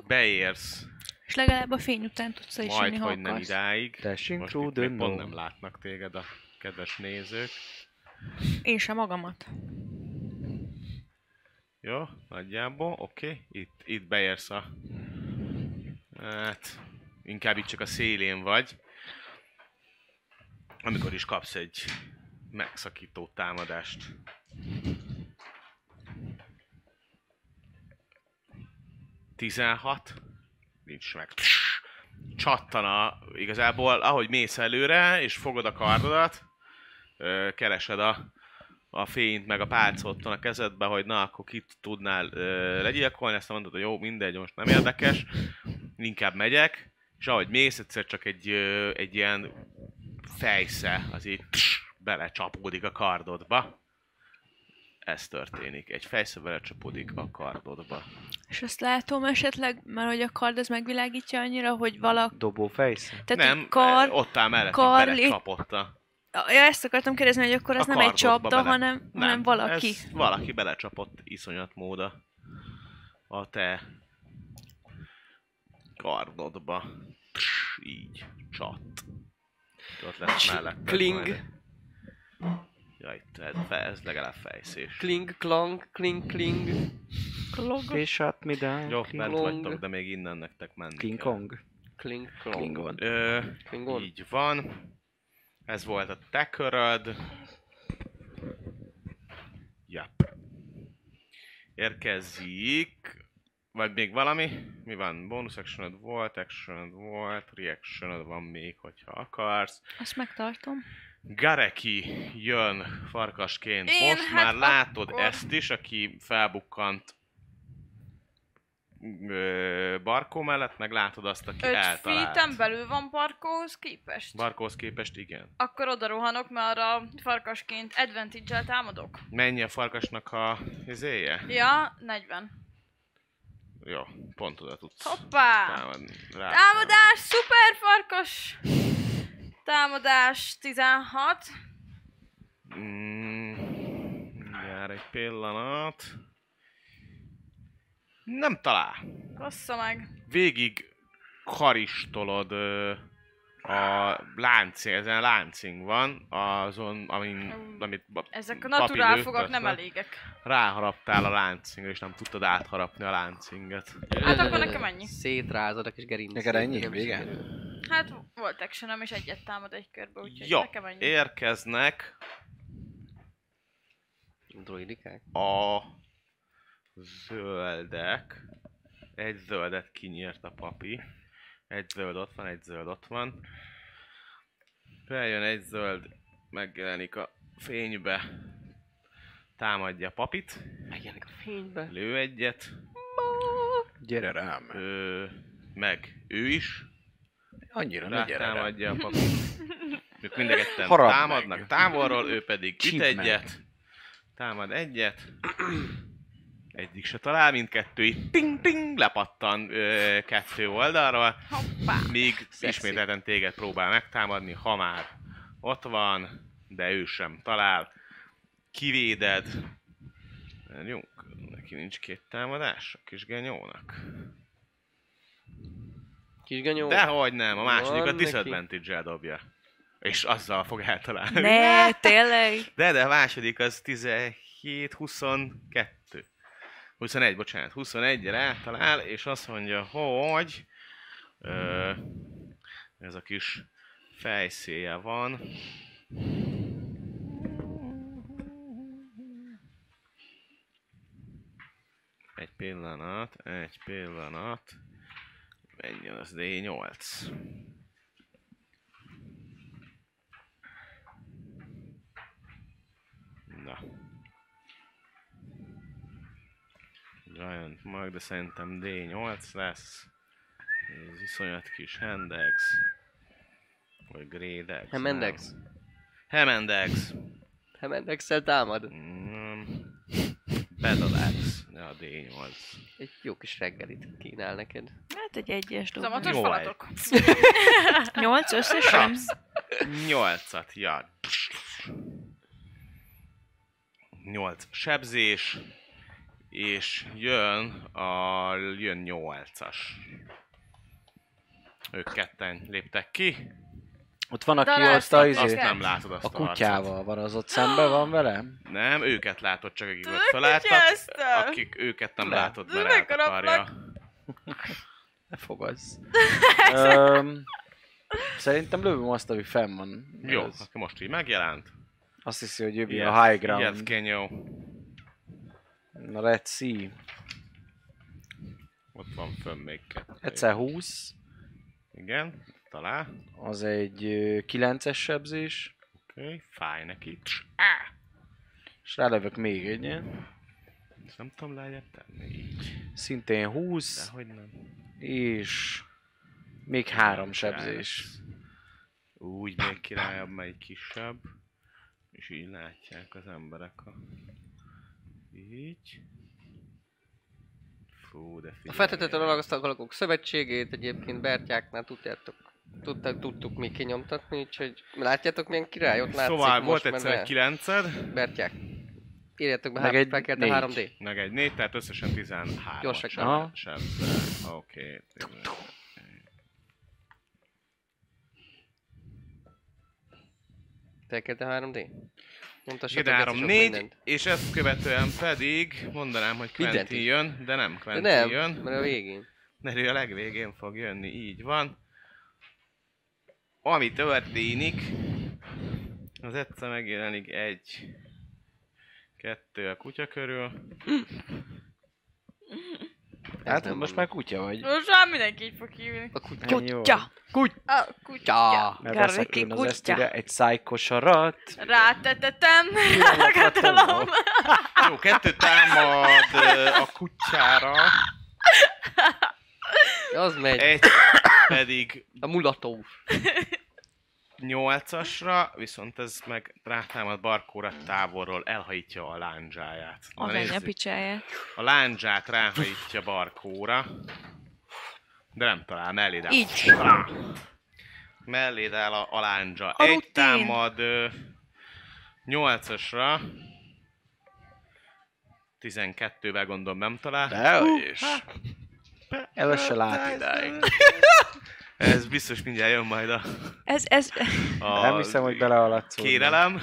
B: beérsz,
C: És legalább a fény után tudsz el Szóval is jönni,
B: majd,
C: ha
B: hogy nem
C: akarsz.
B: idáig.
E: Dashing
B: Most
E: through
B: itt
E: the
B: még pont
E: no.
B: nem látnak téged a kedves nézők.
C: Én sem magamat.
B: Jó, nagyjából, oké. Okay. Itt, itt beérsz a... Hát, inkább itt csak a szélén vagy. Amikor is kapsz egy megszakító támadást. Tizenhat. Nincs meg. Csattan a... Igazából, ahogy mész előre, és fogod a kardodat, ö, keresed a a fényt, meg a pálcot ott van a kezedbe, hogy na, akkor kit tudnál ö, legyilkolni, aztán mondod, hogy jó, mindegy, most nem érdekes, inkább megyek, és ahogy mész, egyszer csak egy, ö, egy ilyen fejsze, az így tss, belecsapódik a kardodba. Ez történik. Egy fejsze belecsapódik a kardodba.
C: És azt látom esetleg, mert hogy a kard ez megvilágítja annyira, hogy valak...
E: Dobó fejsze.
C: Tehát
B: nem,
C: nem, kar...
B: eh, ott áll mellett,
C: kar-
B: belecsapotta.
C: Ja, ezt akartam kérdezni, hogy akkor
B: A
C: ez nem egy
B: kardodba
C: csapda,
B: bele.
C: hanem, nem, hanem valaki.
B: Ez valaki belecsapott iszonyat móda a te kardodba. Tss, így, csat. Ott lesz mellett.
D: Kling.
B: Jaj, tehát ez legalább fejszés.
D: Kling, klang, kling, kling.
E: They shut me down.
B: Jó,
E: King
B: bent
D: Klong.
B: vagytok, de még innen nektek menni
E: hát King
B: kell.
E: Kong.
D: Kling,
E: Klingon.
B: Ö,
D: Klingon.
B: Így van. Ez volt a te köröd. Jap. Érkezik... Vagy még valami? Mi van? Bonus actionod volt, actionod volt, reactionod van még, hogyha akarsz.
C: Azt megtartom.
B: Gareki jön farkasként.
F: Én,
B: Most
F: hát
B: már látod
F: akkor-
B: ezt is, aki felbukkant ö, Barkó mellett, meg látod azt, aki
F: 5
B: eltalált.
F: feet belül van parkóhoz képest.
B: Barkóhoz képest igen.
F: Akkor oda rohanok, mert arra farkasként advantage támadok.
B: Mennyi a farkasnak a izéje?
F: Ja, 40.
B: Jó, pont oda tudsz
F: Hoppá!
B: támadni. Rá
F: Támadás, szuper farkas! Támadás 16.
B: támad. Mm, mindjárt egy pillanat. Nem talál.
F: Bassza meg.
B: Végig karistolod ö, a láncing, ezen a láncing van, azon, amin, amit ba-
F: Ezek a
B: papi
F: naturál
B: lőtt,
F: fogak
B: azt
F: nem
B: már
F: elégek.
B: Ráharaptál a láncingra, és nem tudtad átharapni a láncinget.
F: Hát akkor nekem ennyi.
D: Szétrázadok és gerinc.
E: Neked ennyi? Vége?
F: Hát volt actionom, és egyet támad egy körbe, úgyhogy
B: Jó,
F: nekem ennyi.
B: érkeznek
D: Droidikák?
B: a zöldek. Egy zöldet kinyírt a papi. Egy zöld ott van, egy zöld ott van. Feljön egy zöld, megjelenik a fénybe. Támadja papit,
D: Megjelenik a fénybe.
B: lő egyet,
E: Gyere rám.
B: ö, meg ő is
E: Annyira ne gyere rám.
B: rátámadja a papit. Ők mind a ketten
E: Harap
B: támadnak
E: meg.
B: távolról, ő pedig
E: Csípd
B: itt
E: meg.
B: egyet. Támad egyet. Egyik se talál, mindkettő így ting-ting lepattan ö, kettő oldalról,
F: Hoppá!
B: míg ismételten téged próbál megtámadni, ha már ott van, de ő sem talál. Kivéded. Jó, neki nincs két támadás, a kis genyónak.
D: Kisganyó.
B: Dehogy nem, a másodikat
D: Van neki.
B: disadvantage dobja. És azzal fog eltalálni.
C: Ne, tényleg.
B: De, de a második az 17, 22. 21, bocsánat, 21-re eltalál, és azt mondja, hogy ö, ez a kis fejszéje van. Egy pillanat, egy pillanat. Menjen az D8. Na. Giant Mag, de szerintem D8 lesz. Ez iszonyat kis Hendex. Vagy Gredex. nem.
D: Hemendex.
B: Hemendex.
D: Hemendexel támad.
B: Mm. Bedalax. Ne a D8.
D: Egy jó kis reggelit kínál neked.
C: Hát egy egyes dobás.
F: Zamatos
B: Jó
F: falatok.
C: Nyolc összesen?
B: 8-at, ja. 8 sebzés, és jön a jön 8-as. Ők ketten léptek ki,
E: Ott van, aki
F: Találsz
E: azt a,
F: egy
E: izé,
B: azt nem látod azt
E: a
B: a, harcot.
E: kutyával van, az ott szemben van velem?
B: Nem, őket látod csak, akik ott
F: Tudod,
B: felálltak,
F: kicsesztem?
B: akik őket nem
E: Le.
B: látod, mert
F: Megkaraplak.
B: eltakarja.
E: Ne fogadsz. Öm, szerintem lövöm azt, ami fenn van.
B: Jó,
E: Ez-
B: aki most így megjelent.
E: Azt hiszi, hogy jövő
B: Ilyet-
E: a high ground.
B: Ilyet kenyó.
E: Na, let's see.
B: Ott van fönn még kettő.
E: Egyszer 20,
B: Igen, talál.
E: az egy ö, 9-es sebzés,
B: Oké, okay. fáj neki.
E: és rálövök még egyet.
B: Ezt nem tudom lejjebb tenni így.
E: Szintén 20,
B: Dehogy nem.
E: és még három sebzés.
B: Úgy még királyabb, mely kisebb. És így látják az emberek a... Így. Fú, de
D: A
B: figyelj.
D: feltetetlen alagasztal alakok szövetségét egyébként Bertyáknál tudjátok. Tudták, tudtuk még kinyomtatni, úgyhogy látjátok milyen király, ott látszik
B: Szóval
D: most
B: volt
D: már
B: egyszer
D: be.
B: egy kilenced,
D: Bertyák. Írjátok be,
E: Meg
D: hát
E: egy
D: fel kellett a
E: négy.
D: 3D.
B: meg egy négy, tehát összesen 13.
D: Gyorsak
B: sem.
E: Aha.
B: sem. Oké.
D: Fel kellett a 3D. Nyomtassatok
B: 2, 3,
D: geci sok
B: 4,
D: mindent.
B: és ezt követően pedig mondanám, hogy
D: Mindent
B: Quentin
D: is.
B: jön, de nem
D: De
B: Quentin
D: nem,
B: jön.
D: mert a végén.
B: mert ő a legvégén fog jönni, így van. ami történik, az egyszer megjelenik egy, kettő a kutya körül.
E: Hát
D: nem
E: most
D: van.
E: már kutya vagy.
F: Rózsám mindenki így fog hívni.
D: A kutya.
E: Ennyi volt.
C: Kutya!
F: A kutya.
E: Mert
C: Garriki
E: veszek én az
C: kutya.
E: esztire egy szájkosarat.
F: Rátetetem, rágatalom.
B: Jó, kettő támad ö, a kutyára,
D: Az megy.
B: egy pedig
D: A mulató.
B: nyolcasra, viszont ez meg rátámad Barkóra távolról, elhajítja a lándzsáját. Na,
C: Az anya
B: nézzük.
C: picsáját.
B: A lándzsát ráhajítja Barkóra, de nem talál, melléd áll.
C: Így.
B: Rá. Melléd áll a, a lándzsa.
C: A
B: Egy
C: rutin.
B: támad ö, nyolcasra, 12-vel gondolom nem talál.
E: Dehogyis.
C: hát.
E: El se lát idáig.
B: Ez biztos mindjárt jön majd a,
C: Ez, ez...
B: a
E: Nem hiszem, hogy belealadszol.
B: kérelem.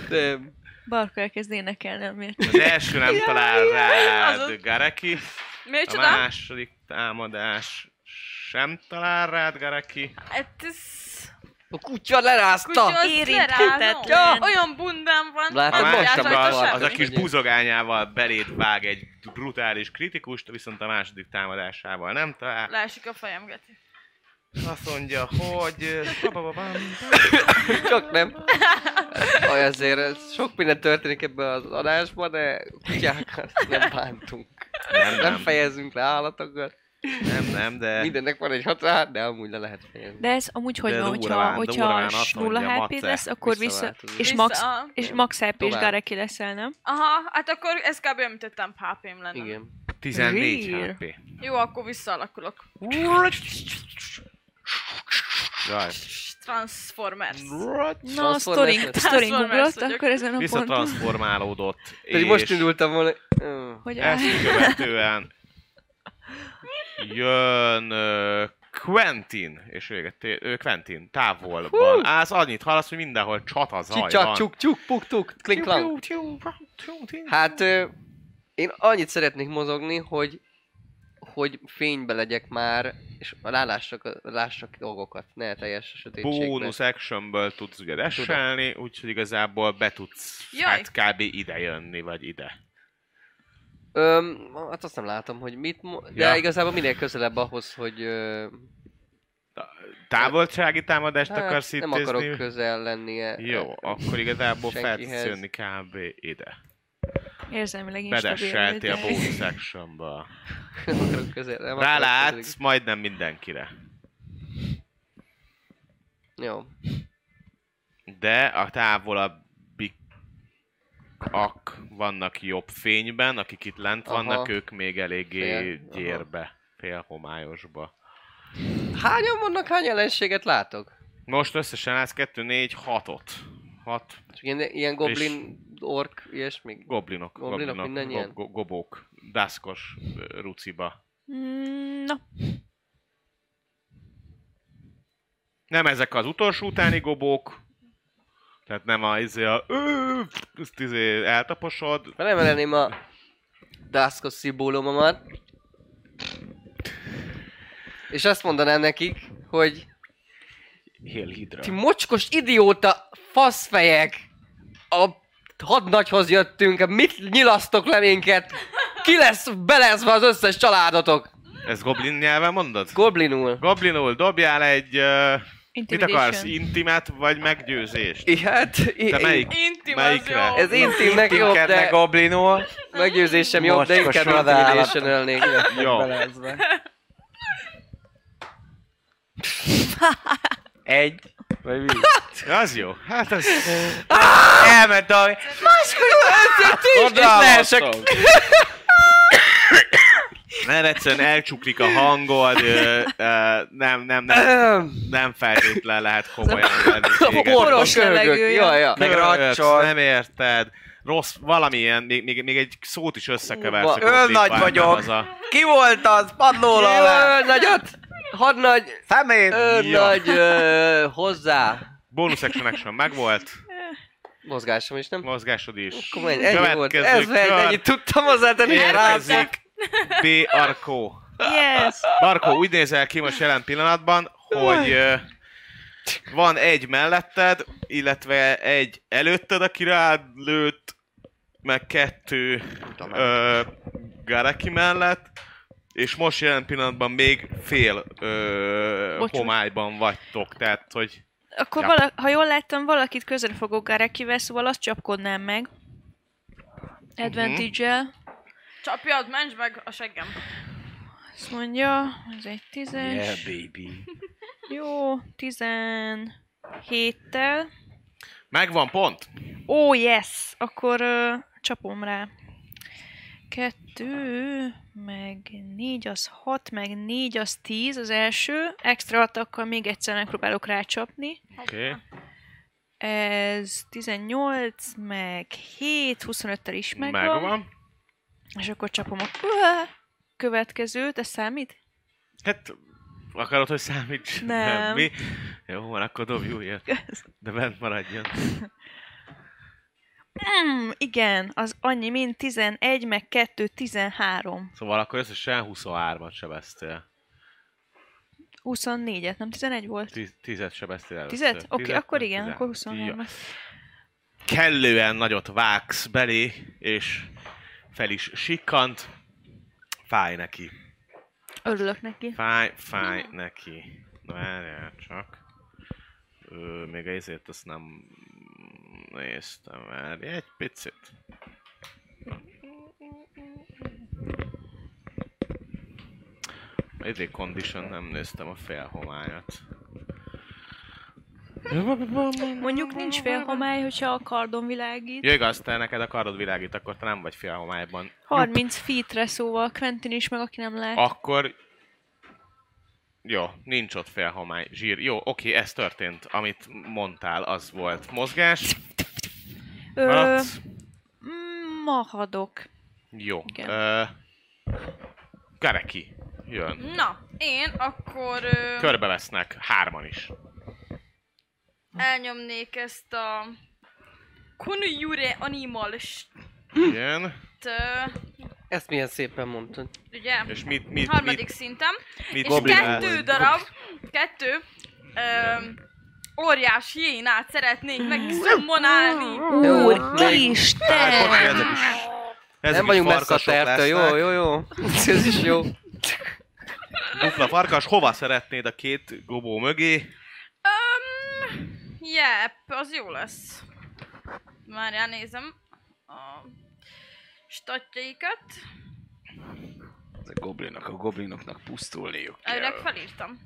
C: Barka elkezd énekelni, amiért.
B: Az első nem talál rád,
F: Azon-
B: Gareki. A
F: Micsoda?
B: második támadás sem talál rád, Gareki.
F: Hát ez...
D: A kutya lerázta!
F: Kutya az
C: érinthetetlen.
F: lerázom. Olyan bundám van.
D: Látod,
B: A
F: nem tudják,
D: most sem
F: hogy
B: második
D: bár-
F: a
B: az,
F: sárga
B: az a kis
D: Figyelj.
B: buzogányával beléd vág egy brutális kritikust, viszont a második támadásával nem talál.
F: Lásik a fejem, Geci.
B: Azt mondja, hogy... ö, babababam.
D: Csak nem. Aj, azért ez sok minden történik ebben az adásban, de kutyákat nem bántunk.
B: Nem,
D: Nem Eh.
B: nem,
D: fejezünk le állatokat.
B: nem, nem, de...
D: Mindennek van egy határ, de amúgy le lehet fejezni.
C: De ez amúgy hogy
B: De
C: van,
B: az
C: hogyha,
B: órán- de órán
C: hogyha
B: azt
C: s-
B: mondja,
C: nulla hp
B: Mace,
C: lesz, akkor vissza...
D: visszaváltozunk.
C: És
F: Vissza-
C: max,
F: a-
C: és max HP és
D: Tovább.
C: Gareki leszel, nem?
F: Aha, hát akkor ez kb. olyan, mint egy temp HP-m lenne.
D: Igen.
B: 14
C: Rír.
B: HP.
F: Jó, akkor visszaalakulok.
B: Jaj.
F: Transformers.
C: Na, a
D: Transformers
C: storing,
D: lesz.
C: storing
F: Transformers
C: ugrott,
F: vagyok.
C: akkor ezen a ponton,
B: Visszatranszformálódott.
D: Pedig most indultam volna. Ö,
C: hogy áll.
B: Ezt követően jön ö, Quentin, és véget, té- ö, Quentin távolban állsz, annyit hallasz, hogy mindenhol csata zaj
D: Csicsak,
B: van.
D: csuk, csuk, puk, tuk, klink, klang. Hát ö, én annyit szeretnék mozogni, hogy hogy fénybe legyek már, és lássak, lássak dolgokat, ne teljes sötétségben.
B: Bónusz actionből tudsz ugye deselni, úgyhogy igazából be tudsz
F: Jaj.
B: hát kb. ide jönni, vagy ide.
D: Öm, hát azt nem látom, hogy mit, mo- de
B: Ja.
D: ja. igazából minél közelebb ahhoz, hogy ö,
B: Távolsági támadást
D: hát,
B: akarsz itt
D: nem akarok közel lennie.
B: Jó, akkor igazából fel tudsz
D: senkihez.
B: jönni kb. ide.
C: Érzelmileg instabil.
B: Bedesseltél a
C: de-
B: bónusz actionba.
D: Nem akarok közel. Nem akarok
B: Rálátsz
D: közel-
B: majdnem mindenkire.
D: Jó.
B: de a távolabbiak vannak jobb fényben, akik itt lent
D: Aha.
B: vannak, ők még eléggé
D: Fél,
B: fél,
D: aha.
B: gyérbe, fél homályosba.
D: Hányan vannak, hány ellenséget látok?
B: Most összesen látsz 2, 4, 6-ot. 6
D: Csak ilyen, ilyen goblin, ork, ilyesmi.
B: goblinok,
D: Goblinok,
B: goblinok,
D: mindannyian?
B: go- go- gobók, dászkos ö, ruciba.
C: Mm, Na,
B: Nem ezek az utolsó utáni gobók, tehát nem a, izé a ö, ezt izé eltaposod,
D: Felemelném a dászkos szimbólumomat. És azt mondanám nekik, hogy
E: Hél hidra.
D: ti mocskos idióta faszfejek! A hadnagyhoz jöttünk, mit nyilasztok le minket? Ki lesz belezve az összes családotok?
B: ez goblin nyelven mondod?
D: Goblinul.
B: Goblinul dobjál egy... ö, Mit
C: intimidation.
B: akarsz? Intimet vagy meggyőzést?
D: I- Hát, i-
B: Te
D: i-
B: melyik?
F: Intim az
B: Melyikre?
F: jó.
D: ez intimnek jobb,
E: Tinkednek
D: de
E: goblinul.
D: meggyőzésem jobb, de
E: Mocskos
D: inkább
E: vadállat.
D: intimidation ölnék.
B: Jó.
E: Egy. Vagy mi?
B: Az jó. Hát az...
E: Elment a... Máskor
B: Nem egyszerűen elcsuklik a hangod, ö, ö, nem, nem, nem, nem feltétlen lehet komolyan venni téged.
C: Poros levegő, ja.
D: Jaj, jaj.
E: meg
B: Köhögsz,
E: racsol.
B: Nem érted. Rossz, valamilyen, még, még, még egy szót is összekeversz. a
D: Kurva,
E: Öl
B: konfliktban,
E: nagy
B: nem
E: vagyok.
B: Az a...
E: Ki volt az? Padlóra alá.
D: Jaj, Nagyot! Hadnagy!
E: Szemét.
D: Ö,
B: Ja.
D: Nagy ö, hozzá
B: Bonus action action megvolt,
D: mozgásom is, nem?
B: mozgásod is.
D: Akkor menj, ennyi volt.
B: Következő
D: Ez megy,
B: kör.
D: ennyit tudtam hozzátenni.
B: Érkezik
D: Rázik.
B: B. Arkó.
C: Yes!
B: Barkó, úgy nézel ki most jelen pillanatban, hogy ö, Van egy melletted, illetve egy előtted, aki rád lőtt, meg kettő ö, Garaki mellett, és most jelen pillanatban még fél ö,
C: Bocsánat.
B: homályban vagytok, tehát hogy
C: Akkor
B: Ja.
C: vala, ha jól láttam, valakit közel fogok Garekivel, szóval azt csapkodnám meg.
B: Mhm.
C: Advantage-el.
F: Csapjad, mentsd meg a seggem.
C: Azt mondja, ez egy
E: Yeah,
C: tízes.
E: baby.
C: Jó, 17-tel.
B: megvan pont.
C: Ó, oh, yes! Akkor uh, csapom rá. Kettő, meg négy, az hat, meg négy, az tíz, az első. Extra attakkal még egyszer megpróbálok rácsapni.
B: Oké. Okay.
C: Ez 18, meg 7, 25-tel is megvan.
B: Megvan.
C: És akkor csapom a Uá! következőt, ez számít?
B: Hát akarod, hogy számíts?
C: Nem.
B: Mi? Jó, van, akkor dobj újért. De bent maradjon.
C: Mm, igen, az annyi, mint 11, meg 2, 13.
B: Szóval akkor összesen 23-at sebeztél.
C: 24-et, nem 11 volt?
B: Tíz- Tízet sebeztél először.
C: Tizet? Oké, okay,
B: Tizet,
C: akkor
B: meg
C: igen,
B: tizen-
C: akkor
B: Ja.
C: 23
B: kellően nagyot vágsz belé, és fel is sikkant. Fáj neki.
C: Örülök neki.
B: Fáj, fáj neki. Na, várjál csak. Ö, még ezért azt nem néztem már. Egy picit. Idé condition nem néztem a felhomályat.
C: Mondjuk nincs félhomály, hogyha a kardon világít.
B: Jó, igaz, te neked a kardod világít, akkor te nem vagy félhomályban.
C: 30 feetre szóval Quentin is, meg aki nem lát.
B: Akkor... Jó, nincs ott félhomály, zsír. Jó, oké, ez történt. Amit mondtál, az volt. Mozgás,
C: Ö,
B: maradsz.
C: mm, mahadok.
B: Jó.
C: igen.
B: Ö... Gareki jön.
F: Na, én akkor ö,
B: Körbevesznek, hárman is.
F: elnyomnék ezt a Kunuyure Animalist,
B: Igen.
F: ö,
D: Ezt milyen szépen mondtad.
F: ugye?
B: És mit, mit,
F: Harmadik
B: mit,
F: szintem.
B: mit,
F: És
B: goblin-
F: kettő darab, kettő ö, óriás hiénát szeretnék megszommonálni.
B: Hát, oké, ezek is- ezek is
D: Nem vagyunk messze a
B: farkasok
D: tervtől,
B: lesznek.
D: jó, jó, jó. Ez is jó.
B: Dupla farkas, hova szeretnéd a két gobó mögé?
F: Öm, jep, az jó lesz. Már elnézem a statjaikat.
E: Ez a goblinok, a goblinoknak pusztulniuk
F: Előleg
E: kell.
F: felírtam.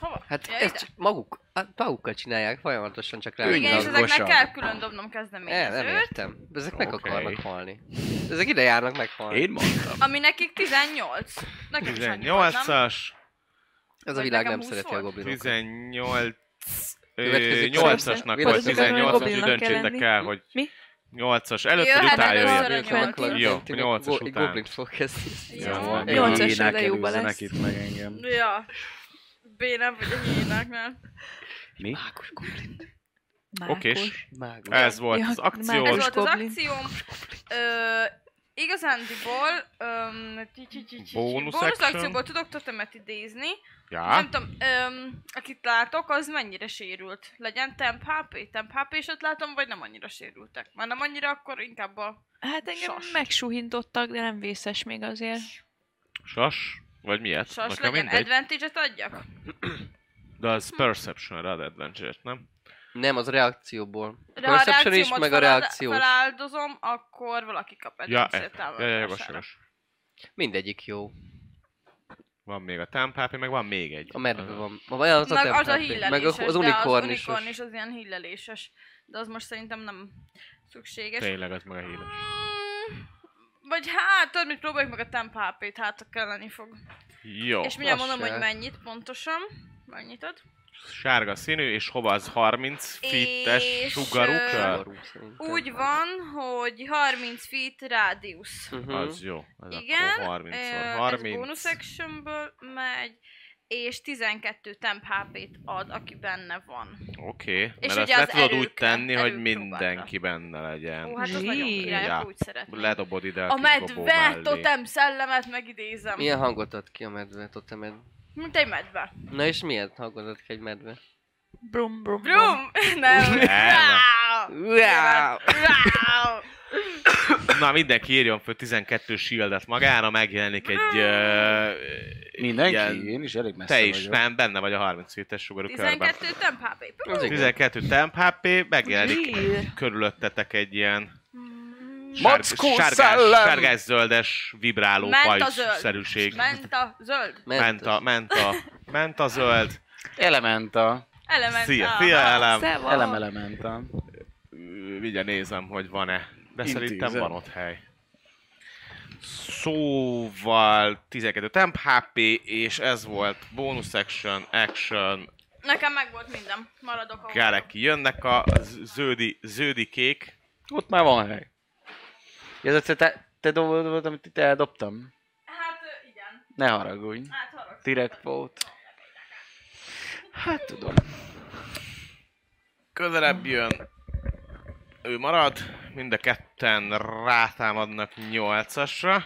F: Hova?
D: Hát
F: ja,
D: ezt
F: ide.
D: csak maguk, hát magukkal csinálják, folyamatosan csak rá.
F: Igen, és
E: Hangosan.
F: ezeknek kell külön dobnom
D: El, nem
F: kezdeményezőt,
D: értem. Ezek meg
B: Oké.
D: akarnak halni. Ezek ide járnak meghalni.
E: Én mondtam.
F: ami nekik 18. Nekem is annyi volt, nem?
B: 18-as,
D: Ez a
F: Vagy
D: világ
F: nekem
D: nem
F: 20
D: szereti a
F: volt?
D: goblinokat.
B: 18...
D: Következik
B: 8-asnak volt,
C: Villamosokat arra
B: 18-as, úgyhogy
C: goblinnak
B: döntsétek
C: lenni.
B: el, hogy
C: Mi?
B: 8-as előtt vagy
F: Jöhet
B: után
F: először
B: jöjjön.
F: a nyolc.
B: Jó,
D: Egy
B: nyolcas
D: go- egy
B: után.
D: Goblint fog kezdeni.
F: Ja.
C: Jó,
E: Még
C: az
E: hiénák
C: esetleg jóba
E: előzzenek
C: lesz.
E: itt meg engem.
F: Ja. Bénem vagy a hínáknál.
E: Mi?
D: Mágus goblin.
B: Okés.
C: Mákos.
D: Mágus.
B: Ez volt
C: Ja,
B: az
C: már
B: akció.
F: hát Ez
C: Gyors
F: volt az
C: goblin.
F: akcióm. Ö, igazándiból, öm, ti- ti- ti- ti-
B: Bónusz
F: bónusz
B: action.
F: akcióból tudok totemet idézni.
B: Ja,
F: Nem tudom, öm, akit látok, az mennyire sérült. Legyen temp HP, temp HP, és ott látom, vagy nem annyira sérültek. Már nem annyira, akkor inkább a...
C: Hát engem
F: Sas.
C: megsuhintottak, de nem vészes még azért.
B: sas, vagy miért?
F: Sas
B: Nekem
F: legyen,
B: mindegy.
F: advantage-et adjak.
B: De az perception, rad adventure nem?
D: Nem, az a reakcióból. A
F: De ha a
D: Perception is,
F: reakciómat
D: meg a
F: felá-
D: reakció.
F: feláldozom, akkor valaki kap
B: Ja,
F: advantage-et
B: e, ja, ja, jogos,
F: támogatására.
B: jogos.
D: Mindegyik jó.
B: Van még a támpápi, meg van még egy.
D: A medve van. Vagy az a
F: meg az a
D: template.
F: hilleléses,
D: Meg a- az
F: de az
D: unikornisos.
F: unikorn is az ilyen hilleléses. De az most szerintem nem szükséges.
B: Tényleg, az meg a híres.
F: Mm, vagy hát, tudod, mit próbáljuk meg a temp HP-t, hát a kelleni fog.
B: Jó.
F: És mindjárt
D: az
F: mondom,
D: se.
F: hogy mennyit pontosan. Mennyit ad?
B: Sárga színű, és hova az 30 fittes
F: És,
B: sugarú
F: ö,
B: kell?
D: Szigorú szerintem.
F: Úgy van, hogy 30 feet rádiusz.
D: Mhm.
B: Az jó. Az
F: Igen,
B: akkor 30
F: Ö,
B: szor
F: Ez
B: 30.
F: bonus actionből megy, és 12 temp HP-t ad, aki benne van.
B: Oké, mert
F: És
B: ezt
F: ugye
B: le
F: az
B: tudod úgy
F: erőkre,
B: tenni, hogy
F: erőpróbára.
B: mindenki benne legyen.
F: Ó, hát az nagyon
C: Zsír.
F: király,
B: Ja.
F: akkor úgy szeretném.
B: Ledobod ide a,
F: A
B: kis gobó
F: medve
B: mellé.
F: totem szellemet megidézem.
D: Milyen hangot ad ki a medve, totemed?
F: Mint egy medve.
D: Na és milyen hangot ad ki egy medve?
C: Brum, brum, brum.
F: Brum! Nem. Wow!
D: Wow!
F: Wow!
B: Na, mindenki írjon föl 12 shieldet magára, megjelenik egy... ö,
E: Mindenki?
B: ilyen-
E: Én is elég messze
B: Te is,
E: vagyok.
B: nem, benne vagy a 37-es sugarú körben.
F: 12 tempábé.
D: Az igen.
B: 12 temp HP, megjelenik
C: Zsír.
B: körülöttetek egy ilyen
F: Mm.
B: sár-
E: Mackó szellem!
B: sárgás, zöldes, vibráló
F: Ment a zöld.
B: pajzszerűség.
F: Ment a zöld.
B: Ment a, ment a, ment a zöld.
E: Elementa.
F: Element.
B: Szia,
F: Ah,
B: szia, elem.
C: Szevasz.
E: Elem elementa.
B: Ö, Vigye nézem, hogy van-e. De
E: Intézem.
B: szerintem van ott hely. Szóval 12 temp HP, és ez volt bonus action, action,
F: Nekem meg volt minden. Maradok ahol.
B: kárek kijönnek a z- zöldi, zöldi kék.
E: Ott már van hely. Ja, Ez egyszer te, te dobod volt, amit itt eldobtam.
F: Hát ö, igen.
E: Ne haragudj.
F: Hát harag.
E: Direkt volt. Hát tudom.
B: Közelebb jön. Ő marad. Mind a ketten rátámadnak 8-asra.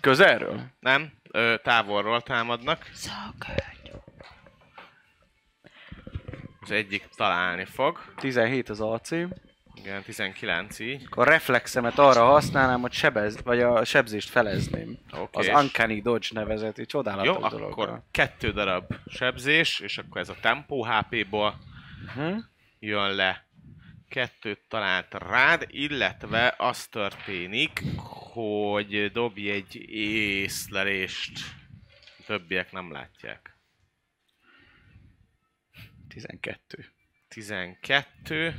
E: Közelről?
B: Nem, ö, távolról támadnak. Az egyik találni fog.
E: 17 az AC.
B: Igen, 19 így.
E: Akkor a reflexemet arra használnám, hogy sebez, vagy a sebzést felezném.
B: Oké.
E: Az Uncanny Dodge nevezetű csodálatos
B: Jó,
E: dolog.
B: akkor kettő darab sebzés, és akkor ez a tempó HP-ból
E: Uh-huh.
B: jön le. Kettőt talált rád, illetve az történik, hogy dobj egy észlelést. Többiek nem látják.
E: 12.
B: 12.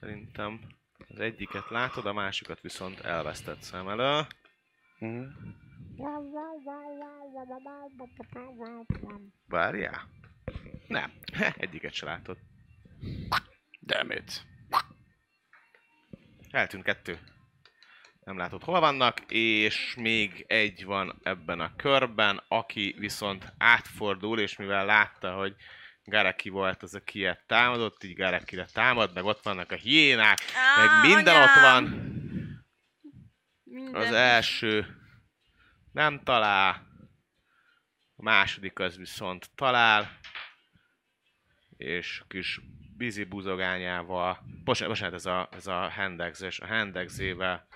B: Szerintem az egyiket látod, a másikat viszont elvesztett szem elől.
E: Uh-huh.
B: Várjál? Nem, egyiket se látod.
E: Damn it.
B: Eltűnt kettő. Nem látod hol vannak, és még egy van ebben a körben, aki viszont átfordul, és mivel látta, hogy Gareki volt az, aki ilyet támadott, így Garekire támad, meg ott vannak a hiénák,
F: Á,
B: meg minden
F: anyám!
B: ott van.
F: Minden.
B: Az első nem talál, a második az viszont talál, és kis bizi buzogányával, bocsánat, bocsánat ez a, ez a handexes, a handexével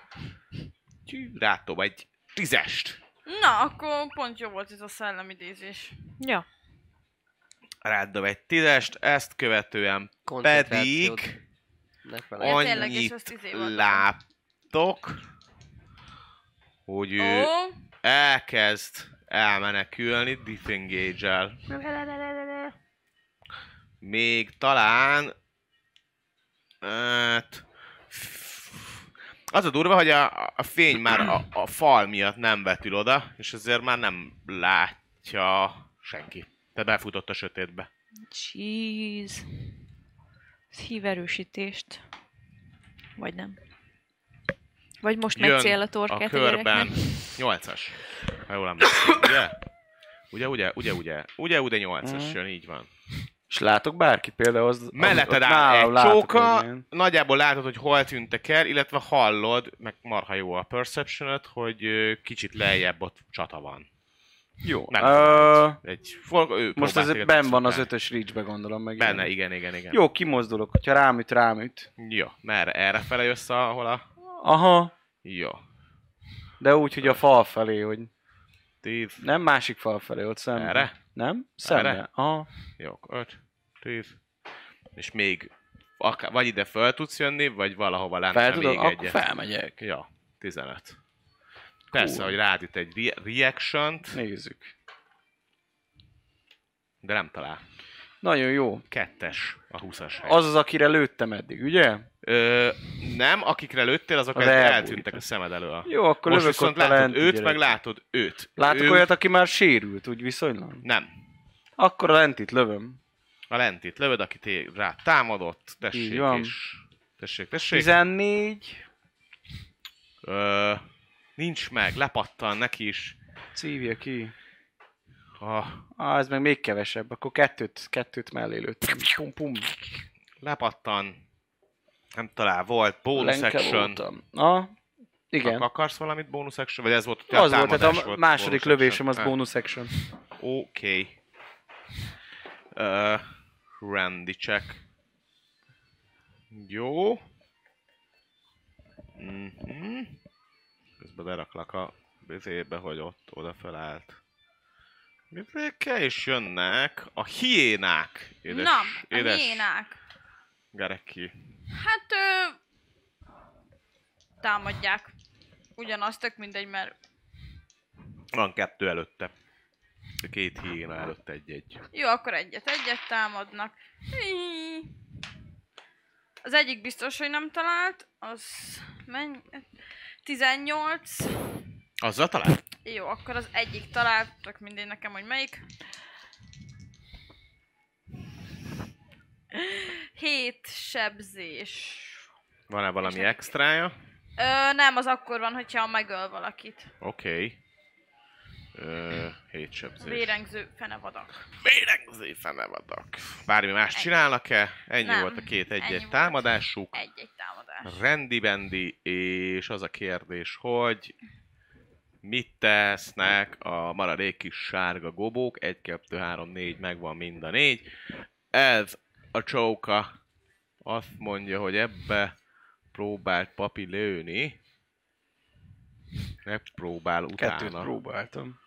B: tyű, rátob egy tízest.
F: Na, akkor pont jó volt ez a szellemidézés.
C: Ja.
B: Rád dob egy tízest, ezt követően
D: Koncentrációt
B: pedig...
D: ne felejtsd.
F: Ja, tényleg, és azt
B: annyit
F: izé volt.
B: láttok, hogy
F: Ó,
B: ő elkezd elmenekülni disengage Még talán... Hát... Az a durva, hogy a, a fény már a, a fal miatt nem vetül oda, és ezért már nem látja senki. Tehát befutott a sötétbe.
C: Jeez. Ez hív erősítést. Vagy nem. Vagy most megy cél a
B: a
C: torkát a,
B: körben
C: gyereknek.
B: 8-as. Ha jól emlékszem, ugye? Ugye, ugye, ugye, ugye, ugye, ugye 8-as
C: Mhm.
B: jön, így van.
E: És látok bárki például az...
B: Melletted
E: ott
B: áll
E: nálam
B: egy
E: látok
B: csóka,
E: ilyen.
B: nagyjából látod, hogy hol tűntek el, illetve hallod, meg marha jó a perception hogy ö, kicsit lejjebb ott csata van.
E: Jó.
B: Nem
E: Ö,
B: Egy for, ő
E: most
B: próbál
E: ez
B: téged
E: benn van az
B: megszokni.
E: ötös reachbe gondolom meg.
B: Benne, igen, igen, igen.
E: Jó, kimozdulok, hogyha rámüt, rámüt.
B: Jó, merre? Erre fele jössz, ahol a...
E: Aha,
B: Jó.
E: de úgy, hogy a fal felé, hogy
B: Tíz.
E: nem másik fal felé, ott szemben.
B: Erre?
E: Nem? Szemben.
B: Erre?
E: Aha.
B: Jó, akkor öt. Tíz. És még... Akár, vagy ide föl tudsz jönni, vagy valahova
E: Fel
B: lenne
E: tudod?
B: még
E: Akkor
B: egyet.
E: felmegyek.
B: Ja, 15. Persze, hogy rád itt egy re- reaction-t,
E: Nézzük.
B: de nem talál.
E: Nagyon jó.
B: Kettes a 20-as hely.
E: Az az, akire lőttem eddig, ugye?
B: Ö, nem, akikre lőttél, azok
E: Az
B: el,
E: elbújtak.
B: eltűntek a szemed elől.
E: Jó, akkor
B: Most
E: lövök
B: viszont
E: ott a
B: látod
E: lenti
B: őt,
E: gyerek.
B: meg látod őt.
E: Látok
B: Ő-
E: olyat, aki már sérült, úgy viszonylag?
B: Nem.
E: Akkor a lentit lövöm.
B: A lentit lövöd, aki té- rá támadott.
E: Így
B: Tessék
E: van.
B: és... Tessék, tessék.
E: 14.
B: Ö, nincs meg, lepattan neki is.
E: Cívja ki.
B: A,
E: Á, ez meg még kevesebb. Akkor kettőt, kettőt mellé lőtt. Pum, pum.
B: lepattan. Nem talál, volt bonus
E: Lenke
B: action.
E: voltam. Na, igen.
B: Ak- akarsz valamit bonus action? Vagy ez volt, Hát. hogy
E: az volt,
B: támadás
E: tehát a második
B: bonus
E: lövésem az
B: action?
E: bonus action.
B: Oké. Okay. Uh, Randy check. Jó. Mhm. Közben beraklak a vizébe, hogy ott oda felállt. Mizéke is jönnek a hiénák. Édes,
F: Na, a
B: édes
F: miénák.
B: Gareki.
F: Hát ő... Támadják. Ugyanaz, tök mindegy, mert
B: Van kettő előtte. Két hiéna előtt egy-egy.
F: Jó, akkor egyet, egyet támadnak. Hí. Az egyik biztos, hogy nem talált, az mennyi? 18.
B: Azzal talán?
F: Jó, akkor az egyik talált, tök mindegy nekem, hogy melyik. 7 sebzés.
B: Van-e valami extrája?
F: Ö, nem, az akkor van, hogyha megöl valakit.
B: Oké. Okay. Hét sebzés.
F: Vérengző fenevadak.
B: Vérengzé fenevadak. Bármi más csinálnak-e? Ennyi
F: Nem.
B: volt a két
F: Ennyi
B: egy-egy
F: volt.
B: támadásuk.
F: Egy-egy támadás.
B: Rendi bendi, és az a kérdés, hogy mit tesznek a maradék kis sárga gobók? 1, 2, 3, 4, megvan mind a négy. Ez a csóka azt mondja, hogy ebbe próbált papi lőni. Megpróbál utána.
E: Kettőt próbáltam.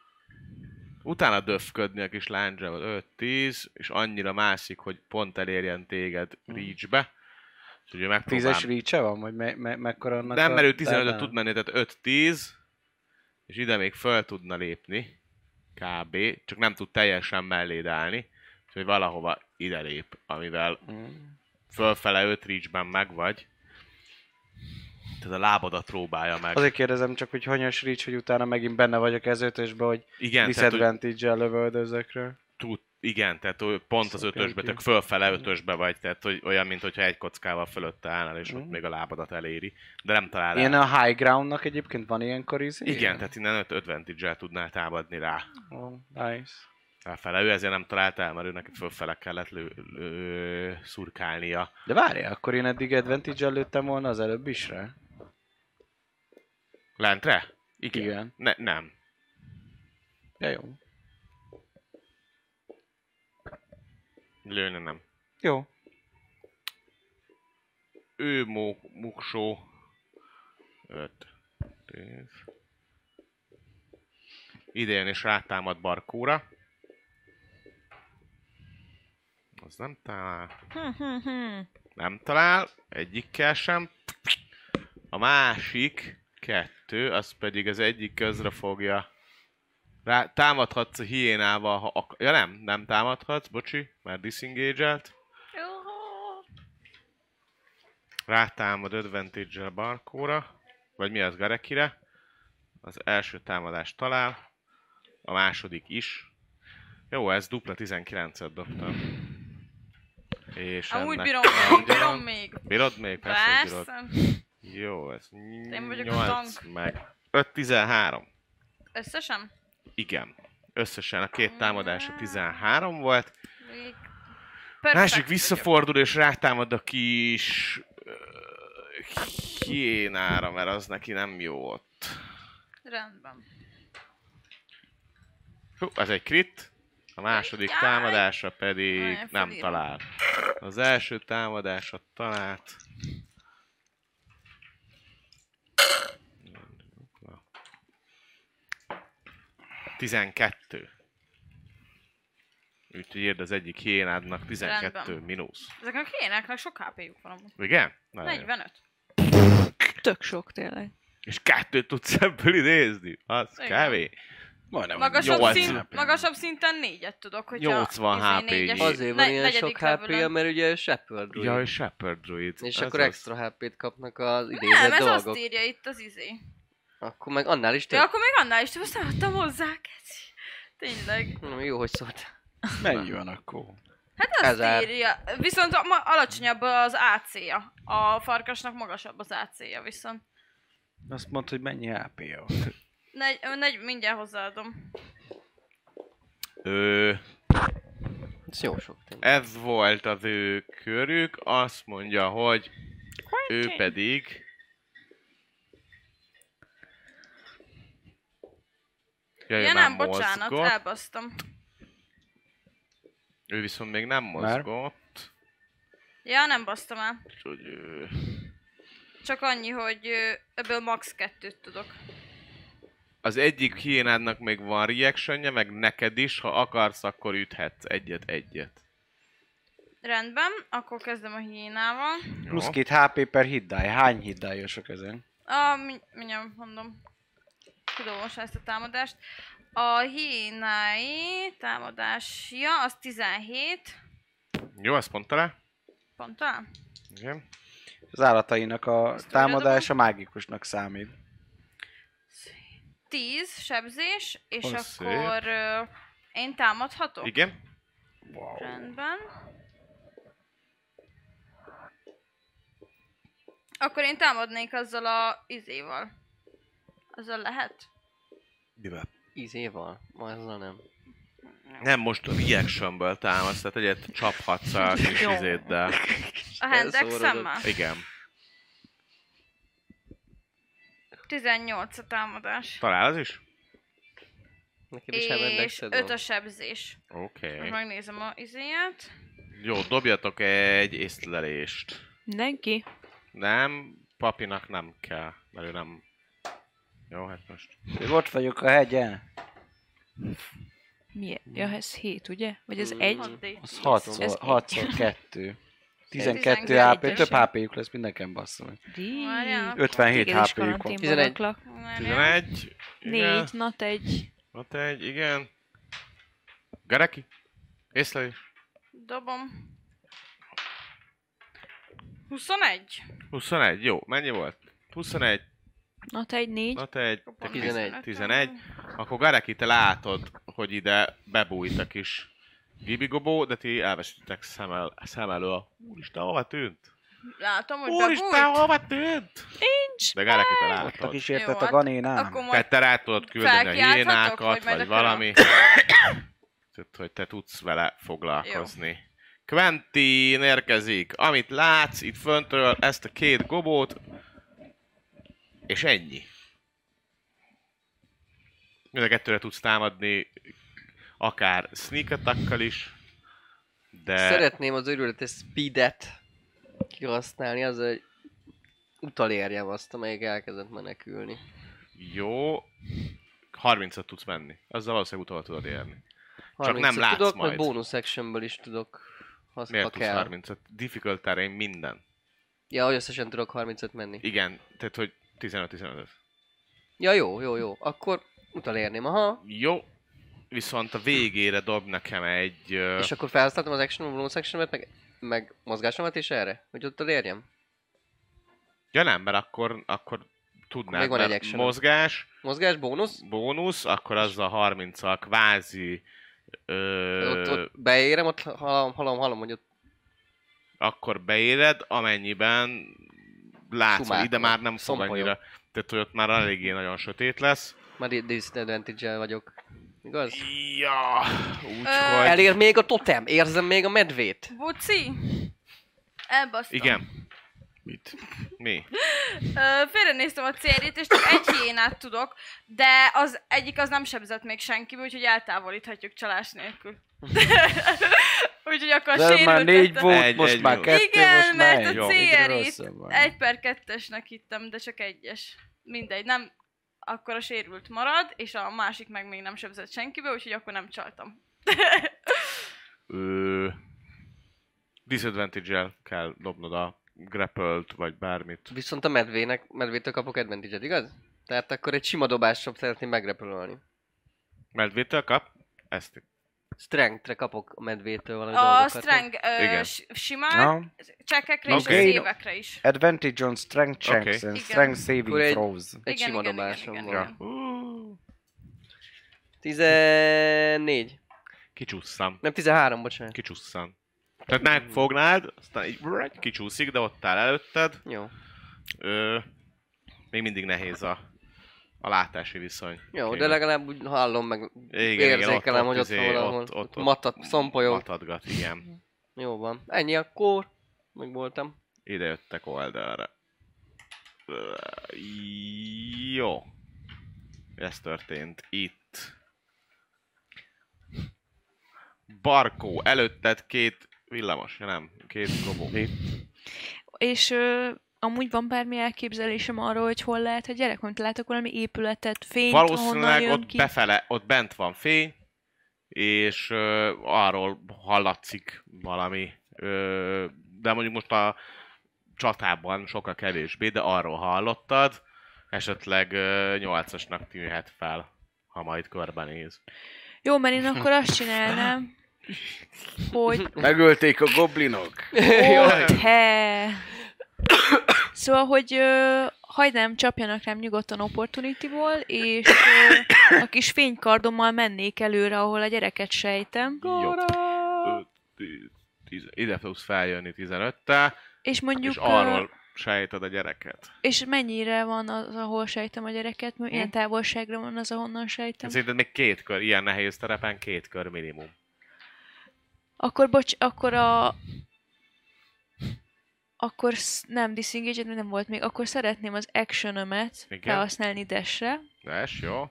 B: Utána döfködni a kis lándzsával 5-10, és annyira mászik, hogy pont elérjen téged reachbe. Úgyhogy ő megpróbál.
E: Hmm. Tízes reach van, vagy me- me- mekkora annak
B: Nem,
E: a-
B: mert ő 15
E: táblának?
B: tud menni, tehát 5-10, és ide még föl tudna lépni, kb. Csak nem tud teljesen melléd állni, úgyhogy valahova ide lép, amivel
E: Mm.
B: fölfele 5 reachben meg vagy. Tehát a lábadat próbálja meg.
E: Azért kérdezem csak, hogy hanyas reach, hogy utána megint benne vagyok ez ötösbe, hogy
B: Igen, tehát, hogy
E: disadvantage-el lövöldözökről.
B: tud, igen, tehát ő pont az
E: Szóval
B: ötösbe,
E: kell
B: tök fölfele ötösbe vagy, tehát hogy olyan, mintha egy kockával fölötte állnál, és ott
E: Mm.
B: még a lábadat eléri, de nem talál
E: Ilyen
B: el.
E: a high groundnak egyébként van ilyenkor izé?
B: Igen, tehát innen 5 advantage tudnál támadni rá.
E: Oh, nice.
B: felfele. Ő ezért nem talált el, mert ő neki fölfele kellett lő, lő, szurkálnia.
E: De várjál, akkor én eddig advantage-el lőttem volna az előbb is rá.
B: Lentre? Igen.
E: Igen.
B: Ne, nem.
E: Ja, jó.
B: Lőne nem.
E: Jó.
B: Ő mó, muksó. 5. 10. Idén is rátámad Barkóra. Az nem talál.
C: Hm,
B: Nem talál, egyikkel sem. A másik kettő, az pedig az egyik közre fogja. Rá, támadhatsz a hiénával, ha ak- Ja nem, nem támadhatsz, bocsi, már disengage-elt. Rátámad advantage-el Barkóra, vagy mi az Garekire. Az első támadást talál, a második is. Jó, ez dupla 19-et dobtam. És
F: Amúgy
B: ennek
F: bírom,
B: tárgya-
F: bírom még.
B: Bírod még? Persze, hogy bírod.
F: Persze.
B: Jó, ez
F: Én vagyok a
B: 8
F: tank.
B: meg. 5-13.
F: Összesen?
B: Igen. Összesen a két támadása 13 volt.
F: Még...
B: Másik visszafordul és rátámad a kis... ö, hiénára, mert az neki nem jó ott.
F: Rendben.
B: Hú, ez egy krit. A második
F: Jaj!
B: támadása pedig
F: Nagyon
B: nem
F: felírom.
B: talál. Az első támadása talált. Na. 12. Úgyhogy érd az egyik hiénádnak 12
F: Rendben.
B: mínusz.
F: Ezeknek a hiénáknak sok HP-juk van amúgy.
B: Igen? Nagyon jó.
F: 45.
C: Tök sok tényleg.
B: És kettőt tudsz ebből idézni? Az
F: Igen.
B: kevés.
E: Majdnem.
F: Magasabb,
B: nyolc
F: szint,
E: HP.
F: magasabb szinten négyet tudok, hogyha...
B: 80
F: izé
B: HP.
F: négyes-
D: Azért van
F: ne-
D: ilyen
F: negyedik
D: sok HP-ja,
F: levelem.
D: mert ugye Shepard druid.
B: Ja, és Shepard Druid.
D: és
B: Ez
D: akkor
B: az.
D: extra HP-t kapnak az
F: Nem,
D: idézett
F: ez
D: dolgok.
F: azt írja itt az izé.
D: Akkor meg annál is
F: De
D: több.
F: akkor még annál is, most nem adtam hozzá, keci. Tényleg.
D: Na, Hm, Jó, hogy szólt.
E: Mennyi van akkor?
F: Hát azt
D: Ezer.
F: írja. Viszont a, ma, alacsonyabb az AC-ja. A farkasnak magasabb az AC-ja viszont.
E: Azt mondta, hogy mennyi HP-ja van.
F: Negy, ö, negy, mindjárt hozzáadom.
B: Ö,
D: Ez jó sok. tényleg.
B: ez volt az ő körük, azt mondja, hogy ő pedig... Jaj,
F: Ja
B: ő
F: nem,
B: már
F: bocsánat, hát-
B: mozgott.
F: elbasztam.
B: Ő viszont még nem
E: Már?
B: mozgott.
F: Ja, nem basztam el.
B: Úgyhogy ő...
F: Csak annyi, hogy ö, ebből max. kettőt tudok.
B: Az egyik hiénádnak még van reactionje, meg neked is, ha akarsz, akkor üthetsz egyet-egyet.
F: Rendben, akkor kezdem a hiénával.
B: Jó?
E: Plusz két HP per hiddály. Hány hiddályosok ezen?
F: A, mi, mindjárt mondom. Tudom most ezt a támadást. A hiénái támadásja az 17.
B: Jó, azt mondta rá?
F: Pont talán?
B: Igen.
E: Az állatainak a
F: Ezt
E: támadása mágikusnak számít.
F: 10 sebzés, és
B: Az szép.
F: akkor ö, én támadhatok?
B: Igen?
F: Rendben. Akkor én támadnék azzal a izéval. Azzal lehet?
B: Mivel?
D: Ízéval? Ma azzal nem.
B: Nem most reactionből támaszt, tehát egyet csaphatsz a kis
F: Jó.
B: izéddel.
F: A hendek
D: Elszórodott.
F: szemmel?
B: Igen.
F: 18 a támadás.
B: Talál az is?
D: Nekem is elmennek
F: És 5 a
D: szedom.
F: sebzés.
B: Oké.
F: Most megnézem a izéjét.
B: Jó, dobjatok egy észlelést.
C: Mindenki?
B: Nem, papinak nem kell, mert ő nem... Jó, hát most...
E: Én Ott vagyok a hegyen.
C: Milyen?
B: Mm.
C: Ja, ez 7, ugye? Vagy ez egy?
F: 6D.
E: Az
C: Ez
E: 6-szor, 2.
C: egy.
E: 12
F: Tizenkettő
E: HP, több HP-juk lesz mindenken basszol.
F: Várjál.
E: 57
C: Hát, Igen, is
E: HP-juk van.
C: karanténban
D: 11.
C: raklak.
B: 11. igen.
C: 4, nat egy.
B: Ott egy, igen. Gareki? Észlelés?
F: Dobom. 21.
B: 21, jó. Mennyi volt? 21,
C: Nat egy, 4.
B: na te egy, te
F: Dobom
B: kis-
D: 11.
B: 11. Akkor Gareki, te látod, hogy ide bebújt a kis gibigobó, de ti elveszítek szem, el, szem elől. Úristen, hova tűnt?
F: Látom, hogy
B: Úristen,
F: bebújt.
B: hova tűnt? Nincs! De Gareki, te
E: Ott a
B: látod.
F: Jó,
E: kísértet a
F: hát Akkor
E: ganénám.
F: majd
B: Tehát te rá tudod küldeni a
F: Felkiálthatok,
B: hiénákat,
F: vagy majd
B: vagy
F: a köröm?
B: valami. Tehát, hogy te tudsz vele foglalkozni. Jó. Quentin érkezik. Amit látsz itt föntről, ezt a két gobót, és ennyi. Mind a kettőre tudsz támadni, akár sneak attack is, de...
D: Szeretném az őrületes speedet kihasználni, az, hogy utalérjem azt, amelyik elkezdett menekülni.
B: Jó. 30-at tudsz menni. Azzal valószínűleg utol tudod érni. nem
D: 30-et
B: látsz
D: tudok,
B: majd.
D: vagy bónusz actionből is tudok, ha azt- ha
B: Miért tudsz
D: kell.
B: 30-at? Difficult terrain minden.
D: Ja, hogy összesen tudok 35 menni.
B: Igen, tehát hogy 15-15.
D: Ja, jó, jó, jó. Akkor utalérném, aha.
B: Jó, viszont a végére dob nekem egy... ö,
D: És akkor felhasználtam az action bonus actionomat, meg, meg mozgásomat is erre, hogy ott elérjem.
B: Ja nem, mert akkor, akkor tudnád,
D: Még van
B: mert
D: egy actionom.
B: mozgás,
D: Mozgás, bónusz,
B: bónusz, akkor az a 30 kvázi... Ö,
D: ott, ott beérem, ott halom, halom, halom, hogy ott
B: Akkor beéred, amennyiben látsz,
D: Szumák
B: hogy ide
D: van.
B: már nem fog
D: Szompa jó.
B: annyira... Tehát, hogy ott már eléggé nagyon sötét lesz.
D: már di- disadvantage-el vagyok. Igaz?
B: Ja, úgyhogy...
D: Elér még a totem, érzem még a medvét.
F: Buci! Elbasztam.
B: Igen. Mit? Mi?
F: Ö, félrenéztem a céljét, és csak egy hiénát tudok, de az egyik az nem sebzett még senki, úgyhogy eltávolíthatjuk csalás nélkül. úgyhogy akkor
E: De már négy
F: sérültettem.
E: volt,
B: Egy-
E: most
B: egy
E: már
B: jó.
E: kettő,
F: Igen,
E: most már
F: mert
E: egy.
F: a
E: Jó.
F: CR-it
E: Egyre rosszabb van.
F: Egy per kettesnek hittem, de csak egyes. Mindegy, nem akkor a sérült marad, és a másik meg még nem sebzett senkiből, úgyhogy akkor nem csaltam.
B: Ö... Disadvantage-el kell dobnod a grappelt, vagy bármit.
D: Viszont a medvének, medvétől kapok advantage igaz? Tehát akkor egy sima dobással szeretném megrepülölni.
B: Medvétől kap? Ezt.
D: Strength-re kapok a medvétől valami
F: A
D: dolgokat. nem?
F: streng
B: Igen.
F: ö, s- simán,
E: Ja.
F: csekekre és a
B: Oké.
F: szévekre is.
E: Advantage on strength
B: Oké.
E: checks and
F: Igen.
E: strength
D: Akkor
E: saving
D: egy-
E: throws.
D: Egy
F: Igen,
D: sima
F: igen, igen,
D: dobásom
F: igen,
D: van.
F: igen.
B: Ja. Ú,
D: 14.
B: Kicsusszam.
D: Nem 13, bocsánat.
B: Kicsusszam. Tehát megfognád, aztán így brrrr, kicsúszik, de ott áll előtted.
D: Jó.
B: Ö, még mindig nehéz a, a látási viszony.
D: Jó,
B: Oké.
D: de legalább úgy hallom, meg
B: igen,
D: érzékelem,
B: ott-
D: hogy
B: ott
D: ott,
B: izé,
D: van valahol.
B: ott- ott- ott-
D: matat, szompolyog.
B: Matadgat, igen.
D: Jó van. Ennyi akkor. Meg voltam.
B: Ide jöttek oldalra. Ö, Jó. Ez történt itt. Barkó, előtted két villamos, ja nem, két gobó.
C: És ö, amúgy van bármi elképzelésem arról, hogy hol lehet a gyerek? Amit látok valami épületet, fényt, ahonnan
B: Valószínűleg
C: jön
B: ott
C: ki.
B: befele, ott bent van fény, és ö, arról hallatszik valami, ö, de mondjuk most a csatában sokkal kevésbé, de arról hallottad, esetleg ö, nyolcasnak tűnhet fel, ha majd körbenéz.
C: Jó, mert én akkor azt csinálnám, hogy
E: Megölték a goblinok.
C: ott he. Szóval, hogy ö, hagynám csapjanak rám nyugodtan opportunity-ból, és ö, a kis fénykardommal mennék előre, ahol a gyereket sejtem,
B: Jó. Ö, tí- tíz- Ide tudsz feljönni 15-tel,
C: és mondjuk...
B: és
C: ö,
B: arról sejted a gyereket.
C: És mennyire van az, ahol sejtem a gyereket? Milyen
B: Hm?
C: távolságra van az, ahonnan sejtem?
B: Szerinted még két kör, ilyen nehéz terepen két kör minimum.
C: Akkor bocs, akkor a... Akkor sz- nem, disengage mert nem volt még. Akkor szeretném az actionömet
B: Igen.
C: felhasználni desre.
B: Lesz, jó?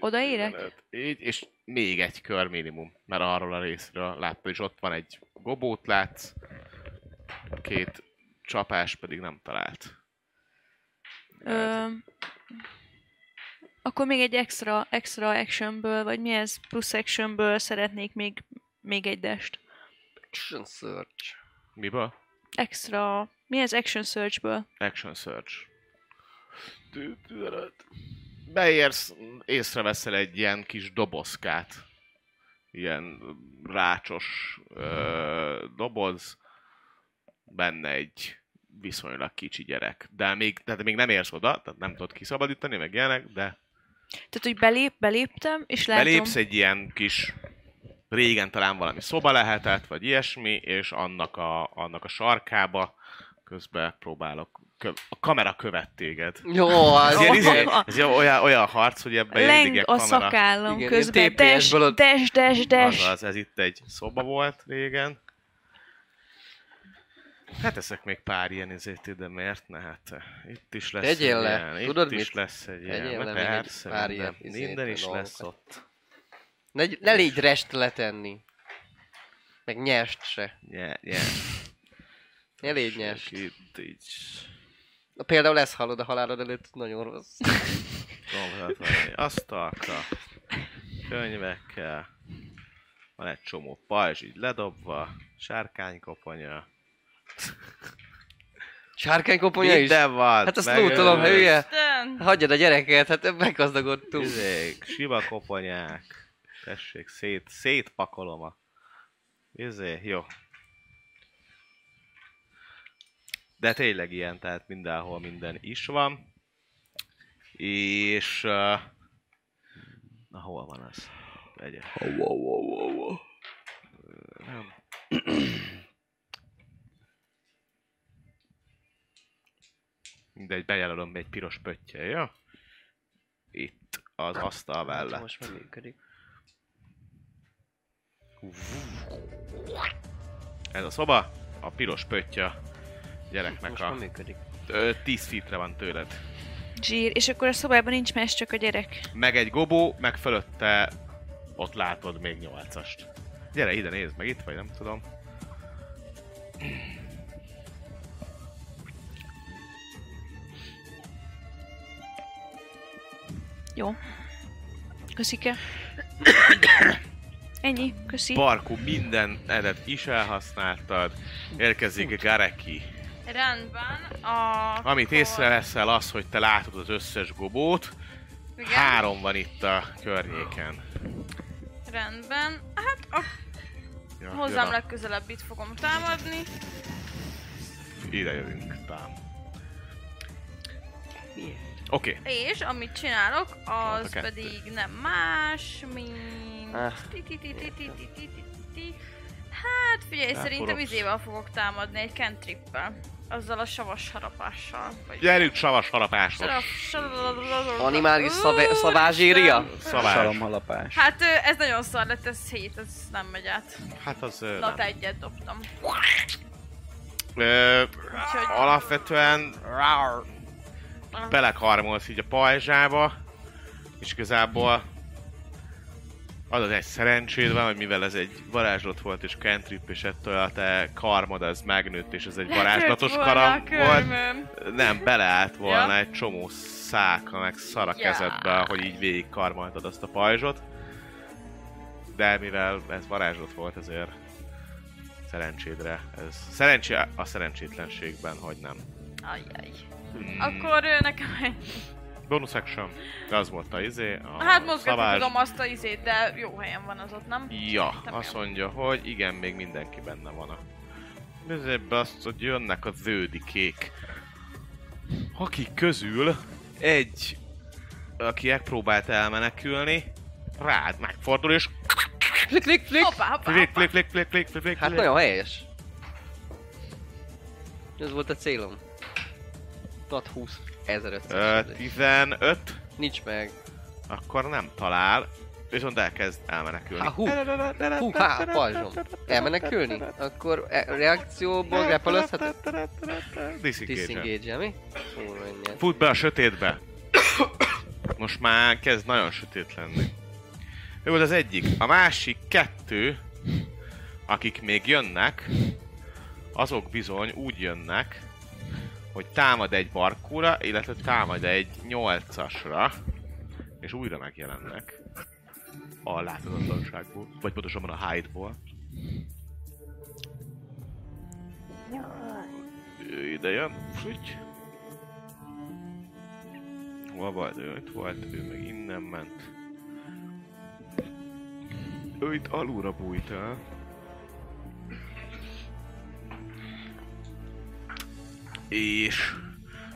C: Odaérek?
B: 15. Így, és még egy kör minimum, mert arról a részről láttad, és ott van egy gobót látsz, két csapás pedig nem talált.
C: Ö, akkor még egy extra, extra actionből, vagy mi ez, plusz actionből szeretnék még, még egy dest.
D: Action search.
B: Miből?
C: Extra, mi ez action searchből?
B: Action Search. Tű- tűnölet. Beérsz, észreveszel egy ilyen kis dobozkát. Ilyen rácsos ö, doboz. Benne egy viszonylag kicsi gyerek. De még, tehát még nem érsz oda, tehát nem tudod kiszabadítani, meg ilyenek, de
C: Tehát, hogy belép, beléptem, és látom...
B: Látom. belépsz egy ilyen kis régen talán valami szoba lehetett, vagy ilyesmi, és annak a, annak a sarkába közben próbálok, kö, a kamera követ téged.
D: Jó,
B: Ez,
D: az
B: ilyen,
D: igen.
B: izé- ez ilyen, olyan, olyan harc, hogy ebben
C: Leng
B: mindig
C: a
B: egy kamera.
C: szakállam
D: Igen,
C: közben.
D: ilyen
C: Des,
D: TPS-ből ott-
C: des, des, des.
B: Azaz, ez itt egy szoba volt régen. Hát ezek még pár ilyen izét ide, miért ne? Hát itt is lesz
D: Tegyél
B: egy
D: le,
B: ilyen,
D: tudod
B: itt is
D: mit?
B: lesz egy ilyen,
D: Tegyél le
B: Na
D: még egy
B: persze,
D: pár
B: minden,
D: ilyen izét,
B: minden is
D: dolgokat.
B: lesz ott.
D: Ne, ne légy rest letenni. Meg nyerst se.
B: Nye, nye.
D: Ne légy nyerst.
B: Itt így.
D: Na, például lesz halod a halálod előtt, nagyon rossz.
B: Gombot venni. Asztalka. Könyvekkel. Van egy csomó pajzs így ledobva. Sárkánykoponya.
D: Sárkány koponya is?
B: Minden van.
D: Hát azt
B: megőrülsz.
D: lútolom, hülye.
F: Isten!
D: Hagyjad a gyereket, hát meggazdagodtunk.
B: Izék, sima koponyák. Tessék, szét, szétpakolom a... Izé, jó. De tényleg ilyen, tehát mindenhol minden is van. És... Uh, na, hol van az? Egye. Nem. Mindegy, bejelölöm egy piros pöttyel, jó? Itt, az asztal
D: Hát,
B: mellett.
D: Most már működik.
B: Ez a szoba, a piros pötty a gyereknek
D: Most már
B: a...
D: működik.
B: Ö, 10 feetre van tőled.
C: Zsír. És akkor a szobában nincs más, csak a gyerek.
B: Meg egy gobó, meg fölötte ott látod még 8-ast. Gyere ide, nézd meg itt, vagy nem tudom.
C: Jó. Köszike. Ennyi. Köszi.
B: Barku minden edet is elhasználtad. Érkezik Gareki.
F: Rendben. A...
B: Amit észreveszel az, hogy te látod az összes gobót.
F: Igen.
B: Három van itt a környéken.
F: Rendben. Hát a...
B: Ja,
F: hozzám
B: jön a-
F: legközelebb itt fogom támadni.
B: Ide jövünk, tám. Oké, okay.
F: És amit csinálok, az
B: a kettő. Eh.
F: pedig nem más, mint...
D: Ah,
F: Ti-ti-ti-ti-ti-ti-ti-ti-ti. Hát figyelj,
B: Ráforogsz.
F: szerintem izével fogok támadni egy kentrippel. Azzal a savas harapással. Vagy...
B: gyerünk savas harapáshoz.
D: Animális szave-
F: Ú,
D: szavázsírja?
B: Szavás.
G: Salomhalapás.
F: Hát ö, ez nagyon szar lett, ez 7, ez nem megy át.
B: Hát az... ö,
F: Lata
B: nem.
F: egyet dobtam.
B: Ö,
F: Úgyhogy-
B: alapvetően rár, belekarmolsz így a pajzsába, és igazából Az az egy szerencséd van, hogy mivel ez egy varázslat volt és cantrip, és ettől a te karmod az megnőtt, és ez egy varázslatos
F: Lekölt volna a
B: karam volt.
F: körmöm.
B: Nem, beleállt volna
F: Ja.
B: egy csomó száka, meg szara
F: Jaj.
B: kezedbe, hogy így végig karmoltad azt a pajzsot. De mivel ez varázslat volt, ezért szerencsédre. Ez szerencsé a szerencsétlenségben, hogy nem.
F: Ajjaj.
B: Hmm.
F: Akkor ö, nekem egy...
B: Bonus action. De az volt a izé. A
F: Hát mozgatni
B: szavás.
F: tudom azt a izét, de jó helyen van az ott, nem?
B: Ja,
F: Te
B: azt
F: mi?
B: mondja, hogy igen, még mindenki benne van a... Nézzébe azt, hogy jönnek a zöldikék. Akik közül egy, aki megpróbált elmenekülni, rád megfordul és
D: Klik, klik, klik.
F: Hoppá, hoppá,
B: klik,
F: hoppá.
B: klik, klik, klik, klik, klik, klik,
D: Hát
B: klik.
D: nagyon helyes. Ez volt a célom. Tat 20. 1500.
B: Ö, 15,
D: Nincs meg.
B: akkor nem talál, viszont elkezd elmenekülni.
D: Há, hú. Hú, há, pajzsom. Elmenekülni? Akkor e- reakcióból grapplozhatok?
B: Disengage.
D: Disengage, mi? Hú, menjen.
B: Fut be a sötétbe. Most már kezd nagyon sötét lenni. Jó, volt az egyik. A másik kettő, akik még jönnek, azok bizony úgy jönnek, hogy támad egy barkóra, illetve támad egy nyolcasra, és újra megjelennek a láthatatlanságból, vagy pontosabban a hide-ból. Ő ide jön, úgy. Hol volt? Ő itt volt, ő meg innen ment. Ő itt alulra bújt el. És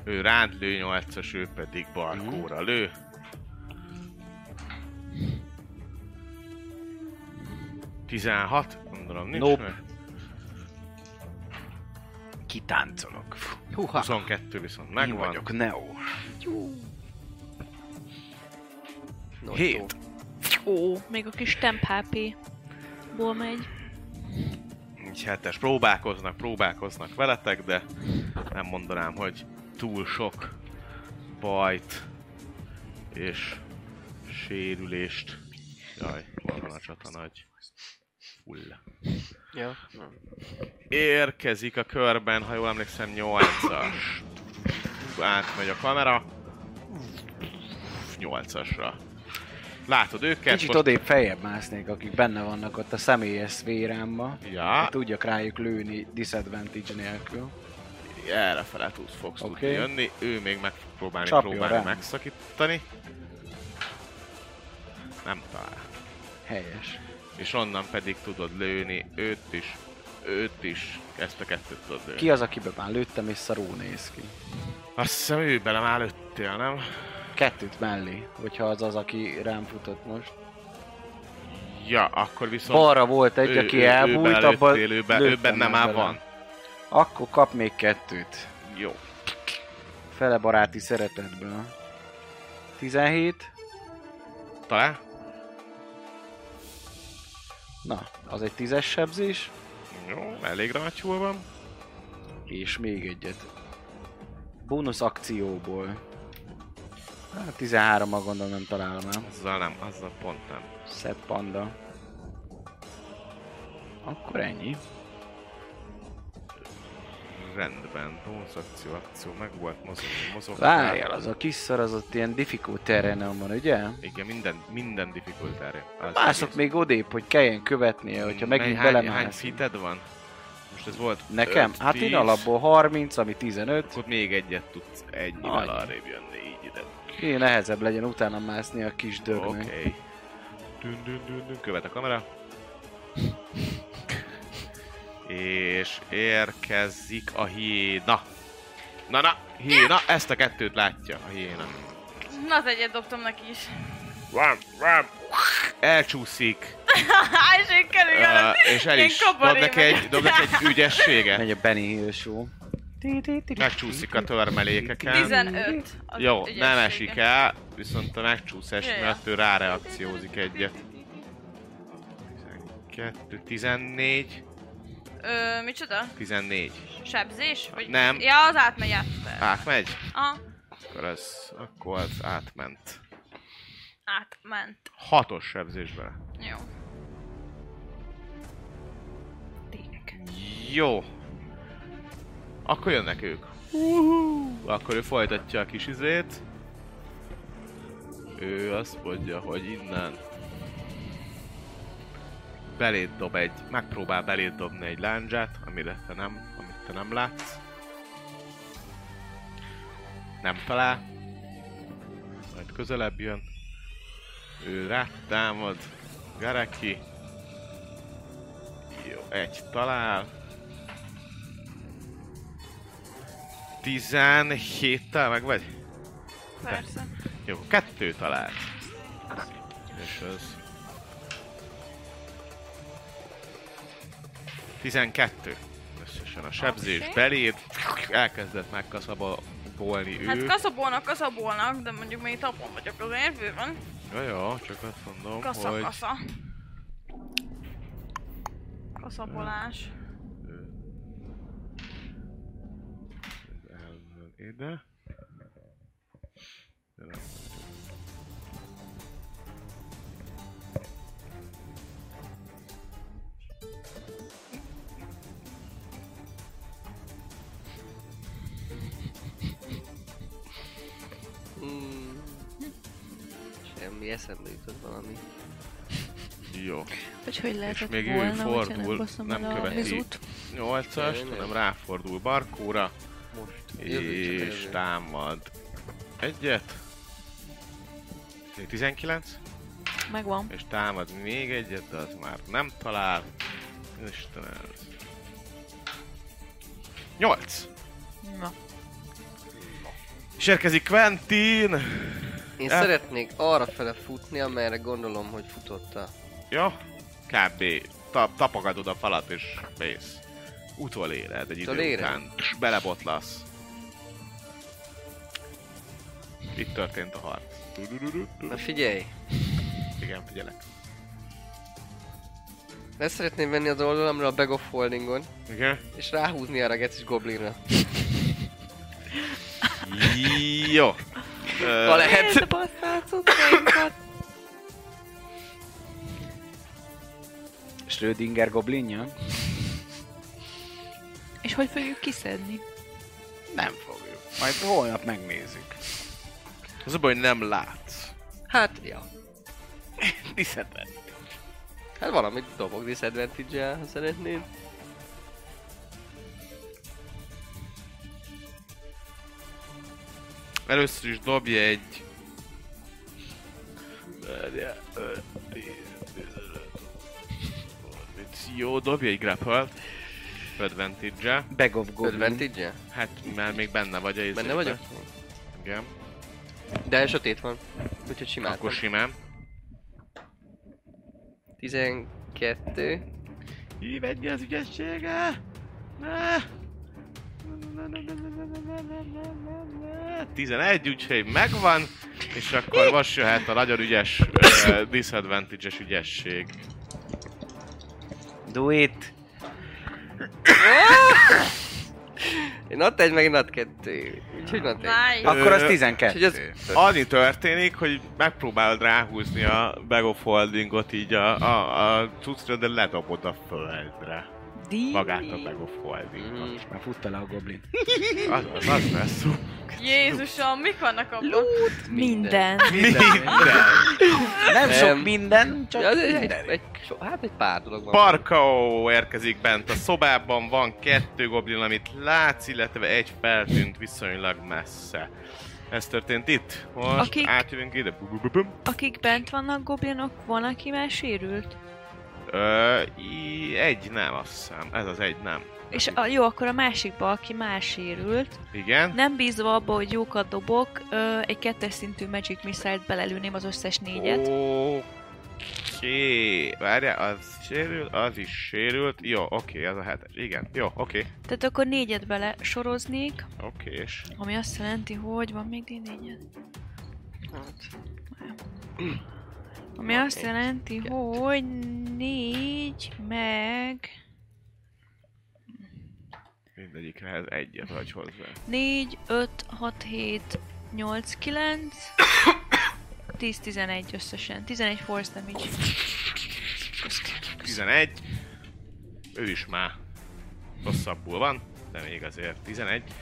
B: ő rád lő 8 ő pedig barkóra lő. Tizenhat, gondolom nincs
E: Nope.
B: meg.
E: Kitáncolok. Fú,
B: 22 viszont
E: Meg
B: megvan.
E: vagyok, Neo.
D: No,
E: Hét.
D: jó.
C: Ó, még a kis temp HP-ból megy.
B: Így hetes. Próbálkoznak, próbálkoznak veletek, de nem mondanám, hogy túl sok bajt és sérülést. Jaj, van a csata nagy. Full.
D: Ja.
B: Érkezik a körben, ha jól emlékszem, 8-as. Átmegy a kamera. 8-asra. Látod őket?
E: Kicsit odébb feljebb másznék, akik benne vannak ott a személyes szférámba.
B: Ja,
E: Tudjak rájuk lőni disadvantage nélkül.
B: errefele tudsz, fogsz okay. tudni
E: Oké.
B: jönni. Ő még megpróbálni,
E: Csapjon
B: próbálni
E: rám.
B: megszakítani. Nem talál.
E: Helyes.
B: És onnan pedig tudod lőni őt is, őt is, ezt a kettőt tudod lőni.
E: Ki az, akibe már lőttem és szarul néz ki?
B: Azt hiszem ő bele már lőttél, nem?
E: Kettőt mellé, hogyha az az, aki rám futott most.
B: Ja, akkor viszont...
E: Balra volt egy,
B: Szóval ő-
E: aki
B: ő- ő
E: elbújt,
B: belelőttél,
E: abban
B: ő, be, ő
E: lőttem
B: benne már
E: bele.
B: van.
E: Akkor kap még kettőt.
B: Jó.
E: Fele baráti szeretetből. 17.
B: Talán?
E: Na, az egy tízes sebzés.
B: Jó, elég rácsúl van.
E: És még egyet. Bónusz akcióból. Hát 13 a gondolom nem találom el.
B: Azzal nem, azzal pont nem.
E: Szebb panda. Akkor ennyi.
B: Rendben, bonus akció, akció, meg volt, mozog, mozog.
E: Várjál, az a kis szar az ott ilyen difficult terrenen van, ugye?
B: Igen, minden, minden difficult erre. Az
E: Mászok
B: egész.
E: még odébb, hogy kelljen követnie, hogyha
B: Hány-
E: megint
B: hány, hány
E: belemász.
B: fited van? Most ez volt
E: Nekem?
B: öt,
E: hát én
B: tíz,
E: alapból 30, ami 15.
B: Akkor még egyet tudsz
E: Annyi.
B: ennyivel arrébb jönni, így ide.
E: Én nehezebb legyen utána mászni a kis dögnek.
B: Oké. Okay. Dün, dün, dün, dün, követ a kamera. És érkezik a hiéna. Na, na, hiéna, ezt a kettőt látja a hiéna.
F: Na, az egyet dobtam neki is.
B: Vám, vám. Elcsúszik,
F: És én kerülj
B: uh,
F: el.
B: és el
F: Ilyen
B: is dob
F: kabaré
B: neki
F: vagy.
B: egy, dob neki egy ügyességet.
E: Megy a Benny Hill Show.
B: Hát. Megcsúszik a törmelékeken.
F: 15. az
B: Jó,
F: ügyessége.
B: nem esik el, viszont a megcsúszás
F: Jaja.
B: miatt ő ráreakciózik egyet. 12, 14,
F: Ö, micsoda?
B: 14.
F: Sebzés? Vagy...
B: Nem.
F: Ja, az átmegy át.
B: Átmegy?
F: Aha.
B: Akkor az, akkor az átment.
F: átment.
B: Hatos sebzésbe.
F: Jó.
B: Jó. Akkor jönnek ők. Akkor ő folytatja a kis izét. Ő azt mondja, hogy innen beléd dob egy, megpróbál beléd dobni egy lándzsát, amire te nem, amit te nem látsz. Nem talál. Majd közelebb jön. Ő rátámad. Garaki. Jó, egy talál. 17-tel meg vagy?
F: Persze.
B: Jó, kettő talált. És az... 12. Összesen a sebzés
F: Oké.
B: beléd, elkezdett megkaszabolni ő.
F: Hát kaszabolnak, kaszabolnak, de mondjuk még tapon vagyok az érvőben.
B: Jó, jó, csak azt mondom,
F: Kasza,
B: hogy...
F: kasza. Kaszabolás.
B: elmegy ide. Gyere.
D: Mm. Semmi eszembe jutott valami.
B: Jó.
C: Hogy hogy lehetett
B: még ő
C: volna, hogyha
B: fordul,
C: nem, baszom
B: nem
C: el a
B: követi.
C: vizut?
B: Nyolcas,
D: Jaj,
B: hanem ráfordul Barkóra,
D: Most. Jövő csak
B: és
D: előre.
B: támad egyet. 19,
C: Megvan.
B: és támad még egyet, de az már nem talál. Istenem. 8!
C: Na.
B: És érkezik Quentin!
D: Én
B: El-
D: szeretnék arra fele futni, amerre gondolom, hogy futott a
B: Ja, kb. Ta- tapogatod a falat és mész. Utoléred egy idő
D: Utoléred?
B: után. Ps, belebotlasz. Itt történt a harc.
D: Na figyelj,
B: Igen, figyelek.
D: le szeretném venni az oldalamra a Bag of Holdingon,
B: Igen?
D: és ráhúzni arra a gecis goblinra.
B: Jó.
D: Ha
B: Ö,
D: lehet.
E: Schrödinger goblinja?
C: És hogy fogjuk kiszedni?
E: Nem fogjuk. Majd holnap megnézzük.
B: az a baj, hogy nem látsz.
D: Hát, ja.
E: Diszedben.
D: Hát valamit dobok disadvantage ha szeretnéd.
B: Először is dobj egy... Jó, dobj egy grappelt. Advantage-e.
E: Bag of goblin.
D: advantage
B: Hát, mert még benne vagy a
D: Benne
B: izébe.
D: vagyok?
B: Igen.
D: De sötét van, úgyhogy simán.
B: Akkor simán.
D: 12.
B: Hív egy az ügyessége! Ne! 11, Hát, úgyhogy megvan, és akkor most jöhet a nagyon ügyes, uh, disadvantage-es ügyesség.
E: Do it.
D: Nat 1 meg Nat 2. Úgyhogy Nat 1.
F: Nice.
E: Akkor az
B: Ö,
E: 12.
D: Úgyhogy
E: Ez...
D: ez
B: Annyi történik, hogy megpróbálod ráhúzni a bag of holdingot így a, a, a cuccra, de ledobod a földre magát a bag of
D: Mm.
B: holdingot.
E: Már fut bele a goblin.
B: Az, az, az lesz
F: Jézusom, mik vannak abban?
C: Minden.
B: minden.
E: Nem
D: Nem.
E: sok minden, csak
D: Ja, az egy, egy,
E: minden.
D: egy, so, hát egy pár dolog van.
B: Parkó érkezik bent a szobában, van kettő goblin, amit látsz, illetve egy feltűnt viszonylag messze. Ez történt itt. Most
C: Akik-
B: átjövünk ide. Bum-bum-bum.
C: Akik bent vannak goblinok, van, aki már sérült?
B: Ö, í- egy nem, azt hiszem. Ez az egy nem.
C: És a, jó, akkor a másikba, aki már sérült,
B: Igen.
C: nem bízva abba, hogy jókat dobok, ö, egy kettes szintű Magic Missile-t belelőném az összes négyet.
B: Oké. Várjál, az sérül, az is sérült. Jó, oké, az a hetes. Igen, jó, oké.
C: Tehát akkor négyet bele soroznék,
B: Oké, és...
C: ami azt jelenti, hogy van még négyet.
D: Hát,
C: Ami
D: Van
C: azt
D: egy,
C: jelenti,
D: kettő.
C: hogy négy, meg
B: Mindegyikhez egyet vagy hozzá.
C: 4, 5, 6, 7, 8, 9, 10-11 összesen. 11 force damage.
B: 11. Ő is már rosszabbul van, de még azért 11.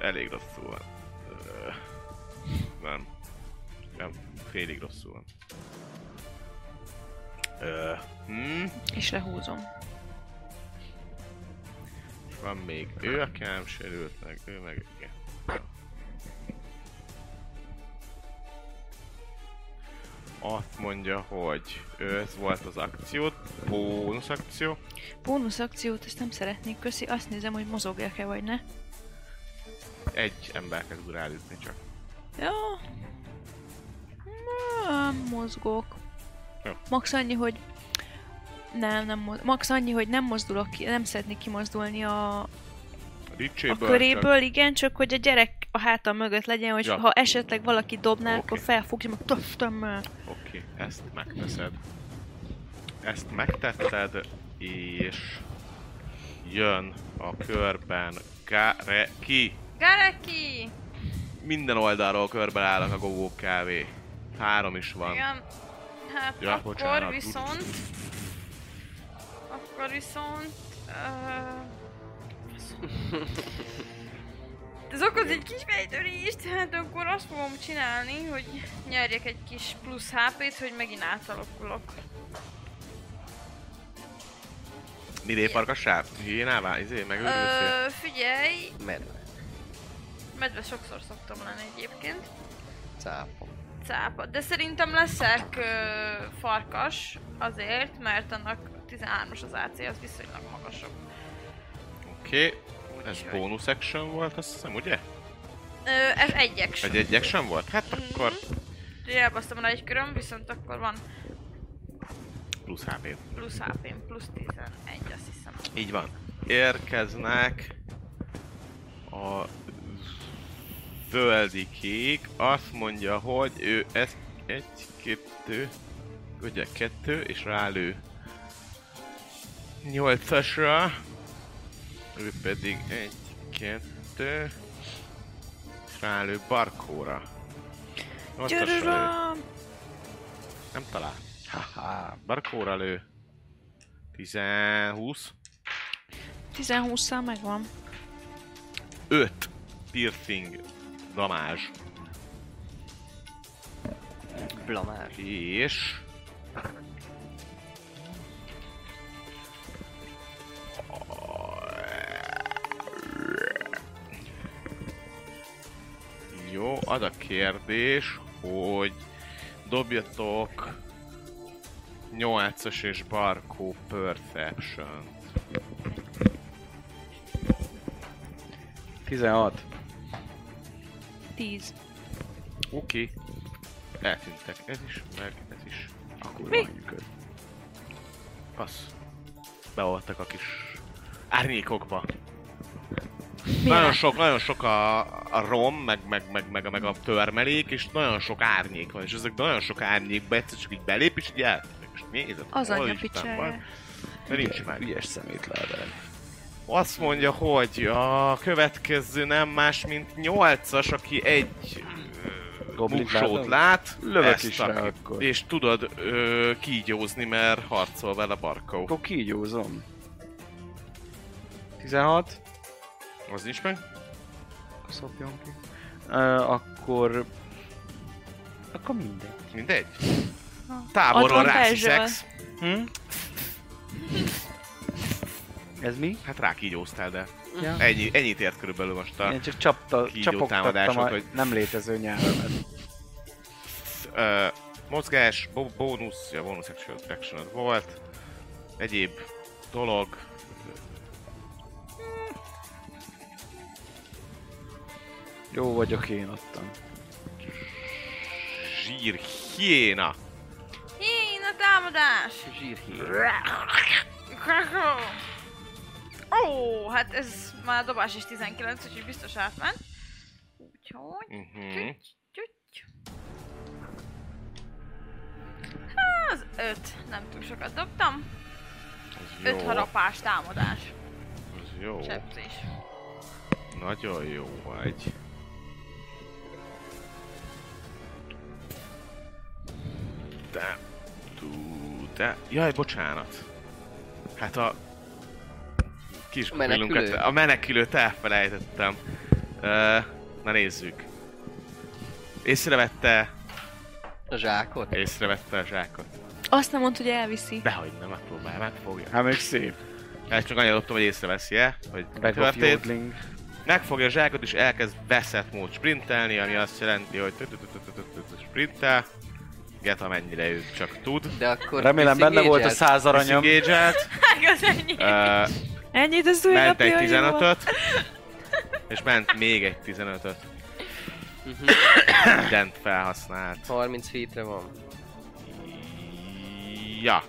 B: Elég rosszul van. Ö, Nem. Nem, félig rosszul van. Ö, hm,
C: És lehúzom.
B: van még ő, aki nem sérült meg, ő meg igen. Azt mondja, hogy ő, ez volt az akciót, bónusz akció.
C: Bónusz akciót ezt nem szeretnék, köszi. Azt nézem, hogy mozog-e vagy ne.
B: Egy ember kezd ráütni csak.
C: Ja. Nem mozgok.
B: Jó.
C: Max annyi, hogy nem, nem moz... Max annyi, hogy nem mozdulok ki, nem szeretnék kimozdulni a,
B: A
C: a
B: dicséből.
C: köréből, igen, csak hogy a gyerek a hátam mögött legyen, hogy
B: Ja.
C: ja. ha esetleg valaki dobná, okay. akkor
B: Oké.
C: felfogja, meg töftöm.
B: Oké, okay, ezt megteszed. Ezt megtetted, és jön a körben Gareki.
F: Gareki!
B: Minden oldalról körben állnak a gogók kávé. Három is van.
F: Igen. Hát
B: Ja,
F: ja, akkor
B: bocsánat.
F: viszont... Akkor viszont... Uh... Ez okoz egy kis fejtörést, hát akkor azt fogom csinálni, hogy nyerjek egy kis plusz HP-t, hogy megint átalakulok.
B: Midé farkassál? Hiénává? Izé, meg őrülsz?
F: Ö, figyelj,
D: Medve.
F: medve sokszor szoktam lenni egyébként.
D: Cápa.
F: cápa. De szerintem leszek ö, farkas azért, mert annak 13-as az AC, az viszonylag magasabb.
B: Oké. Okay. Ez bónusz action volt, azt hiszem, ugye?
F: Ö, ez egy action.
B: Egy egy action volt? Hát akkor
F: Ugye elbasztam rá egy köröm, viszont akkor van
B: plusz hp
F: plusz hp -m, plusz 11, azt hiszem.
B: Így van. Érkeznek a zöldikék. Azt mondja, hogy ő ezt egy, kettő, ugye kettő, és rálő nyolcasra. Ő pedig egy, kettő, és rálő barkóra. Nyolcasra lő. Nem talál. Haha, barkóra lő. 10, 20.
C: 10-20 szám megvan.
B: 5 piercing damázs.
D: Blamás.
B: És... Jó, az a kérdés, hogy dobjatok 8-as és Barkó Perception.
E: 16.
C: 10.
B: Oké. Eltűntek ez is, meg ez is.
E: Akkor
C: Mi?
E: anyjukat.
B: Passz. Beoltak a kis árnyékokba.
C: Milyen?
B: Nagyon sok, nagyon sok a, a rom, meg, meg, meg, meg, meg a törmelék, és nagyon sok árnyék van, és ezek nagyon sok árnyékba egyszer csak így belép, és így eltűnik, és nézed,
C: Az
B: hol
C: anyja
B: Isten van.
C: picsája.
B: De nincs meg.
E: Ügyes szemét lábán.
B: Azt mondja, hogy a következő nem más, mint 8-as, aki egy
E: Goblin
B: Goblin
E: látom?
B: lát,
E: Lövök
B: ezt
E: is rá
B: aki-
E: akkor.
B: És tudod ö, kígyózni, mert harcol vele Barkó.
E: Akkor kígyózom. 16.
B: Az nincs meg?
E: Szopjon ki. Uh, akkor... Akkor mindegy.
B: Mindegy. Távolról
C: Advantage-vel.
B: rászex.
E: Hm? Ez mi?
B: Hát rákígyóztál, de
E: Ja.
B: ennyi, ennyit ért körülbelül most a
E: Én csak csapta,
B: Kígyó
E: csapogtattam
B: támadások,
E: a
B: vagy-
E: nem létező nyelvemet.
B: ö, mozgás, bo- bónusz, ja, bónusz action, action az volt, egyéb dolog.
E: Jó vagyok én ottan.
B: Zsír hiéna.
F: Hín a támadás!
D: Zsírhír.
F: Ó, hát ez már dobás is 19, úgyhogy biztos átment. Úgyhogy...
B: Uh-huh.
F: Csüty, csüty. Az öt. Nem túl sokat dobtam.
B: Ez
F: Öt
B: jó,
F: harapás támadás.
B: ez jó.
F: Sebzés.
B: Nagyon jó vagy. te... Jaj, bocsánat. Hát a... Kis
D: A menekülő.
B: kupillunkat- A menekülőt elfelejtettem. Ö, na nézzük. Észrevette,
D: A zsákot?
B: észrevette a zsákot.
C: Azt nem mondta, hogy elviszi.
B: Dehogy nem, megpróbál, megfogja.
E: Hát még szép.
B: Hát csak annyira dobtam, hogy észreveszi-e, hogy mi
E: Back of
B: történt.
E: Jodling.
B: Megfogja a zsákot és elkezd veszett mód sprintelni, ami azt jelenti, hogy tü-tü-tü-tü-tü-tü-tü sprintel. Get amennyire ő csak tud.
D: De akkor
E: Remélem benne volt a
D: diszengage-elt?
E: száz aranyom.
B: Disengage-elt,
F: Az ennyi.
B: ö,
C: Ennyit az új
B: ment egy
C: napja, jó.
B: 15-öt, és ment még egy 15-öt. Mindent felhasznált.
D: 30 feetre van.
B: Ja.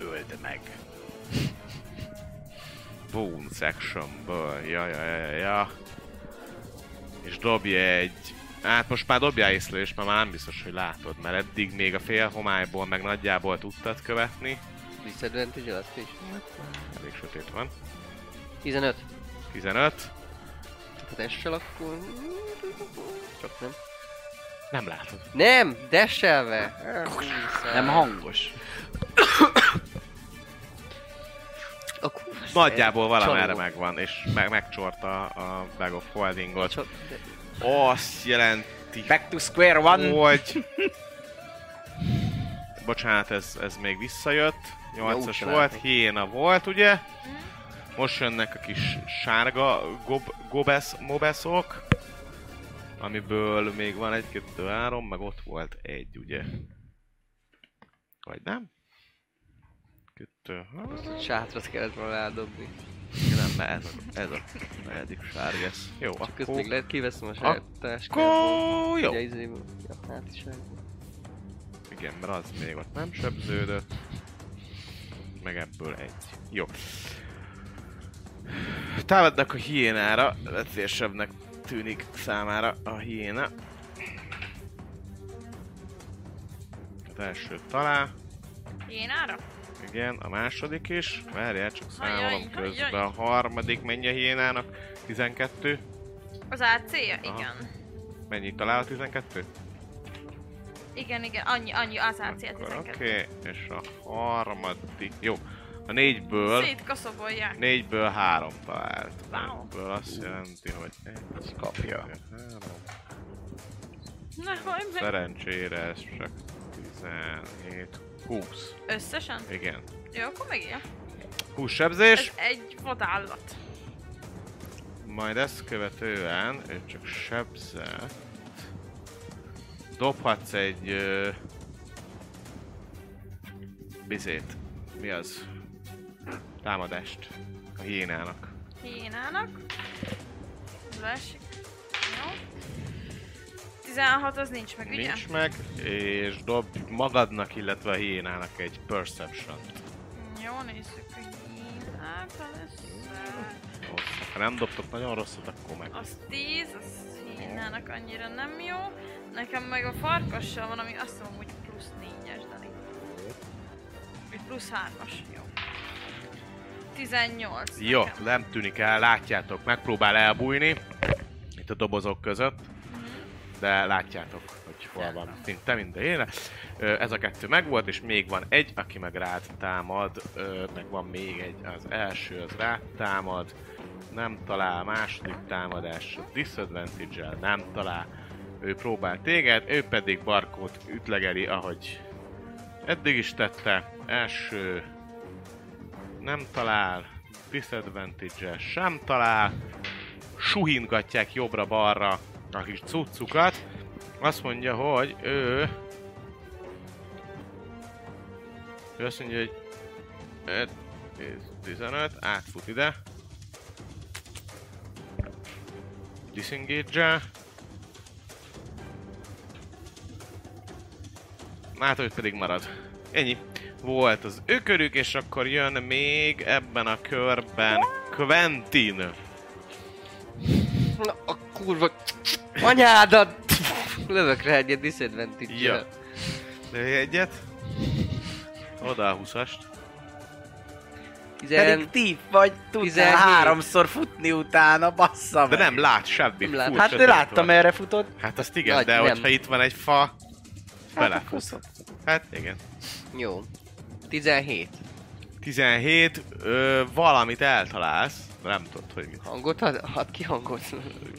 B: Öld meg. Bone sectionből. Ja, ja, ja, ja, ja. És dobj egy... Hát most már dobjál észlelést, mert már nem biztos, hogy látod, mert eddig még a fél homályból meg nagyjából tudtad követni.
D: Disadvantage azt is.
B: Elég sötét van.
D: 15.
B: 15.
D: Tehát essel akkor... Csak nem.
B: Nem látod.
D: Nem! Desselve!
E: Nem hangos.
D: A kurva
B: Nagyjából valamerre
D: Csaló.
B: megvan, és meg megcsorta a Bag of Holdingot.
D: Csak... de-
B: Azt jelenti,
E: Back to square one.
B: Hogy... Bocsánat, ez, ez még visszajött. 8-as
D: úgyse
B: volt,
D: látni.
B: hiéna volt, ugye? Most jönnek a kis sárga gob, gobesz, mobeszok, amiből még van egy, kettő, három, meg ott volt egy, ugye? Vagy nem? Kettő, három.
D: Sátrat kellett volna eldobni.
B: Nem, mert ez a, ez a, a eddig sárgesz. Jó,
D: Csak közt
B: akkor...
D: még lehet kiveszem a saját táskából.
B: Akkor... Jó.
D: Ugye izéből. Ja, hát is elég.
B: Igen, mert az még ott nem sebződött. Meg ebből egy. Jó. Támadnak a hiénára, veszélyesebbnek tűnik számára a hiéna. Az első talál,
F: Én ára?
B: igen, a második is. Várjál, csak
F: Ajaj,
B: számolom
F: ajaj.
B: közben. A harmadik mennyi a hiénának? 12.
F: Az AC-ja?
B: Aha.
F: Igen.
B: Mennyi talál a 12?
F: Igen, igen, annyi, annyi az AC-ja
B: Akkor
F: 12.
B: Oké, és a harmadik... Jó, a négyből...
F: Szétkaszobolják.
B: Négyből három talált.
F: Wow.
B: Ebből azt jelenti, hogy egy kapja. Három.
F: Na, hogy meg
B: Szerencsére ez csak 17, 20.
F: összesen?
B: Igen.
F: Jó, akkor megél.
B: 20
F: Ez
B: sebzés,
F: egy vadállat.
B: majd ezt követően ő csak sebzett. Dobhatsz egy... Ö... Bizét. Mi az? Támadást. A hiénának.
F: Hénának. Ez esik. Jó. 16 az nincs meg, ugye?
B: Nincs meg, és dob magadnak, illetve a hiénának egy perception
F: Jó, nézzük a hínát először.
B: Rossz. Ha nem dobtok nagyon rosszat, akkor meg.
F: Az 10, az hínának annyira nem jó. Nekem meg a farkassal van, ami azt mondom, hogy plusz 4-es, Dani. Vagy plusz 3-as, jó. 18.
B: Jó,
F: nekem.
B: nem tűnik el, látjátok, megpróbál elbújni itt a dobozok között, de látjátok, hogy hol van szinte mindenére. Ö, Ez a kettő megvolt, és még van egy, aki meg rád támad, ö, meg van még egy, az első az rád támad, nem talál, második támadás, disadvantage nem talál, ő próbál téged, ő pedig Barkót ütlegeli, ahogy eddig is tette, első nem talál, disadvantage sem talál, suhingatják jobbra-balra a kis cuccukat. Azt mondja, hogy ő... Ő azt mondja, hogy... 5, 10, 15, átfut ide. disengage Hát, hogy pedig marad. Ennyi. Volt az ő körük, és akkor jön még ebben a körben Quentin.
D: Na a kurva... Anyádat! Lövök rá egy disadvantage
B: Ja. Lőj egyet. Oda a 20-ast.
E: Pedig
D: Tizen...
E: ti vagy, tudtál
D: 17.
E: háromszor futni utána, bassza
B: De
E: meg.
B: nem lát semmit.
D: Nem lát.
B: full
E: Hát de
B: sötét
E: láttam,
B: van.
E: erre futott.
B: Hát azt igen,
D: Nagy,
B: de
D: nem.
B: hogyha itt van egy fa,
E: Hát, akkor
B: belefut.
E: szó-
B: Hát igen.
D: Jó. 17.
B: 17, ö, valamit eltalálsz, de nem tudod, hogy mit.
D: Hangot ad? Hát ki hangot?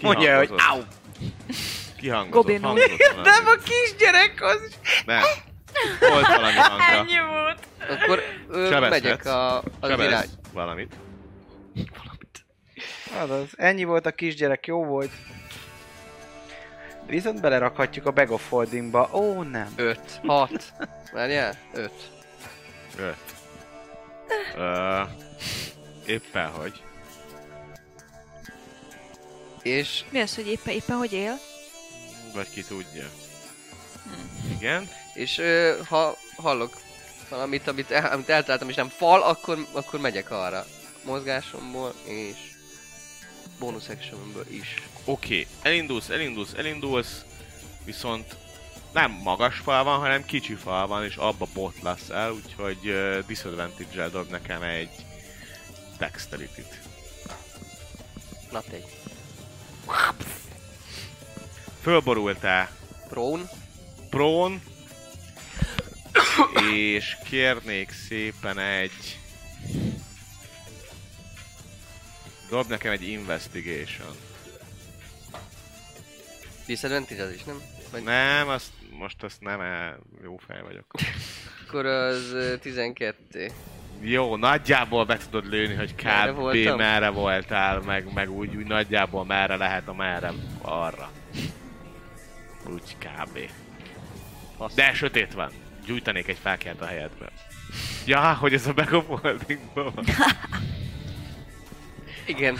E: Mondja, hogy
B: au! Kihangozott,
C: Gobinom.
B: hangozott
D: Nem a
B: valami.
D: kisgyerek az!
B: Nem. Volt valami hangra.
F: Ennyi volt.
D: Akkor ö,
B: Sebezhetsz.
D: megyek a, az
B: Sebezz
D: irány.
B: Valamit.
E: Hát az, ennyi volt a kisgyerek, jó volt. Viszont belerakhatjuk a bag of holdingba. Ó, nem.
D: 5, 6. Várjál? 5.
B: Öt. Ö, éppen hogy.
D: És
C: Mi az, hogy éppen, éppen hogy él?
B: Vagy ki tudja. Igen.
D: És ö, ha hallok valamit, amit, el, amit eltaláltam, és nem fal, akkor, akkor megyek arra. Mozgásomból és bonus actionből is.
B: Oké. Elindulsz, elindulsz, elindulsz. Viszont nem magas fal van, hanem kicsi fal van, és abba botlasz el, úgyhogy uh, disadvantage-el dob nekem egy dexterity-t.
D: Na egy
B: Fölborultál
D: prone.
B: prón, és kérnék szépen egy... Dob nekem egy investigation.
D: Disadvantage az is, nem? Vagy
B: Nem, azt, most azt nem, el- jó fej vagyok.
D: akkor az ö, 12.
B: Jó, nagyjából be tudod lőni, hogy
D: Merre
B: kb.
D: voltam?
B: Merre, merre voltál, meg, meg úgy, úgy nagyjából merre lehet a merre arra. Úgy kb. De sötét van. Gyújtanék egy fákját a helyedben. Ja, hogy ez a back of holdingból van.
D: Igen,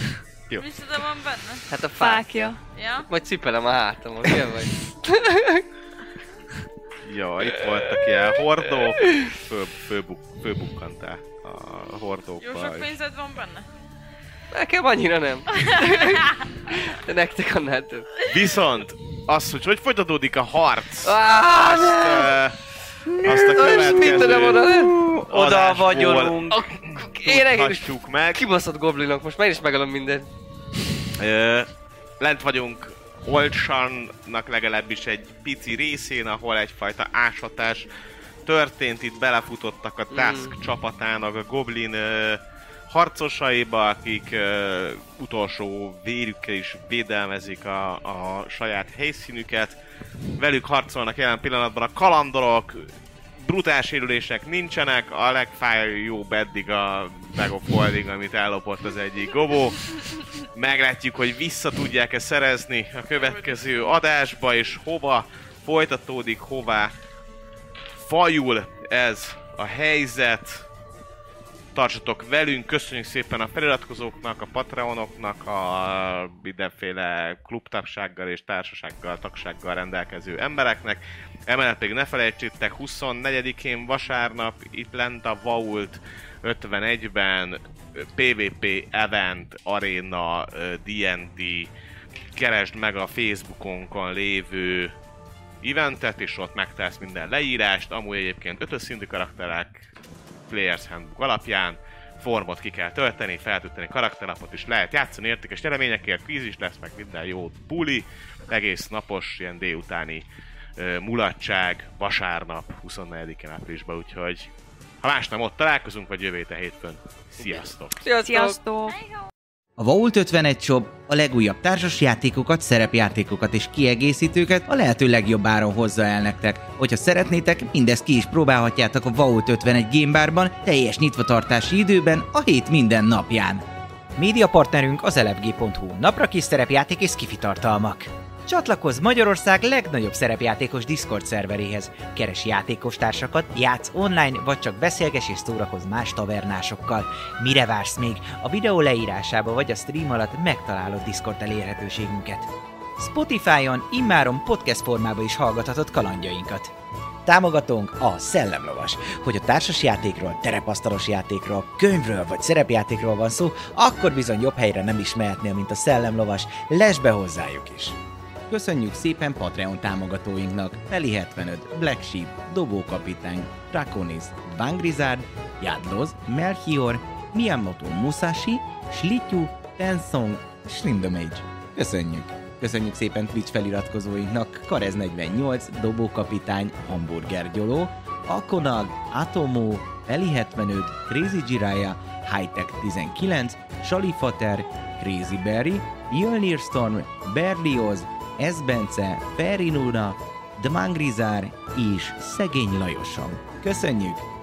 B: Jó.
F: Micsoda van benne?
D: hát a fák.
C: Fákja.
F: Ja?
D: Majd cipelem a hátamon, ilyen vagy.
B: Ja, itt voltak ilyen hordók, föl, fölbuk, fölbukkantál a hordókba.
F: Jó sok
B: és-
F: pénzed van benne?
D: Nekem annyira nem. De nektek annál több.
B: Viszont az, hogy hogy folytatódik a harc,
D: Ah,
B: azt, ö, azt a
D: és mit tudom oda
B: következő
D: lenni?
E: Oda
B: adásból
E: vagyunk.
D: Én
B: tudhatjuk meg.
D: kibaszott goblinok, most már is megalom mindent.
B: Ö, lent vagyunk Olcsannak legalábbis egy pici részén, ahol egyfajta ásatás történt, itt belefutottak a Task csapatának a Goblin ö, harcosaiba, akik ö, utolsó vérükkel is védelmezik a, a saját helyszínüket. Velük harcolnak jelen pillanatban a kalandorok, brutál sérülések nincsenek, a legfájóbb eddig a Bag of Holding, amit ellopott az egyik gobó. Meglátjuk, hogy vissza tudják-e szerezni a következő adásba, és hova folytatódik, hová fajul ez a helyzet. Tartsatok velünk, köszönjük szépen a feliratkozóknak, a patreonoknak, a mindenféle klubtagsággal és társasággal, tagsággal rendelkező embereknek. Emellett pedig ne felejtsétek, 24-én vasárnap itt lent a Vault 51-ben ö, PvP Event Arena ö, D&D keresd meg a Facebookonkon lévő eventet, és ott megtalálsz minden leírást, amúgy egyébként ötös szintű karakterek Players Handbook alapján formot ki kell tölteni, feltölteni karakterlapot is lehet játszani értékes nyereményekért, kvíz is lesz, meg minden jó buli, egész napos, ilyen délutáni ö, mulatság, vasárnap, 24-én áprilisban, úgyhogy ha más nem, ott találkozunk, vagy jövő héten hétfőn. Sziasztok!
D: Sziasztok!
C: Sziasztok!
A: A Vault 51 Shop a legújabb társasjátékokat, szerepjátékokat és kiegészítőket a lehető legjobb áron hozza el nektek. Hogyha szeretnétek, mindezt ki is próbálhatjátok a Vault 51 Gamebarban teljes nyitvatartási időben a hét minden napján.
G: Média partnerünk az elefg.hu, napra kis szerepjáték és skifi tartalmak. Csatlakozz Magyarország legnagyobb szerepjátékos Discord szerveréhez. Keres játékostársakat, játsz online, vagy csak beszélges és szórakozz más tavernásokkal. Mire vársz még? A videó leírásába vagy a stream alatt megtalálod Discord elérhetőségünket. Spotify-on immáron podcast formában is hallgathatod kalandjainkat. Támogatónk a Szellemlovas. Hogy a társas játékról, terepasztalos játékról, könyvről vagy szerepjátékról van szó, akkor bizony jobb helyre nem is mehetnél, mint a Szellemlovas. Lesz be hozzájuk is!
A: Köszönjük szépen Patreon támogatóinknak Feli 75, Black Sheep, Dobókapitány, Draconis, Vangrizard, Jadloz, Melchior, Miyamoto Musashi, Slityu, Tensong, Slimdomage. Köszönjük! Köszönjük szépen Twitch feliratkozóinknak Karez 48, Dobókapitány, Hamburger Gyoló, Akonag, Atomó, Eli 75, Crazy Jiraya, Hightech 19, Salifater, Crazy Berry, Jölnir Storm, Berlioz, S. Bence, Ferinuna, Dmangrizár és Szegény Lajosom. Köszönjük!